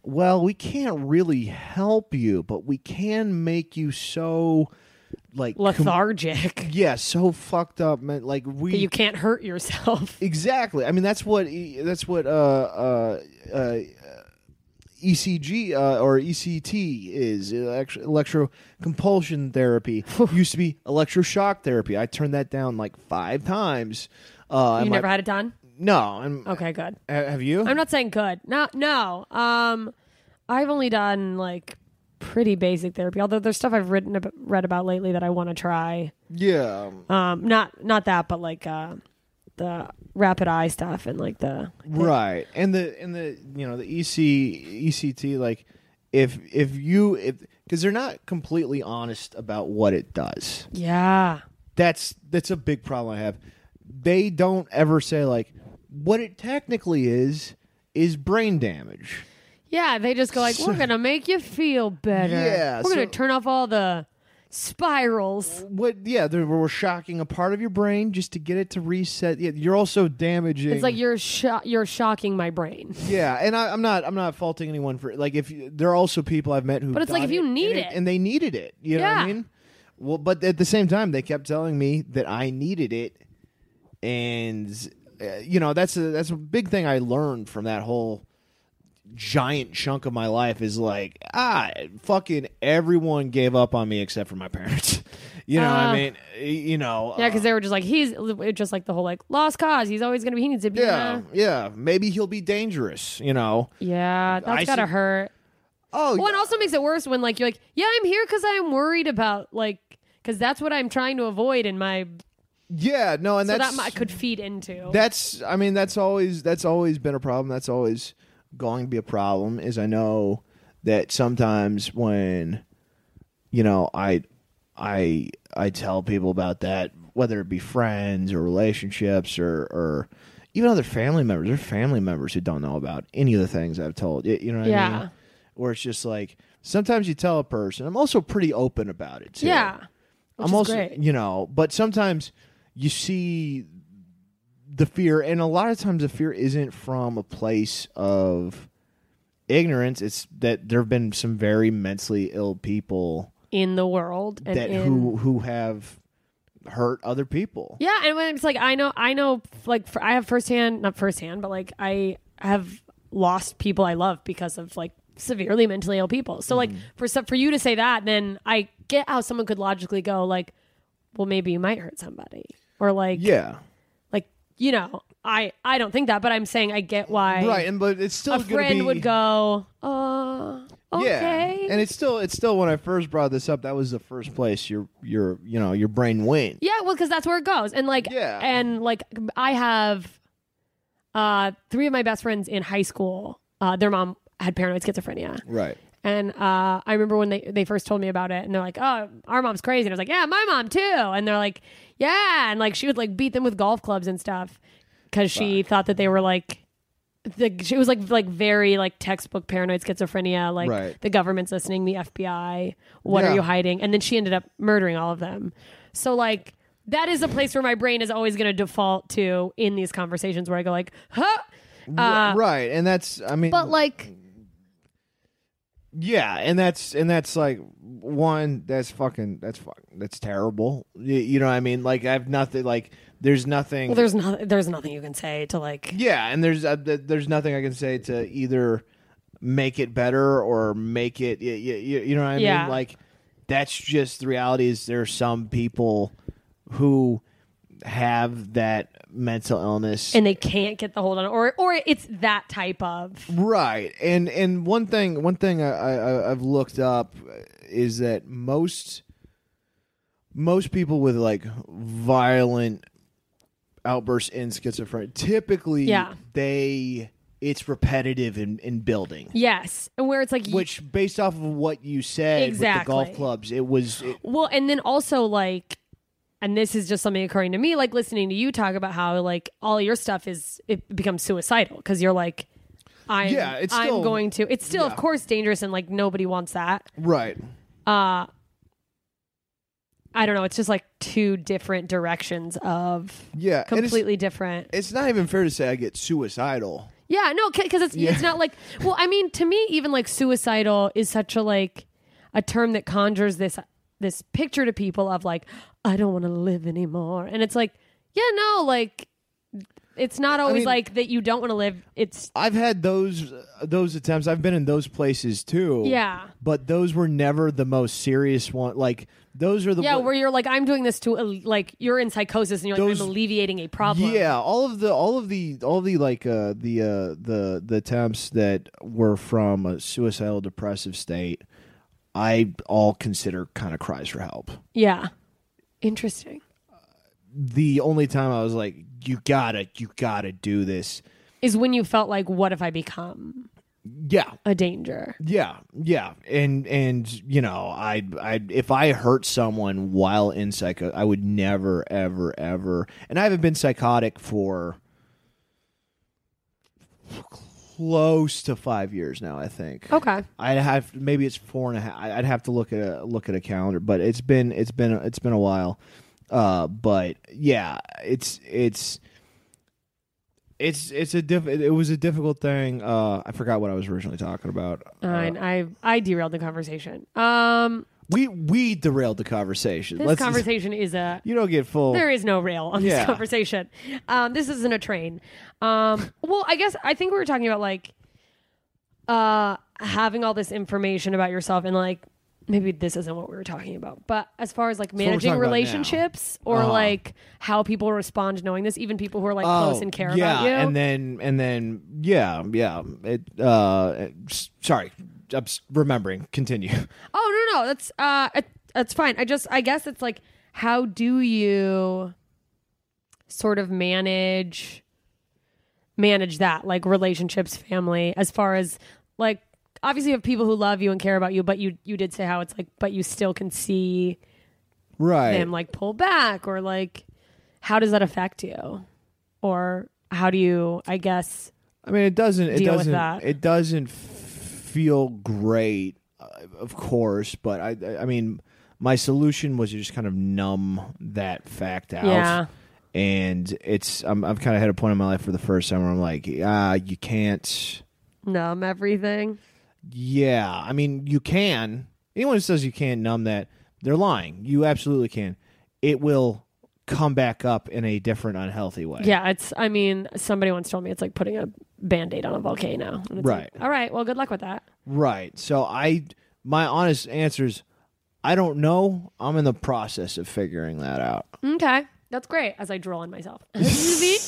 [SPEAKER 6] Well, we can't really help you, but we can make you so like com-
[SPEAKER 5] Lethargic.
[SPEAKER 6] *laughs* yeah, so fucked up. Man. Like we
[SPEAKER 5] that you can't hurt yourself.
[SPEAKER 6] Exactly. I mean, that's what that's what uh, uh, uh, ECG uh, or ECT is elect-
[SPEAKER 5] *laughs*
[SPEAKER 6] electrocompulsion therapy. Used to be electroshock therapy. I turned that down like five times. Uh,
[SPEAKER 5] You
[SPEAKER 6] and my-
[SPEAKER 5] never had it done?
[SPEAKER 6] no. and-
[SPEAKER 5] Okay, good.
[SPEAKER 6] ha- Have you?
[SPEAKER 5] I'm not saying good. No, no. Um, I've only done like pretty basic therapy. Although there's stuff I've written ab- read about lately that I want to try.
[SPEAKER 6] yeah.
[SPEAKER 5] um not not that but like uh the rapid eye stuff and like the
[SPEAKER 6] right and the and the you know the E ec ect like if if you if because they're not completely honest about what it does
[SPEAKER 5] yeah
[SPEAKER 6] that's that's a big problem I have. They don't ever say like what it technically is is brain damage.
[SPEAKER 5] yeah they just go like we're gonna make you feel better
[SPEAKER 6] Yeah,
[SPEAKER 5] we're gonna
[SPEAKER 6] so-
[SPEAKER 5] turn off all the spirals
[SPEAKER 6] What? Yeah, they we're shocking a part of your brain just to get it to reset. Yeah, you're also damaging.
[SPEAKER 5] it's like you're sho- you're shocking my brain
[SPEAKER 6] yeah, and I, I'm not I'm not faulting anyone for like if you, there are also people I've met who.
[SPEAKER 5] But it's like
[SPEAKER 6] got
[SPEAKER 5] if you need
[SPEAKER 6] and
[SPEAKER 5] it.
[SPEAKER 6] and they needed it. You know what I
[SPEAKER 5] Yeah.
[SPEAKER 6] mean? Well, but at the same time, they kept telling me that I needed it, and uh, you know that's a that's a big thing I learned from that whole giant chunk of my life is like ah fucking everyone gave up on me except for my parents *laughs* you know what
[SPEAKER 5] Ah.
[SPEAKER 6] i mean you know
[SPEAKER 5] yeah
[SPEAKER 6] uh,
[SPEAKER 5] because they were just like he's just like the whole like lost cause he's always gonna be he needs to be
[SPEAKER 6] yeah yeah maybe he'll be dangerous you know
[SPEAKER 5] yeah that's
[SPEAKER 6] I
[SPEAKER 5] gotta
[SPEAKER 6] see-
[SPEAKER 5] hurt
[SPEAKER 6] oh
[SPEAKER 5] Well,
[SPEAKER 6] yeah.
[SPEAKER 5] it also makes it worse when like you're like, yeah, I'm here because I'm worried about like because that's what I'm trying to avoid in my
[SPEAKER 6] Yeah, no, and
[SPEAKER 5] so
[SPEAKER 6] that's
[SPEAKER 5] that I could feed into.
[SPEAKER 6] that's I mean that's always that's always been a problem. That's always going to be a problem. Is I know that sometimes when you know I I I tell people about that, whether it be friends or relationships or or even other family members, there are family members who don't know about any of the things I've told. You, you know what I
[SPEAKER 5] Yeah.
[SPEAKER 6] mean? Where it's just like sometimes you tell a person. I'm also pretty open about it too.
[SPEAKER 5] yeah.
[SPEAKER 6] I'm
[SPEAKER 5] is
[SPEAKER 6] also,
[SPEAKER 5] great.
[SPEAKER 6] you know, but sometimes you see the fear, and a lot of times the fear isn't from a place of ignorance. It's that there have been some very mentally ill people
[SPEAKER 5] in the world and
[SPEAKER 6] that
[SPEAKER 5] in-
[SPEAKER 6] who who have hurt other people.
[SPEAKER 5] Yeah, and when it's like I know, I know, like for, I have firsthand, not firsthand, but like I have lost people I love because of like severely mentally ill people. So like
[SPEAKER 6] Mm-hmm.
[SPEAKER 5] for some, for you to say that, then I get how someone could logically go like, well, maybe you might hurt somebody, or like,
[SPEAKER 6] Yeah.
[SPEAKER 5] like you know, I I don't think that, but I'm saying I get why
[SPEAKER 6] Right, and but it's still
[SPEAKER 5] a
[SPEAKER 6] gonna
[SPEAKER 5] friend
[SPEAKER 6] be-
[SPEAKER 5] would go, uh, okay,
[SPEAKER 6] Yeah, and it's still it's still when I first brought this up, that was the first place your your you know your brain went.
[SPEAKER 5] Yeah, well, because that's where it goes, and like,
[SPEAKER 6] Yeah.
[SPEAKER 5] and like, I have uh three of my best friends in high school. Uh, their mom had paranoid schizophrenia,
[SPEAKER 6] Right.
[SPEAKER 5] and uh, I remember when they they first told me about it, and they're like, "Oh, our mom's crazy," and I was like, "Yeah, my mom too," and they're like, "Yeah," and like she would like beat them with golf clubs and stuff because she thought that they were like. The, she was like like very like textbook paranoid schizophrenia like
[SPEAKER 6] Right.
[SPEAKER 5] the government's listening the FBI what
[SPEAKER 6] Yeah.
[SPEAKER 5] are you hiding and then she ended up murdering all of them so like that is a place where my brain is always going to default to in these conversations where I go like huh Uh,
[SPEAKER 6] R- right, and that's I mean,
[SPEAKER 5] but like
[SPEAKER 6] yeah, and that's and that's like one that's fucking that's fucking that's terrible. You, you know what I mean? Like I have nothing. Like there's nothing.
[SPEAKER 5] well, there's not there's nothing you can say to like
[SPEAKER 6] yeah, and there's uh, th- there's nothing I can say to either make it better or make it. You, you, you know what I
[SPEAKER 5] Yeah.
[SPEAKER 6] mean? Like that's just the reality. Is there are some people who have that mental illness
[SPEAKER 5] and they can't get the hold on it, or or it's that type of
[SPEAKER 6] right and and one thing one thing I, I I- i've looked up is that most most people with like violent outbursts in schizophrenia typically
[SPEAKER 5] Yeah.
[SPEAKER 6] they it's repetitive in, in building
[SPEAKER 5] yes, and where it's like you-
[SPEAKER 6] which based off of what you said with the golf
[SPEAKER 5] Exactly.
[SPEAKER 6] clubs it was it,
[SPEAKER 5] well, and then also like, and this is just something occurring to me, like listening to you talk about how like all your stuff is it becomes suicidal because you're like. I'm,
[SPEAKER 6] Yeah, it's
[SPEAKER 5] I'm
[SPEAKER 6] still-
[SPEAKER 5] going to. It's still, of
[SPEAKER 6] yeah.
[SPEAKER 5] course, dangerous and like nobody wants that.
[SPEAKER 6] right
[SPEAKER 5] Uh, I don't know. It's just like two different directions of
[SPEAKER 6] yeah and it's-
[SPEAKER 5] completely different.
[SPEAKER 6] it's not even fair to say i get suicidal
[SPEAKER 5] Yeah, no, because it's
[SPEAKER 6] Yeah.
[SPEAKER 5] it's not like. Well, I mean, to me, even like suicidal is such a like a term that conjures this this picture to people of like I don't want to live anymore, and it's like, yeah, no, like it's not always
[SPEAKER 6] mean-
[SPEAKER 5] like that you don't want to live. It's
[SPEAKER 6] I've had those those attempts. I've been in those places too.
[SPEAKER 5] Yeah.
[SPEAKER 6] But those were never the most serious one. Like those are the
[SPEAKER 5] yeah,
[SPEAKER 6] one-
[SPEAKER 5] where you're like I'm doing this to uh, like you're in psychosis and you're like
[SPEAKER 6] Those-
[SPEAKER 5] I'm alleviating a problem.
[SPEAKER 6] yeah, all of the all of the all the like uh the uh the the attempts that were from a suicidal depressive state, I all consider kind of cries for help.
[SPEAKER 5] yeah, interesting.
[SPEAKER 6] The only time I was like, you gotta you gotta do this.
[SPEAKER 5] Is when you felt like what if I become
[SPEAKER 6] Yeah,
[SPEAKER 5] a danger?
[SPEAKER 6] Yeah, yeah, and and you know, I I if I hurt someone while in psycho, I would never, ever, ever. And I haven't been psychotic for close to five years now. I think.
[SPEAKER 5] Okay,
[SPEAKER 6] I'd have maybe it's four and a half. I- I'd have to look at a look at a calendar, but it's been it's been it's been a while. Uh, but yeah, it's it's it's it's a diff. It was a difficult thing. Uh, I forgot what I was originally talking about.
[SPEAKER 5] Uh, and I I derailed the conversation. Um,
[SPEAKER 6] We we derailed the conversation.
[SPEAKER 5] this
[SPEAKER 6] Let's
[SPEAKER 5] conversation is a
[SPEAKER 6] you don't get full.
[SPEAKER 5] There is no rail on this
[SPEAKER 6] Yeah.
[SPEAKER 5] conversation. Um, this isn't a train. Um, well, I guess I think we were talking about like uh, having all this information about yourself and like maybe this isn't what we were talking about. But as far as like
[SPEAKER 6] we're
[SPEAKER 5] managing
[SPEAKER 6] talking about now.
[SPEAKER 5] relationships or
[SPEAKER 6] Uh-huh.
[SPEAKER 5] like how people respond to knowing this, even people who are like
[SPEAKER 6] Oh,
[SPEAKER 5] close and care
[SPEAKER 6] yeah,
[SPEAKER 5] about you.
[SPEAKER 6] and then and then yeah, yeah. It uh, s- sorry, I'm s- remembering. Continue. *laughs*
[SPEAKER 5] oh no, no, that's uh, it- that's fine. I just I guess it's like how do you sort of manage manage that like relationships family as far as like obviously you have people who love you and care about you but you you did say how it's like but you still can see
[SPEAKER 6] Right.
[SPEAKER 5] them like pull back or like how does that affect you or how do you i guess
[SPEAKER 6] I mean, it doesn't. It
[SPEAKER 5] deal with
[SPEAKER 6] doesn't.
[SPEAKER 5] that.
[SPEAKER 6] It doesn't f- feel great, uh, of course. But I, I- I mean, my solution was to just kind of numb that fact out.
[SPEAKER 5] Yeah.
[SPEAKER 6] and it's I'm, I've kind of had a point in my life for the first time where I'm like, ah, you can't.
[SPEAKER 5] numb everything.
[SPEAKER 6] Yeah, I mean, you can. Anyone who says you can't numb that, they're lying. You absolutely can. It will come back up in a different, unhealthy way.
[SPEAKER 5] Yeah, it's. I mean, somebody once told me it's like putting a band aid on a volcano. And it's
[SPEAKER 6] Right.
[SPEAKER 5] like, All right. Well, good luck with that.
[SPEAKER 6] Right. So I, my honest answer is, I don't know. I'm in the process of figuring that out.
[SPEAKER 5] Okay, that's great. As I drool on
[SPEAKER 6] *laughs*
[SPEAKER 5] myself.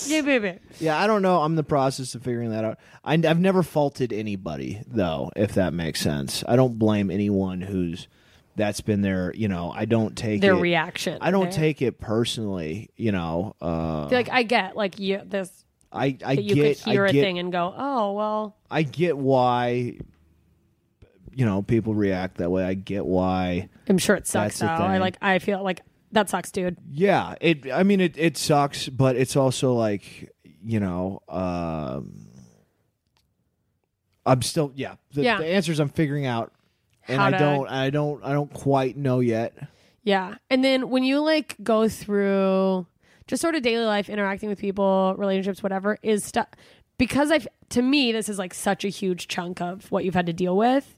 [SPEAKER 5] Yeah, baby.
[SPEAKER 6] Yeah, I don't know. I'm in the process of figuring that out. I, I've never faulted anybody though, if that makes sense. I don't blame anyone who's that's been their. You know, I don't take
[SPEAKER 5] Their
[SPEAKER 6] it-
[SPEAKER 5] reaction.
[SPEAKER 6] I don't
[SPEAKER 5] Their-
[SPEAKER 6] take it personally. You know, uh,
[SPEAKER 5] Like I get like you this
[SPEAKER 6] I I
[SPEAKER 5] that you
[SPEAKER 6] get
[SPEAKER 5] could hear
[SPEAKER 6] I
[SPEAKER 5] a
[SPEAKER 6] get
[SPEAKER 5] thing and go, oh well,
[SPEAKER 6] I get why you know people react that way. I get why.
[SPEAKER 5] I'm sure it sucks
[SPEAKER 6] That's the
[SPEAKER 5] though. I
[SPEAKER 6] thing.
[SPEAKER 5] like I feel like that sucks, dude.
[SPEAKER 6] Yeah, it. I mean, it it sucks, but it's also like you know. Um, I'm still yeah. The,
[SPEAKER 5] Yeah.
[SPEAKER 6] the answers I'm figuring out, and
[SPEAKER 5] How
[SPEAKER 6] I
[SPEAKER 5] to-
[SPEAKER 6] don't, I don't, I don't quite know yet.
[SPEAKER 5] Yeah. And then when you like go through just sort of daily life, interacting with people, relationships, whatever, is stuff because I've to me this is like such a huge chunk of what you've had to deal with.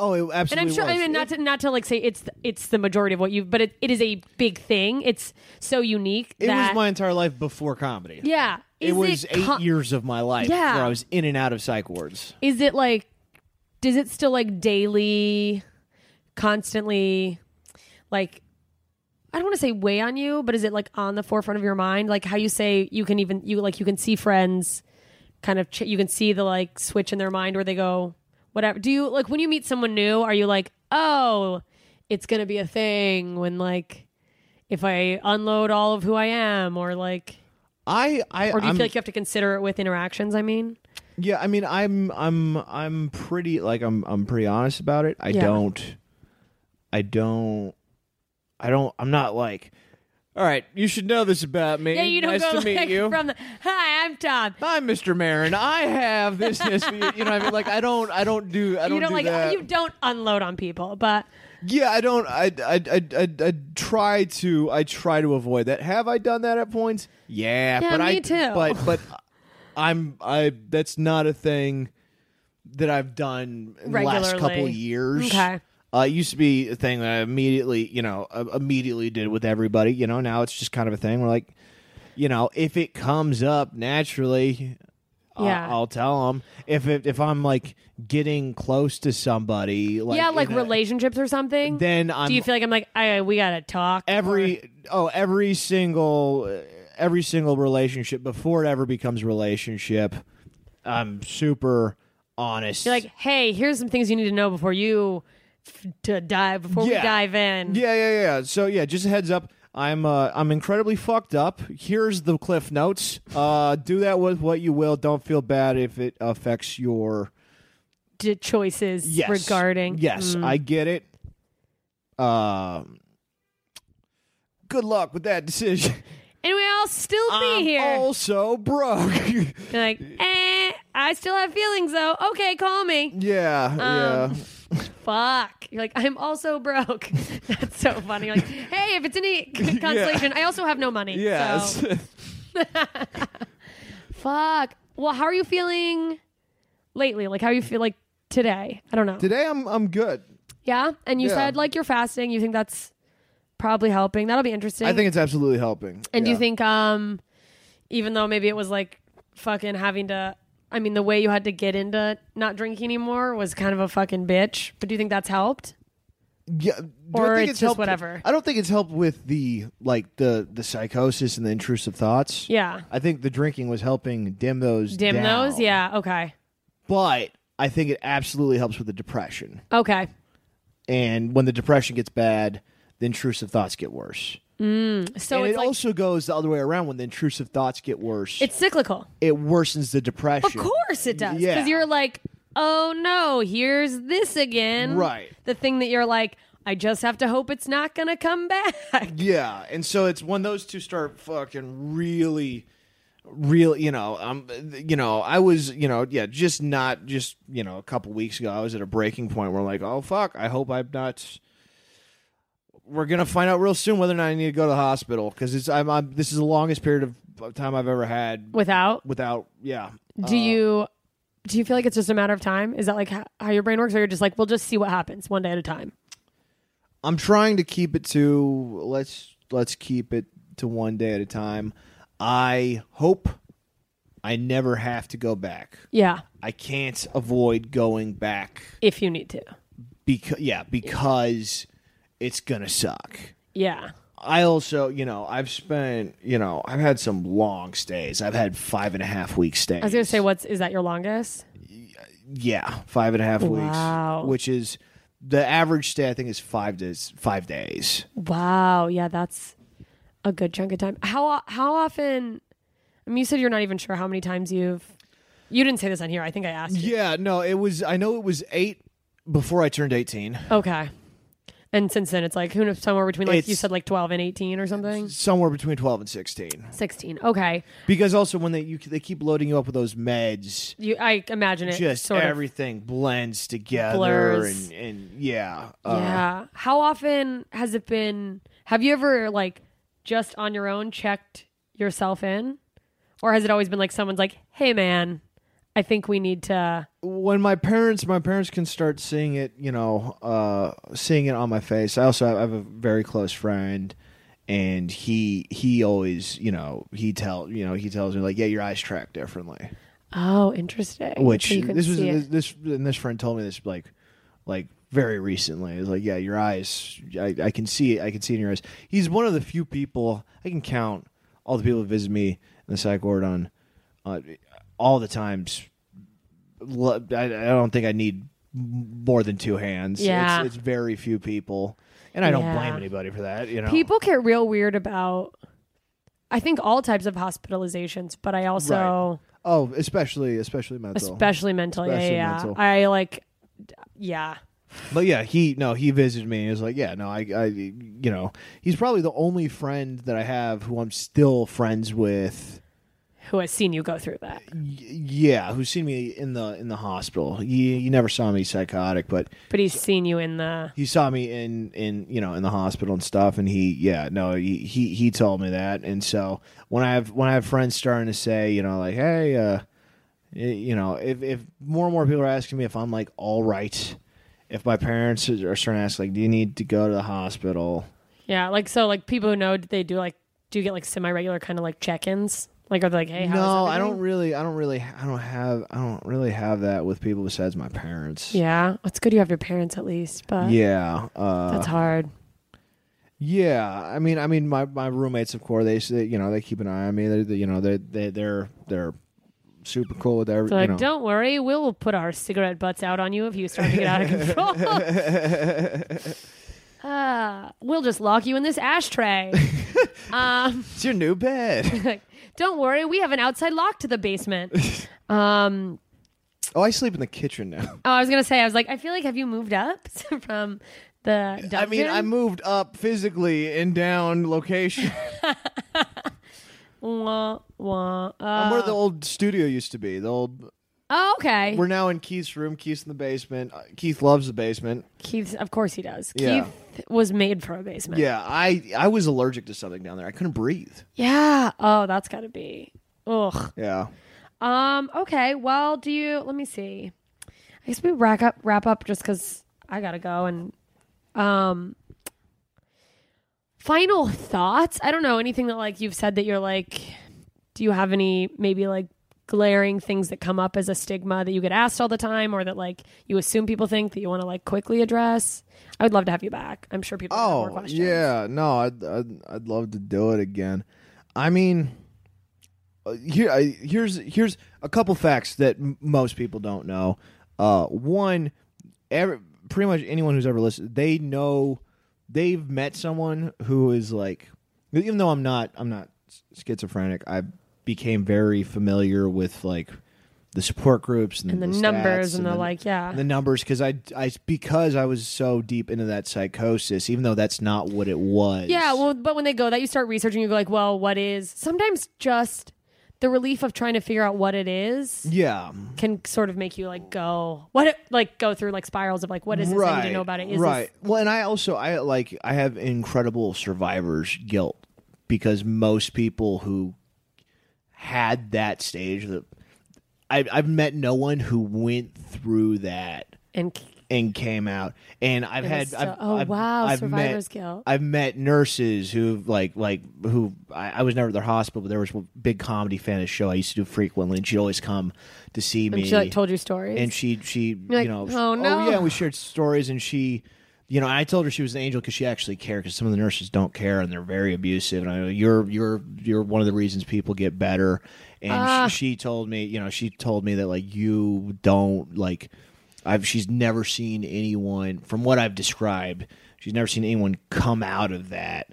[SPEAKER 6] Oh, it
[SPEAKER 5] And
[SPEAKER 6] absolutely.
[SPEAKER 5] I'm sure I
[SPEAKER 6] was.
[SPEAKER 5] mean not
[SPEAKER 6] It-
[SPEAKER 5] to not to like say it's the, it's the majority of what you've but it, it is a big thing. It's so unique.
[SPEAKER 6] It
[SPEAKER 5] that,
[SPEAKER 6] was my entire life before comedy.
[SPEAKER 5] Yeah.
[SPEAKER 6] It
[SPEAKER 5] Is
[SPEAKER 6] was eight
[SPEAKER 5] co-
[SPEAKER 6] years of my life
[SPEAKER 5] Yeah.
[SPEAKER 6] where I was in and out of psych wards.
[SPEAKER 5] is it like does it still like daily constantly like i don't want to say weigh on you but is it like on the forefront of your mind like how you say you can even you like you can see friends kind of ch- you can see the like switch in their mind where they go whatever do you like when you meet someone new are you like oh it's gonna be a thing when like if i unload all of who i am or like
[SPEAKER 6] I, I,
[SPEAKER 5] or do you
[SPEAKER 6] I'm,
[SPEAKER 5] feel like you have to consider it with interactions i mean
[SPEAKER 6] Yeah, I mean, I'm I'm I'm pretty like I'm I'm pretty honest about it. I
[SPEAKER 5] Yeah.
[SPEAKER 6] don't I don't I don't I'm not like All right, you should know this about me.
[SPEAKER 5] Yeah, you don't
[SPEAKER 6] nice
[SPEAKER 5] go
[SPEAKER 6] to meet
[SPEAKER 5] like
[SPEAKER 6] you.
[SPEAKER 5] from the hi, I'm Tom.
[SPEAKER 6] I'm Mr. Marin. I have
[SPEAKER 5] *laughs*
[SPEAKER 6] this, this, you know. What I mean, like, I don't, I don't do, I don't,
[SPEAKER 5] you don't
[SPEAKER 6] do
[SPEAKER 5] like
[SPEAKER 6] that.
[SPEAKER 5] you don't unload on people, but
[SPEAKER 6] Yeah, I don't. I, I, I, I, I try to. I try to avoid that. Have I done that at points? Yeah,
[SPEAKER 5] Yeah,
[SPEAKER 6] but I.
[SPEAKER 5] me too. *laughs*
[SPEAKER 6] But but I'm. I. That's not a thing that I've done in the last couple
[SPEAKER 5] Regularly.
[SPEAKER 6] years.
[SPEAKER 5] Okay.
[SPEAKER 6] Uh, it used to be a thing that I immediately, you know, uh, immediately did with everybody. You know, now it's just kind of a thing. We're like, you know, if it comes up naturally,
[SPEAKER 5] Yeah.
[SPEAKER 6] I'll, I'll tell them. If it, if I'm like getting close to somebody, like
[SPEAKER 5] yeah,
[SPEAKER 6] in
[SPEAKER 5] like
[SPEAKER 6] a-
[SPEAKER 5] relationships or something.
[SPEAKER 6] then I'm
[SPEAKER 5] do you feel like I'm like I we gotta talk or-
[SPEAKER 6] every oh every single every single relationship before it ever becomes a relationship i'm super honest
[SPEAKER 5] you're like hey, here's some things you need to know before you f- to dive before
[SPEAKER 6] Yeah.
[SPEAKER 5] we dive in.
[SPEAKER 6] yeah yeah yeah so yeah just a heads up i'm uh i'm incredibly fucked up here's the cliff notes uh do that with what you will don't feel bad if it affects your
[SPEAKER 5] D- choices
[SPEAKER 6] yes
[SPEAKER 5] regarding Mm.
[SPEAKER 6] yes i get it um good luck with that decision
[SPEAKER 5] and we all still
[SPEAKER 6] i'm
[SPEAKER 5] be here.
[SPEAKER 6] also broke *laughs*
[SPEAKER 5] You're like eh, I still have feelings though. Okay, call me.
[SPEAKER 6] Yeah, yeah.
[SPEAKER 5] Um, Fuck. You're like I'm also broke. *laughs* That's so funny. You're like hey, if it's
[SPEAKER 6] *laughs*
[SPEAKER 5] any consolation, I also have no money.
[SPEAKER 6] Yes. *laughs*
[SPEAKER 5] so- Fuck. Well, how are you feeling lately? Like, how you feel like today? I don't know.
[SPEAKER 6] Today I'm I'm good.
[SPEAKER 5] yeah. And you
[SPEAKER 6] Yeah.
[SPEAKER 5] said like you're fasting. You think that's probably helping. That'll be interesting.
[SPEAKER 6] I think it's absolutely helping.
[SPEAKER 5] And do you
[SPEAKER 6] Yeah.
[SPEAKER 5] think, um, even though maybe it was like fucking having to, I mean, the way you had to get into not drinking anymore was kind of a fucking bitch. But do you think that's helped?
[SPEAKER 6] Yeah, do I
[SPEAKER 5] or
[SPEAKER 6] think
[SPEAKER 5] it's just
[SPEAKER 6] helped-
[SPEAKER 5] whatever?
[SPEAKER 6] I don't think it's helped with the like the the psychosis and the intrusive thoughts.
[SPEAKER 5] Yeah.
[SPEAKER 6] I think the drinking was helping dim those.
[SPEAKER 5] Dim
[SPEAKER 6] down.
[SPEAKER 5] those. Yeah. Okay.
[SPEAKER 6] But I think it absolutely helps with the depression.
[SPEAKER 5] Okay.
[SPEAKER 6] And when the depression gets bad, the intrusive thoughts get worse.
[SPEAKER 5] So
[SPEAKER 6] and
[SPEAKER 5] it's
[SPEAKER 6] it
[SPEAKER 5] like
[SPEAKER 6] also goes the other way around. When the intrusive thoughts get worse,
[SPEAKER 5] it's cyclical.
[SPEAKER 6] it worsens the depression.
[SPEAKER 5] Of course it does. Because
[SPEAKER 6] Yeah.
[SPEAKER 5] you're like, oh no, here's this again.
[SPEAKER 6] Right.
[SPEAKER 5] The thing that you're like, I just have to hope it's not going to come back. *laughs*
[SPEAKER 6] Yeah, and so it's when those two start fucking really, real. You know, um, you know, I was, you know, yeah, just not just you know, a couple weeks ago, I was at a breaking point where like, oh fuck, I hope I'm not we're gonna find out real soon whether or not I need to go to the hospital because it's I'm, I'm this is the longest period of time I've ever had
[SPEAKER 5] without?
[SPEAKER 6] without yeah.
[SPEAKER 5] Do you do you feel like it's just a matter of time? Is that like how, how your brain works, or you're just like, we'll just see what happens one day at a time?
[SPEAKER 6] I'm trying to keep it to let's let's keep it to one day at a time. I hope I never have to go back.
[SPEAKER 5] Yeah,
[SPEAKER 6] I can't avoid going back
[SPEAKER 5] if you need to.
[SPEAKER 6] because yeah, because it's gonna suck.
[SPEAKER 5] Yeah,
[SPEAKER 6] I also, you know, I've spent, you know, I've had some long stays. I've had five and a half week stays.
[SPEAKER 5] I was gonna say, what's is that your longest?
[SPEAKER 6] yeah, five and a half
[SPEAKER 5] Wow.
[SPEAKER 6] weeks, which is the average stay. I think is five days. Five days.
[SPEAKER 5] Wow, yeah, that's a good chunk of time. How how often? I mean, you said you're not even sure how many times you've. You didn't say this on here. I think I asked. you.
[SPEAKER 6] Yeah, no, it was. I know it was eight before I turned eighteen,
[SPEAKER 5] Okay. And since then, it's like who knows somewhere between like you
[SPEAKER 6] It's-
[SPEAKER 5] said like twelve and eighteen or something.
[SPEAKER 6] somewhere between twelve and sixteen.
[SPEAKER 5] Sixteen. Okay.
[SPEAKER 6] Because also when they you they keep loading you up with those meds,
[SPEAKER 5] You, I imagine it
[SPEAKER 6] just
[SPEAKER 5] sort of
[SPEAKER 6] everything blends together,
[SPEAKER 5] Blurs.
[SPEAKER 6] and and yeah, Uh,
[SPEAKER 5] Yeah. How often has it been? Have you ever like just on your own checked yourself in, or has it always been like someone's like, "Hey, man, I think we need to."
[SPEAKER 6] when my parents my parents can start seeing it you know uh seeing it on my face i also have, I have a very close friend and he he always you know he tell you know he tells me like yeah your eyes track differently
[SPEAKER 5] Oh, interesting.
[SPEAKER 6] which
[SPEAKER 5] So you can
[SPEAKER 6] this was
[SPEAKER 5] see
[SPEAKER 6] this,
[SPEAKER 5] it.
[SPEAKER 6] this and this friend told me this like like very recently it's like yeah your eyes I, I can see it i can see it in your eyes he's one of the few people i can count all the people that visit me in the psych ward on uh, all the times lo- I, I don't think i need m- more than two hands
[SPEAKER 5] Yeah.
[SPEAKER 6] it's, it's very few people and i don't
[SPEAKER 5] Yeah.
[SPEAKER 6] blame anybody for that you know
[SPEAKER 5] People get real weird about. I think all types of hospitalizations, but I also.
[SPEAKER 6] Right. oh especially especially mental
[SPEAKER 5] especially mental. yeah,
[SPEAKER 6] Especially
[SPEAKER 5] yeah.
[SPEAKER 6] mental.
[SPEAKER 5] I like, d- yeah,
[SPEAKER 6] But yeah, he no, he visited me. and He was like, yeah, no, I, I, you know, he's probably the only friend that I have who I'm still friends with.
[SPEAKER 5] who has seen you go through that?
[SPEAKER 6] Y- yeah, who's seen me in the in the hospital. He, he never saw me psychotic, but
[SPEAKER 5] But he's seen you in the.
[SPEAKER 6] he saw me in in you know in the hospital and stuff. And he, yeah, no, he he, he told me that. And so when I have when I have friends starting to say, you know, like, hey, uh, y- you know, if if more and more people are asking me if I'm like all right. If my parents are starting to ask, like, do you need to go to the hospital?
[SPEAKER 5] Yeah, like so, like people who know they do like do you get like semi regular kind of like check ins. Like are they like, hey, how's
[SPEAKER 6] no i
[SPEAKER 5] everything?
[SPEAKER 6] don't really i don't really i don't have i don't really have that with people besides my parents
[SPEAKER 5] Yeah, it's good you have your parents at least, but
[SPEAKER 6] yeah uh
[SPEAKER 5] that's hard.
[SPEAKER 6] yeah i mean i mean my my roommates of course they say you know they keep an eye on me they, they you know they, they they're they're super cool with
[SPEAKER 5] They're
[SPEAKER 6] everything
[SPEAKER 5] like,
[SPEAKER 6] you know.
[SPEAKER 5] don't worry, we'll put our cigarette butts out on you if you start to get out of control. *laughs*
[SPEAKER 6] *laughs*
[SPEAKER 5] uh, we'll just lock you in this
[SPEAKER 6] *laughs*
[SPEAKER 5] ashtray. um,
[SPEAKER 6] it's your new bed *laughs*
[SPEAKER 5] like, don't worry, we have an outside lock to the basement. Um,
[SPEAKER 6] oh i sleep in the kitchen now
[SPEAKER 5] Oh, I was gonna say, I was like, I feel like have you moved up *laughs* from the dungeon?
[SPEAKER 6] i mean i moved up physically and
[SPEAKER 5] *laughs*
[SPEAKER 6] down location
[SPEAKER 5] Wah, wah,
[SPEAKER 6] i'm where
[SPEAKER 5] uh,
[SPEAKER 6] the old studio used to be the old
[SPEAKER 5] oh, okay.
[SPEAKER 6] we're now in keith's room keith's in the basement Uh, keith loves the basement
[SPEAKER 5] Keith, of course he does.
[SPEAKER 6] Yeah.
[SPEAKER 5] Keith was made for a basement.
[SPEAKER 6] yeah i i was allergic to something down there i couldn't breathe
[SPEAKER 5] Yeah. Oh, that's gotta be. Ugh.
[SPEAKER 6] yeah
[SPEAKER 5] Um. Okay. Well, do you? Let me see. I guess we rack up, wrap up, just because I gotta go and, um. Final thoughts. I don't know anything that like you've said that you're like. Do you have any maybe like glaring things that come up as a stigma that you get asked all the time, or that like you assume people think that you want to like quickly address? I would love to have you back. I'm sure people. have more
[SPEAKER 6] Oh
[SPEAKER 5] questions.
[SPEAKER 6] yeah, no, I'd, I'd I'd love to do it again. I mean, uh, here I, here's here's a couple facts that m- most people don't know. Uh, one, every, pretty much anyone who's ever listened, they know they've met someone who is like, even though I'm not I'm not s- schizophrenic, I became very familiar with like the support groups and,
[SPEAKER 5] And the,
[SPEAKER 6] stats
[SPEAKER 5] numbers and, the, like, yeah.
[SPEAKER 6] the numbers because I, I because I was so deep into that psychosis, even though that's not what it was.
[SPEAKER 5] Yeah, well, but when they go that, you start researching. You go like, well, what is? Sometimes just the relief of trying to figure out what it is
[SPEAKER 6] Yeah.
[SPEAKER 5] can sort of make you like go what it, like go through like spirals of like what is this I need to know about it is
[SPEAKER 6] right. Well, and I also I like I have incredible survivor's guilt because most people who had that stage that I, I've met no one who went through that
[SPEAKER 5] this, and
[SPEAKER 6] and came out. And I've
[SPEAKER 5] It
[SPEAKER 6] had
[SPEAKER 5] was so-
[SPEAKER 6] I've,
[SPEAKER 5] oh,
[SPEAKER 6] I've-
[SPEAKER 5] wow,
[SPEAKER 6] I've met-
[SPEAKER 5] survivor's guilt.
[SPEAKER 6] I've met nurses who like like who I, I was never at their hospital, but there was a big comedy fan of show I used to do frequently, and she'd always come to see me.
[SPEAKER 5] and she like told you stories
[SPEAKER 6] and she she
[SPEAKER 5] You're
[SPEAKER 6] you know
[SPEAKER 5] like, "Oh, no."
[SPEAKER 6] yeah, and we shared stories, and she. You know, I told her she was an angel because she actually cared. Because some of the nurses don't care and they're very abusive. And I, go, you're you're you're one of the reasons people get better. And
[SPEAKER 5] Ah.
[SPEAKER 6] she, she told me, you know, she told me that like you don't like. I've she's never seen anyone from what I've described. She's never seen anyone come out of that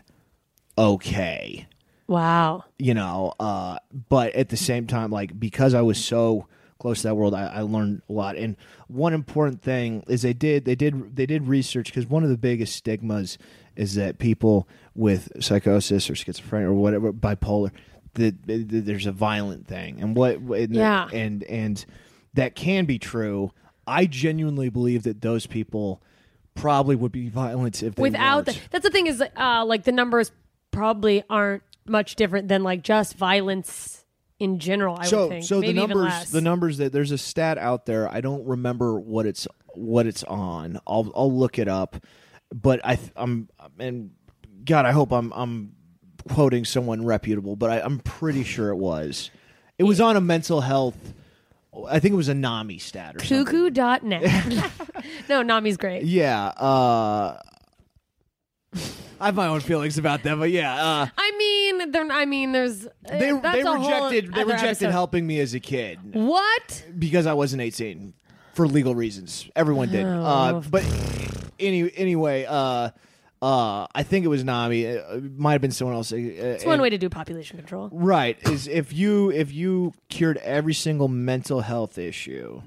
[SPEAKER 6] okay
[SPEAKER 5] wow
[SPEAKER 6] you know uh but at the same time like because i was so close to that world i, I learned a lot and one important thing is they did they did they did research because one of the biggest stigmas is that people with psychosis or schizophrenia or whatever bipolar that that there's a violent thing and what and,
[SPEAKER 5] Yeah.
[SPEAKER 6] and and that can be true i genuinely believe that those people probably would be violent if they
[SPEAKER 5] without the,
[SPEAKER 6] weren't.
[SPEAKER 5] that's the thing is uh, like the numbers probably aren't much different than like just violence in general i would
[SPEAKER 6] so
[SPEAKER 5] think
[SPEAKER 6] so
[SPEAKER 5] Maybe
[SPEAKER 6] the
[SPEAKER 5] even
[SPEAKER 6] numbers
[SPEAKER 5] less.
[SPEAKER 6] the numbers that there's a stat out there i don't remember what it's what it's on i'll i'll look it up but i th- i'm and god i hope i'm i'm quoting someone reputable but I, i'm pretty sure it was it was on a mental health i think it was a nami stat or something *laughs*
[SPEAKER 5] cuckoo.net *laughs* no nami's great
[SPEAKER 6] yeah uh *laughs* I have my own feelings about them, but yeah, uh,
[SPEAKER 5] i mean they're i mean there's uh,
[SPEAKER 6] they
[SPEAKER 5] that's
[SPEAKER 6] they
[SPEAKER 5] a whole
[SPEAKER 6] rejected they
[SPEAKER 5] other
[SPEAKER 6] rejected
[SPEAKER 5] episode.
[SPEAKER 6] helping me as a kid.
[SPEAKER 5] what
[SPEAKER 6] because I wasn't 18 for legal reasons. Everyone did.
[SPEAKER 5] Oh,
[SPEAKER 6] Uh, but any anyway, uh, uh, I think it was Nami. Uh, It might have been someone else. It's
[SPEAKER 5] it's one way to do population control
[SPEAKER 6] Right is if you if you cured every single mental health issue,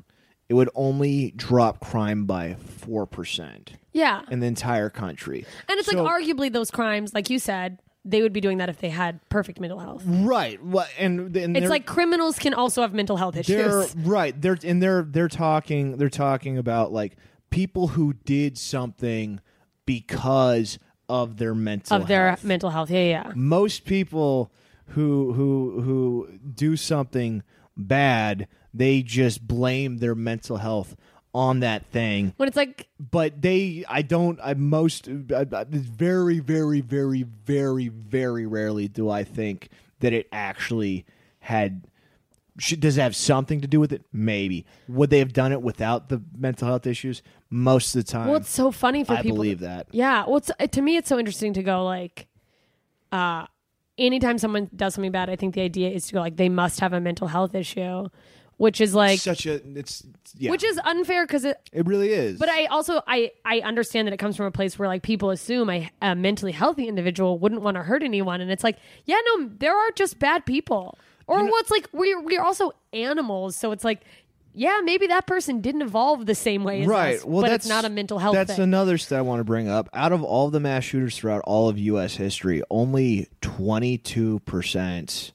[SPEAKER 6] it would only drop crime by four percent
[SPEAKER 5] yeah
[SPEAKER 6] in the entire country.
[SPEAKER 5] and it's
[SPEAKER 6] So-
[SPEAKER 5] like arguably those crimes like you said they would be doing that if they had perfect mental health
[SPEAKER 6] Right. What and, and
[SPEAKER 5] it's
[SPEAKER 6] there-
[SPEAKER 5] like criminals can also have mental health
[SPEAKER 6] they're
[SPEAKER 5] issues *laughs*
[SPEAKER 6] right they're and they're they're talking they're talking about like people who did something because of their mental
[SPEAKER 5] of their
[SPEAKER 6] health.
[SPEAKER 5] mental health yeah yeah
[SPEAKER 6] most people who who who do something bad they just blame their mental health on that thing
[SPEAKER 5] when it's like
[SPEAKER 6] but they i don't i most I, I, very very very very very rarely do i think that it actually had should, does it have something to do with it maybe would they have done it without the mental health issues most of the time
[SPEAKER 5] Well, it's so funny for
[SPEAKER 6] i
[SPEAKER 5] people.
[SPEAKER 6] believe that
[SPEAKER 5] Yeah. Well, it's, to me, it's so interesting to go like, uh, anytime someone does something bad, I think the idea is to go like they must have a mental health issue, which is like,
[SPEAKER 6] such a it's yeah
[SPEAKER 5] which is unfair because it.
[SPEAKER 6] it really is
[SPEAKER 5] But I also I I understand that it comes from a place where like people assume a, a mentally healthy individual wouldn't want to hurt anyone, and it's like, yeah, no, there are just bad people, or what's like we're we're also animals, so it's like. Yeah, maybe that person didn't evolve the same way as
[SPEAKER 6] right
[SPEAKER 5] us,
[SPEAKER 6] well
[SPEAKER 5] but
[SPEAKER 6] that's
[SPEAKER 5] it's not a mental health
[SPEAKER 6] that's
[SPEAKER 5] thing.
[SPEAKER 6] another stat i want to bring up out of all the mass shooters throughout all of us history only 22%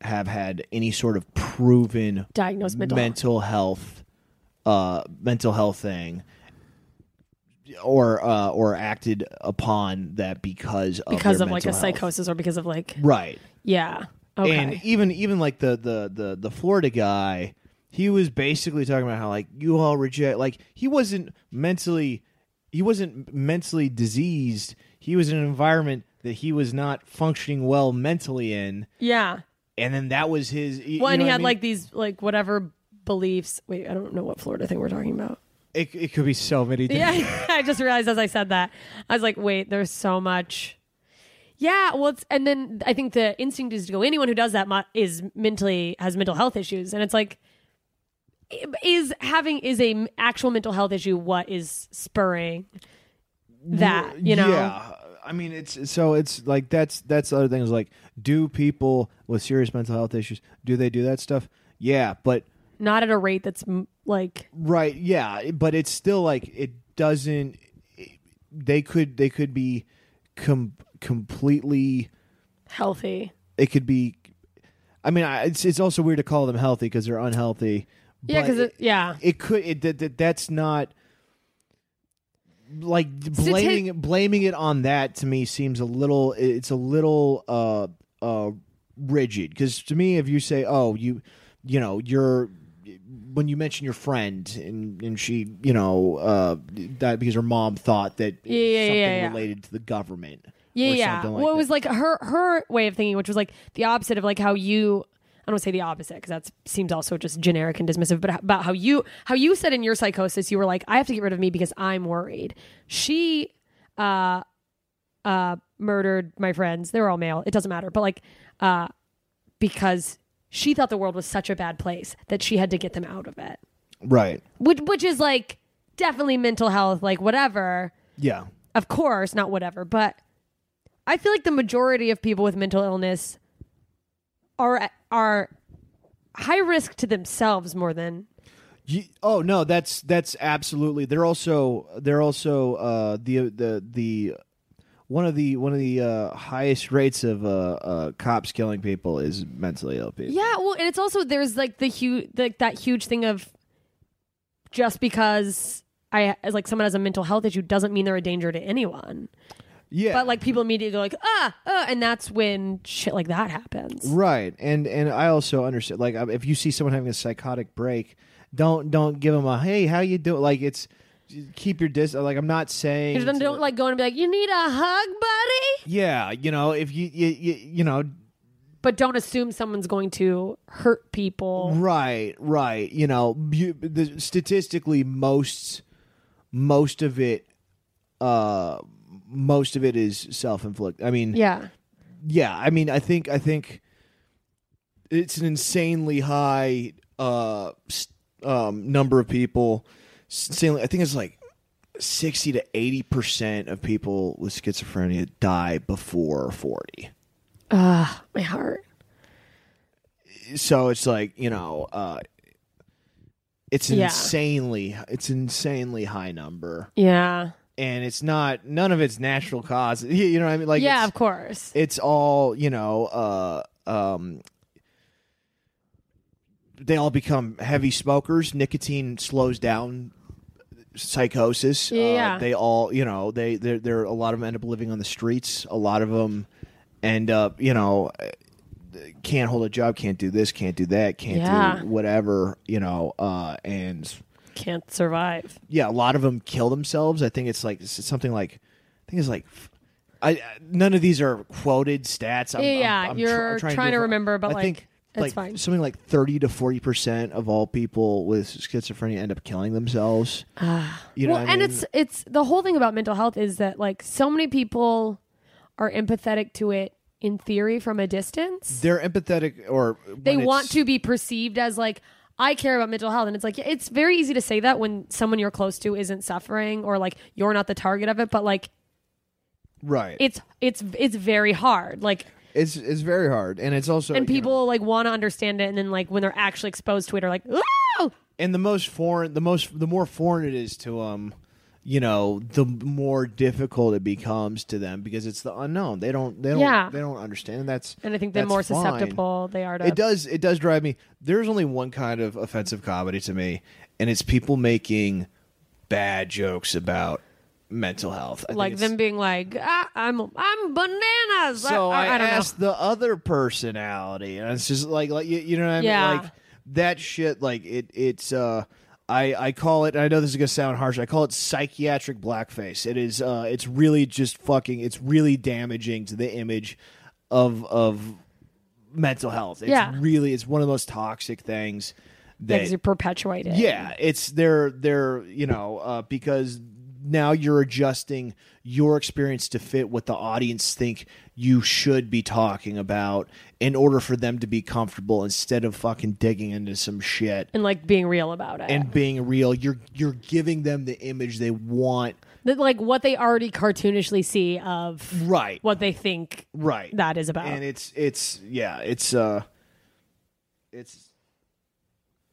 [SPEAKER 6] have had any sort of proven
[SPEAKER 5] Diagnosed mental health.
[SPEAKER 6] mental health uh mental health thing or uh or acted upon that because of
[SPEAKER 5] because
[SPEAKER 6] their
[SPEAKER 5] of like a
[SPEAKER 6] mental health.
[SPEAKER 5] psychosis or because of like
[SPEAKER 6] right
[SPEAKER 5] yeah okay
[SPEAKER 6] and even even like the the the the Florida guy, he was basically talking about how like you all reject like he wasn't mentally he wasn't mentally diseased. He was in an environment that he was not functioning well mentally in,
[SPEAKER 5] yeah
[SPEAKER 6] and then that was his. y-
[SPEAKER 5] well
[SPEAKER 6] you
[SPEAKER 5] and he
[SPEAKER 6] know what I
[SPEAKER 5] had
[SPEAKER 6] mean?
[SPEAKER 5] like these like whatever beliefs wait i don't know what florida thing we're talking about
[SPEAKER 6] it, it could be so many.
[SPEAKER 5] *laughs*
[SPEAKER 6] Things.
[SPEAKER 5] yeah i just realized as i said that i was like wait there's so much yeah well it's and then i think the instinct is to go anyone who does that mu- is mentally has mental health issues and it's like i- is having is a m- actual mental health issue what is spurring that you know
[SPEAKER 6] Yeah. I mean, it's so it's like that's that's the other thing is like, do people with serious mental health issues do they do that stuff? Yeah, but
[SPEAKER 5] not at a rate that's m- like
[SPEAKER 6] Right. Yeah, but it's still like it doesn't. They could they could be com- completely.
[SPEAKER 5] healthy
[SPEAKER 6] It could be. I mean, I, it's it's also weird to call them healthy because they're unhealthy.
[SPEAKER 5] Yeah,
[SPEAKER 6] but
[SPEAKER 5] because
[SPEAKER 6] it,
[SPEAKER 5] yeah,
[SPEAKER 6] it could it, that, that that's not like blaming blaming it on that to me seems a little it's a little uh uh rigid because to me if you say oh you you know you're when you mention your friend and and she you know uh that because her mom thought that it was
[SPEAKER 5] Yeah, yeah,
[SPEAKER 6] something
[SPEAKER 5] yeah, yeah.
[SPEAKER 6] related to the government
[SPEAKER 5] yeah,
[SPEAKER 6] or
[SPEAKER 5] yeah.
[SPEAKER 6] something like
[SPEAKER 5] well,
[SPEAKER 6] that.
[SPEAKER 5] it was like her her way of thinking, which was like the opposite of like how you. I don't wanna say the opposite because that seems also just generic and dismissive, but h- about how you how you said in your psychosis, you were like, I have to get rid of me because I'm worried. She uh uh murdered my friends. They were all male. It doesn't matter, but like uh because she thought the world was such a bad place that she had to get them out of it.
[SPEAKER 6] right
[SPEAKER 5] Which which is like definitely mental health, like whatever.
[SPEAKER 6] yeah
[SPEAKER 5] of course, not whatever, but I feel like the majority of people with mental illness are are high risk to themselves more than
[SPEAKER 6] Ye- oh no, that's that's absolutely. They're also they're also uh, the the the one of the one of the uh, highest rates of uh, uh, cops killing people is mentally ill people.
[SPEAKER 5] yeah. Well, and it's also there's like the huge like that huge thing of just because I as like someone has a mental health issue doesn't mean they're a danger to anyone.
[SPEAKER 6] yeah.
[SPEAKER 5] But like people immediately go like ah, ah and that's when shit like that happens.
[SPEAKER 6] right, and and I also understand. Like um, if you see someone having a psychotic break, don't don't give them a hey, how you doing? Like it's keep your distance. Like I'm not saying
[SPEAKER 5] You don't,
[SPEAKER 6] to-
[SPEAKER 5] don't like go and be like you need a hug, buddy,
[SPEAKER 6] yeah, you know if you you you, you know
[SPEAKER 5] but don't assume someone's going to hurt people.
[SPEAKER 6] Right, right. You know, you, the, statistically, most most of it, uh, most of it is self inflicted. I mean,
[SPEAKER 5] Yeah.
[SPEAKER 6] yeah. I mean, I think I think it's an insanely high uh s- um, number of people. s- Insanely, I think it's like sixty to eighty percent of people with schizophrenia die before forty.
[SPEAKER 5] Ah, my heart.
[SPEAKER 6] so it's like you know uh it's an
[SPEAKER 5] Yeah.
[SPEAKER 6] insanely it's an insanely high number
[SPEAKER 5] Yeah.
[SPEAKER 6] and it's not none of it's natural cause you *laughs* you know what i mean like
[SPEAKER 5] yeah,
[SPEAKER 6] it's,
[SPEAKER 5] of course.
[SPEAKER 6] it's all you know uh um they all become heavy smokers nicotine slows down psychosis Uh,
[SPEAKER 5] Yeah.
[SPEAKER 6] they all you know they they're, they're a lot of them end up living on the streets a lot of them end up you know uh, can't hold a job can't do this can't do that can't
[SPEAKER 5] Yeah.
[SPEAKER 6] do whatever you know uh and
[SPEAKER 5] Can't survive.
[SPEAKER 6] yeah, a lot of them kill themselves. I think it's like it's something like I think it's like I, I none of these are quoted stats. I'm,
[SPEAKER 5] Yeah,
[SPEAKER 6] I'm-
[SPEAKER 5] yeah,
[SPEAKER 6] I'm, tr-
[SPEAKER 5] you're
[SPEAKER 6] I'm
[SPEAKER 5] trying to
[SPEAKER 6] do it.
[SPEAKER 5] remember, but,
[SPEAKER 6] I
[SPEAKER 5] like,
[SPEAKER 6] think
[SPEAKER 5] it's
[SPEAKER 6] like
[SPEAKER 5] fine.
[SPEAKER 6] something like thirty to forty percent of all people with schizophrenia end up killing themselves. you know,
[SPEAKER 5] Ah. well,
[SPEAKER 6] what I
[SPEAKER 5] and
[SPEAKER 6] mean?
[SPEAKER 5] it's it's the whole thing about mental health is that like so many people are empathetic to it in theory from a distance.
[SPEAKER 6] they're empathetic or
[SPEAKER 5] They
[SPEAKER 6] when
[SPEAKER 5] want
[SPEAKER 6] it's-
[SPEAKER 5] to be perceived as like I care about mental health and it's like yeah, it's very easy to say that when someone you're close to isn't suffering or like you're not the target of it, but like
[SPEAKER 6] right.
[SPEAKER 5] it's it's it's very hard. Like
[SPEAKER 6] it's it's very hard, and it's also
[SPEAKER 5] and
[SPEAKER 6] you know,
[SPEAKER 5] people like want to understand it and then like when they're actually exposed to it are like, "Oh,
[SPEAKER 6] and the most foreign the most the more foreign it is to them you know the more difficult it becomes to them because it's the unknown they don't they don't
[SPEAKER 5] Yeah.
[SPEAKER 6] they don't understand that's
[SPEAKER 5] And I think the
[SPEAKER 6] that's
[SPEAKER 5] more
[SPEAKER 6] fine.
[SPEAKER 5] susceptible they are to
[SPEAKER 6] it does it does drive me there's only one kind of offensive comedy to me and it's people making bad jokes about mental health I think
[SPEAKER 5] like
[SPEAKER 6] it's-
[SPEAKER 5] them being like, ah, I'm I'm bananas.
[SPEAKER 6] so
[SPEAKER 5] I,
[SPEAKER 6] I,
[SPEAKER 5] I, I don't know.
[SPEAKER 6] asked the other personality, and it's just like, like you, you know what I
[SPEAKER 5] Yeah.
[SPEAKER 6] mean? Like that shit. Like it, it's. uh I, I call it. I know this is gonna sound harsh. I call it psychiatric blackface. It is. Uh, it's really just fucking. It's really damaging to the image of of mental health. It's
[SPEAKER 5] Yeah.
[SPEAKER 6] really. It's one of the most toxic things. That
[SPEAKER 5] Because you perpetuate it.
[SPEAKER 6] yeah, it's they're they're you know uh, because now you're adjusting your experience to fit what the audience think you should be talking about in order for them to be comfortable instead of fucking digging into some shit
[SPEAKER 5] And like being real about it.
[SPEAKER 6] and being real. You're you're giving them the image they want.
[SPEAKER 5] That, like what they already cartoonishly see of
[SPEAKER 6] Right.
[SPEAKER 5] what they think
[SPEAKER 6] Right.
[SPEAKER 5] that is about.
[SPEAKER 6] and it's it's yeah it's uh it's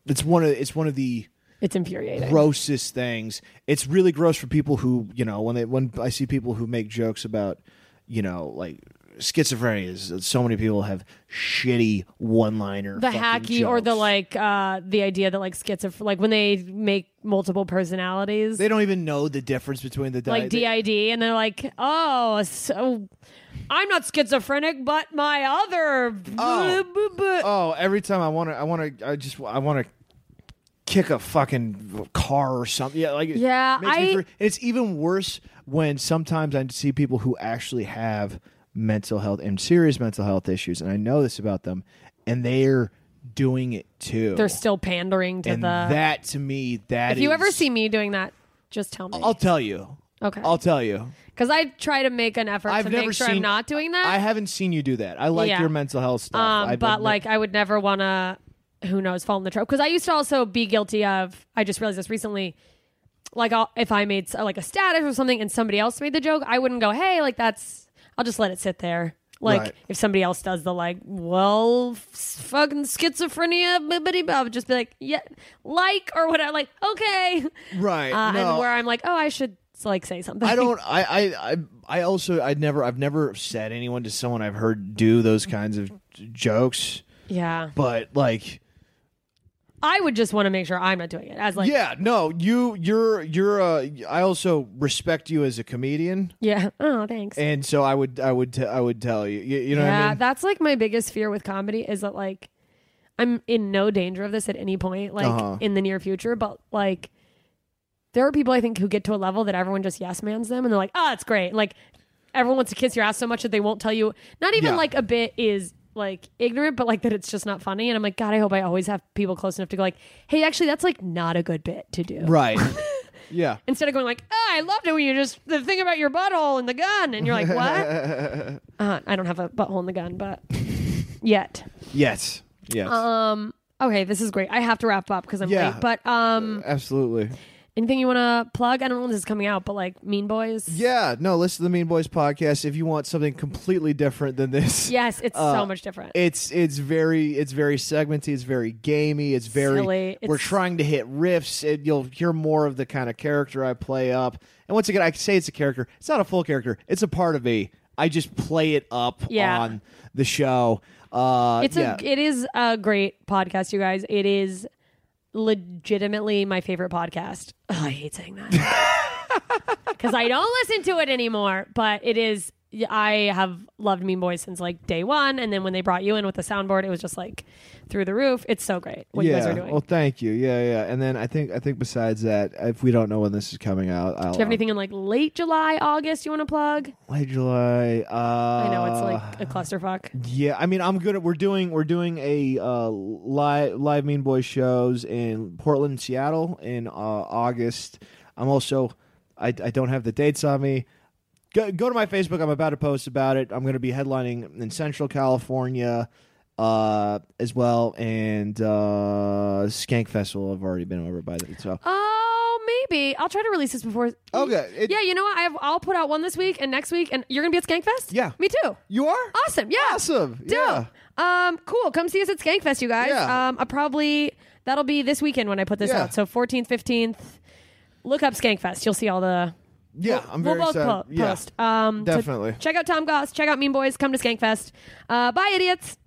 [SPEAKER 6] it's one of it's one of the
[SPEAKER 5] it's infuriating.
[SPEAKER 6] grossest things. It's really gross for people who, you know, when they when I see people who make jokes about, you know, like schizophrenia is uh, so many people have shitty one liner
[SPEAKER 5] the hacky or the like uh the idea that like schizophrenia like when they make multiple personalities
[SPEAKER 6] they don't even know the difference between the
[SPEAKER 5] like
[SPEAKER 6] di-
[SPEAKER 5] did and they're like oh so i'm not schizophrenic but my other blah,
[SPEAKER 6] Oh.
[SPEAKER 5] blah, blah."
[SPEAKER 6] oh every time i want to i want to i just i want to kick a fucking car or something yeah like it
[SPEAKER 5] Yeah,
[SPEAKER 6] makes me
[SPEAKER 5] I-
[SPEAKER 6] fr- and it's even worse when sometimes i see people who actually have mental health and serious mental health issues and i know this about them and they're doing it too
[SPEAKER 5] they're still pandering to
[SPEAKER 6] and
[SPEAKER 5] the
[SPEAKER 6] that to me that
[SPEAKER 5] if you ever
[SPEAKER 6] is-
[SPEAKER 5] see me doing that just tell me
[SPEAKER 6] i'll tell you
[SPEAKER 5] Okay.
[SPEAKER 6] i'll tell you
[SPEAKER 5] because i try to make an effort
[SPEAKER 6] I've
[SPEAKER 5] to
[SPEAKER 6] never
[SPEAKER 5] make sure
[SPEAKER 6] seen-
[SPEAKER 5] i'm not doing
[SPEAKER 6] i
[SPEAKER 5] that
[SPEAKER 6] haven't seen you do that i like
[SPEAKER 5] Yeah.
[SPEAKER 6] your mental health stuff
[SPEAKER 5] um
[SPEAKER 6] I've-
[SPEAKER 5] but
[SPEAKER 6] I've-
[SPEAKER 5] like i would never want to who knows fall in the trap because i used to also be guilty of i just realized this recently like I'll, if i made s- like a status or something and somebody else made the joke i wouldn't go hey like that's i'll just let it sit there like
[SPEAKER 6] Right.
[SPEAKER 5] if somebody else does the like well f- fucking schizophrenia bibbidi bob just be like yeah like or whatever like okay
[SPEAKER 6] Right,
[SPEAKER 5] uh,
[SPEAKER 6] no.
[SPEAKER 5] and where i'm like oh i should like say something
[SPEAKER 6] I don't. I. I. I. I also. I never. I've never said anyone to someone I've heard do those kinds of jokes.
[SPEAKER 5] yeah
[SPEAKER 6] But like,
[SPEAKER 5] i would just want to make sure i'm not doing it as like
[SPEAKER 6] yeah, no. You. You're. You're. Uh, I also respect you as a comedian,
[SPEAKER 5] yeah oh thanks
[SPEAKER 6] and so I would. I would. T- I would tell you. You, you know
[SPEAKER 5] yeah,
[SPEAKER 6] what I mean?
[SPEAKER 5] that's like my biggest fear with comedy is that like I'm in no danger of this at any point, like
[SPEAKER 6] Uh-huh.
[SPEAKER 5] in the near future. But like, there are people I think who get to a level that everyone just yes mans them, and they're like, "Oh, it's great!" Like everyone wants to kiss your ass so much that they won't tell you. Not even
[SPEAKER 6] Yeah.
[SPEAKER 5] like a bit is like ignorant, but like that it's just not funny. And I'm like, God, I hope I always have people close enough to go like, "Hey, actually, that's like not a good bit to do."
[SPEAKER 6] Right.
[SPEAKER 5] *laughs*
[SPEAKER 6] yeah.
[SPEAKER 5] Instead of going like, "Oh, I loved it when you just the thing about your butthole and the gun," and you're like, "What?"
[SPEAKER 6] *laughs*
[SPEAKER 5] uh, I don't have a butthole in the gun, but yet.
[SPEAKER 6] Yes. Yes.
[SPEAKER 5] Um. Okay, this is great. I have to wrap up because I'm
[SPEAKER 6] Yeah.
[SPEAKER 5] late. But um,
[SPEAKER 6] Absolutely.
[SPEAKER 5] anything you want to plug? I don't know when this is coming out, but like Mean Boys.
[SPEAKER 6] Yeah. No. Listen to the Mean Boys podcast if you want something completely different than this.
[SPEAKER 5] Yes, it's
[SPEAKER 6] Uh,
[SPEAKER 5] so much different.
[SPEAKER 6] It's it's very it's very segmenty. It's very gamey. It's very
[SPEAKER 5] Silly.
[SPEAKER 6] we're
[SPEAKER 5] It's-
[SPEAKER 6] trying to hit riffs. And you'll hear more of the kind of character I play up. And once again, I say it's a character. It's not a full character. It's a part of me. I just play it up
[SPEAKER 5] Yeah.
[SPEAKER 6] on the show. Uh,
[SPEAKER 5] it's
[SPEAKER 6] yeah.
[SPEAKER 5] a it is a great podcast, you guys. It is legitimately my favorite podcast. Ugh, I hate saying that *laughs* because I don't listen to it anymore. But it is. I have loved Mean Boys since like day one, and then when they brought you in with the soundboard, it was just like through the roof. It's so great what
[SPEAKER 6] yeah.
[SPEAKER 5] you guys are doing.
[SPEAKER 6] Well, thank you. Yeah, yeah. And then I think I think besides that, if we don't know when this is coming out, I'll
[SPEAKER 5] Do you have anything in like late July, August you want to plug?
[SPEAKER 6] Late July. Uh,
[SPEAKER 5] I know it's like a clusterfuck.
[SPEAKER 6] Yeah, I mean, I'm good. At, we're doing we're doing a uh, live live Mean Boys shows in Portland, and Seattle in uh, August. I'm also I, I don't have the dates on me. Go, go to my Facebook. I'm about to post about it. I'm going to be headlining in Central California uh, as well, and uh, Skank Festival. I've already been over by then. So
[SPEAKER 5] Oh, maybe I'll try to release this before.
[SPEAKER 6] Okay, it-
[SPEAKER 5] yeah, you know what? I have, I'll put out one this week and next week, and you're gonna be at Skankfest.
[SPEAKER 6] Yeah.
[SPEAKER 5] me too.
[SPEAKER 6] you are
[SPEAKER 5] Awesome. Yeah.
[SPEAKER 6] Awesome.
[SPEAKER 5] Dope.
[SPEAKER 6] Yeah.
[SPEAKER 5] Um. Cool. Come see us at Skankfest, you guys.
[SPEAKER 6] Yeah.
[SPEAKER 5] Um. I probably that'll be this weekend when I put this
[SPEAKER 6] Yeah.
[SPEAKER 5] out. So 14th, 15th. Look up Skankfest. You'll see all the.
[SPEAKER 6] Yeah,
[SPEAKER 5] we'll,
[SPEAKER 6] I'm
[SPEAKER 5] we'll
[SPEAKER 6] very
[SPEAKER 5] both
[SPEAKER 6] excited.
[SPEAKER 5] po-
[SPEAKER 6] Yeah.
[SPEAKER 5] post. Um. so
[SPEAKER 6] Definitely.
[SPEAKER 5] check out Tom Goss. Check out Mean Boys. Come to Skankfest. Uh. Bye, idiots.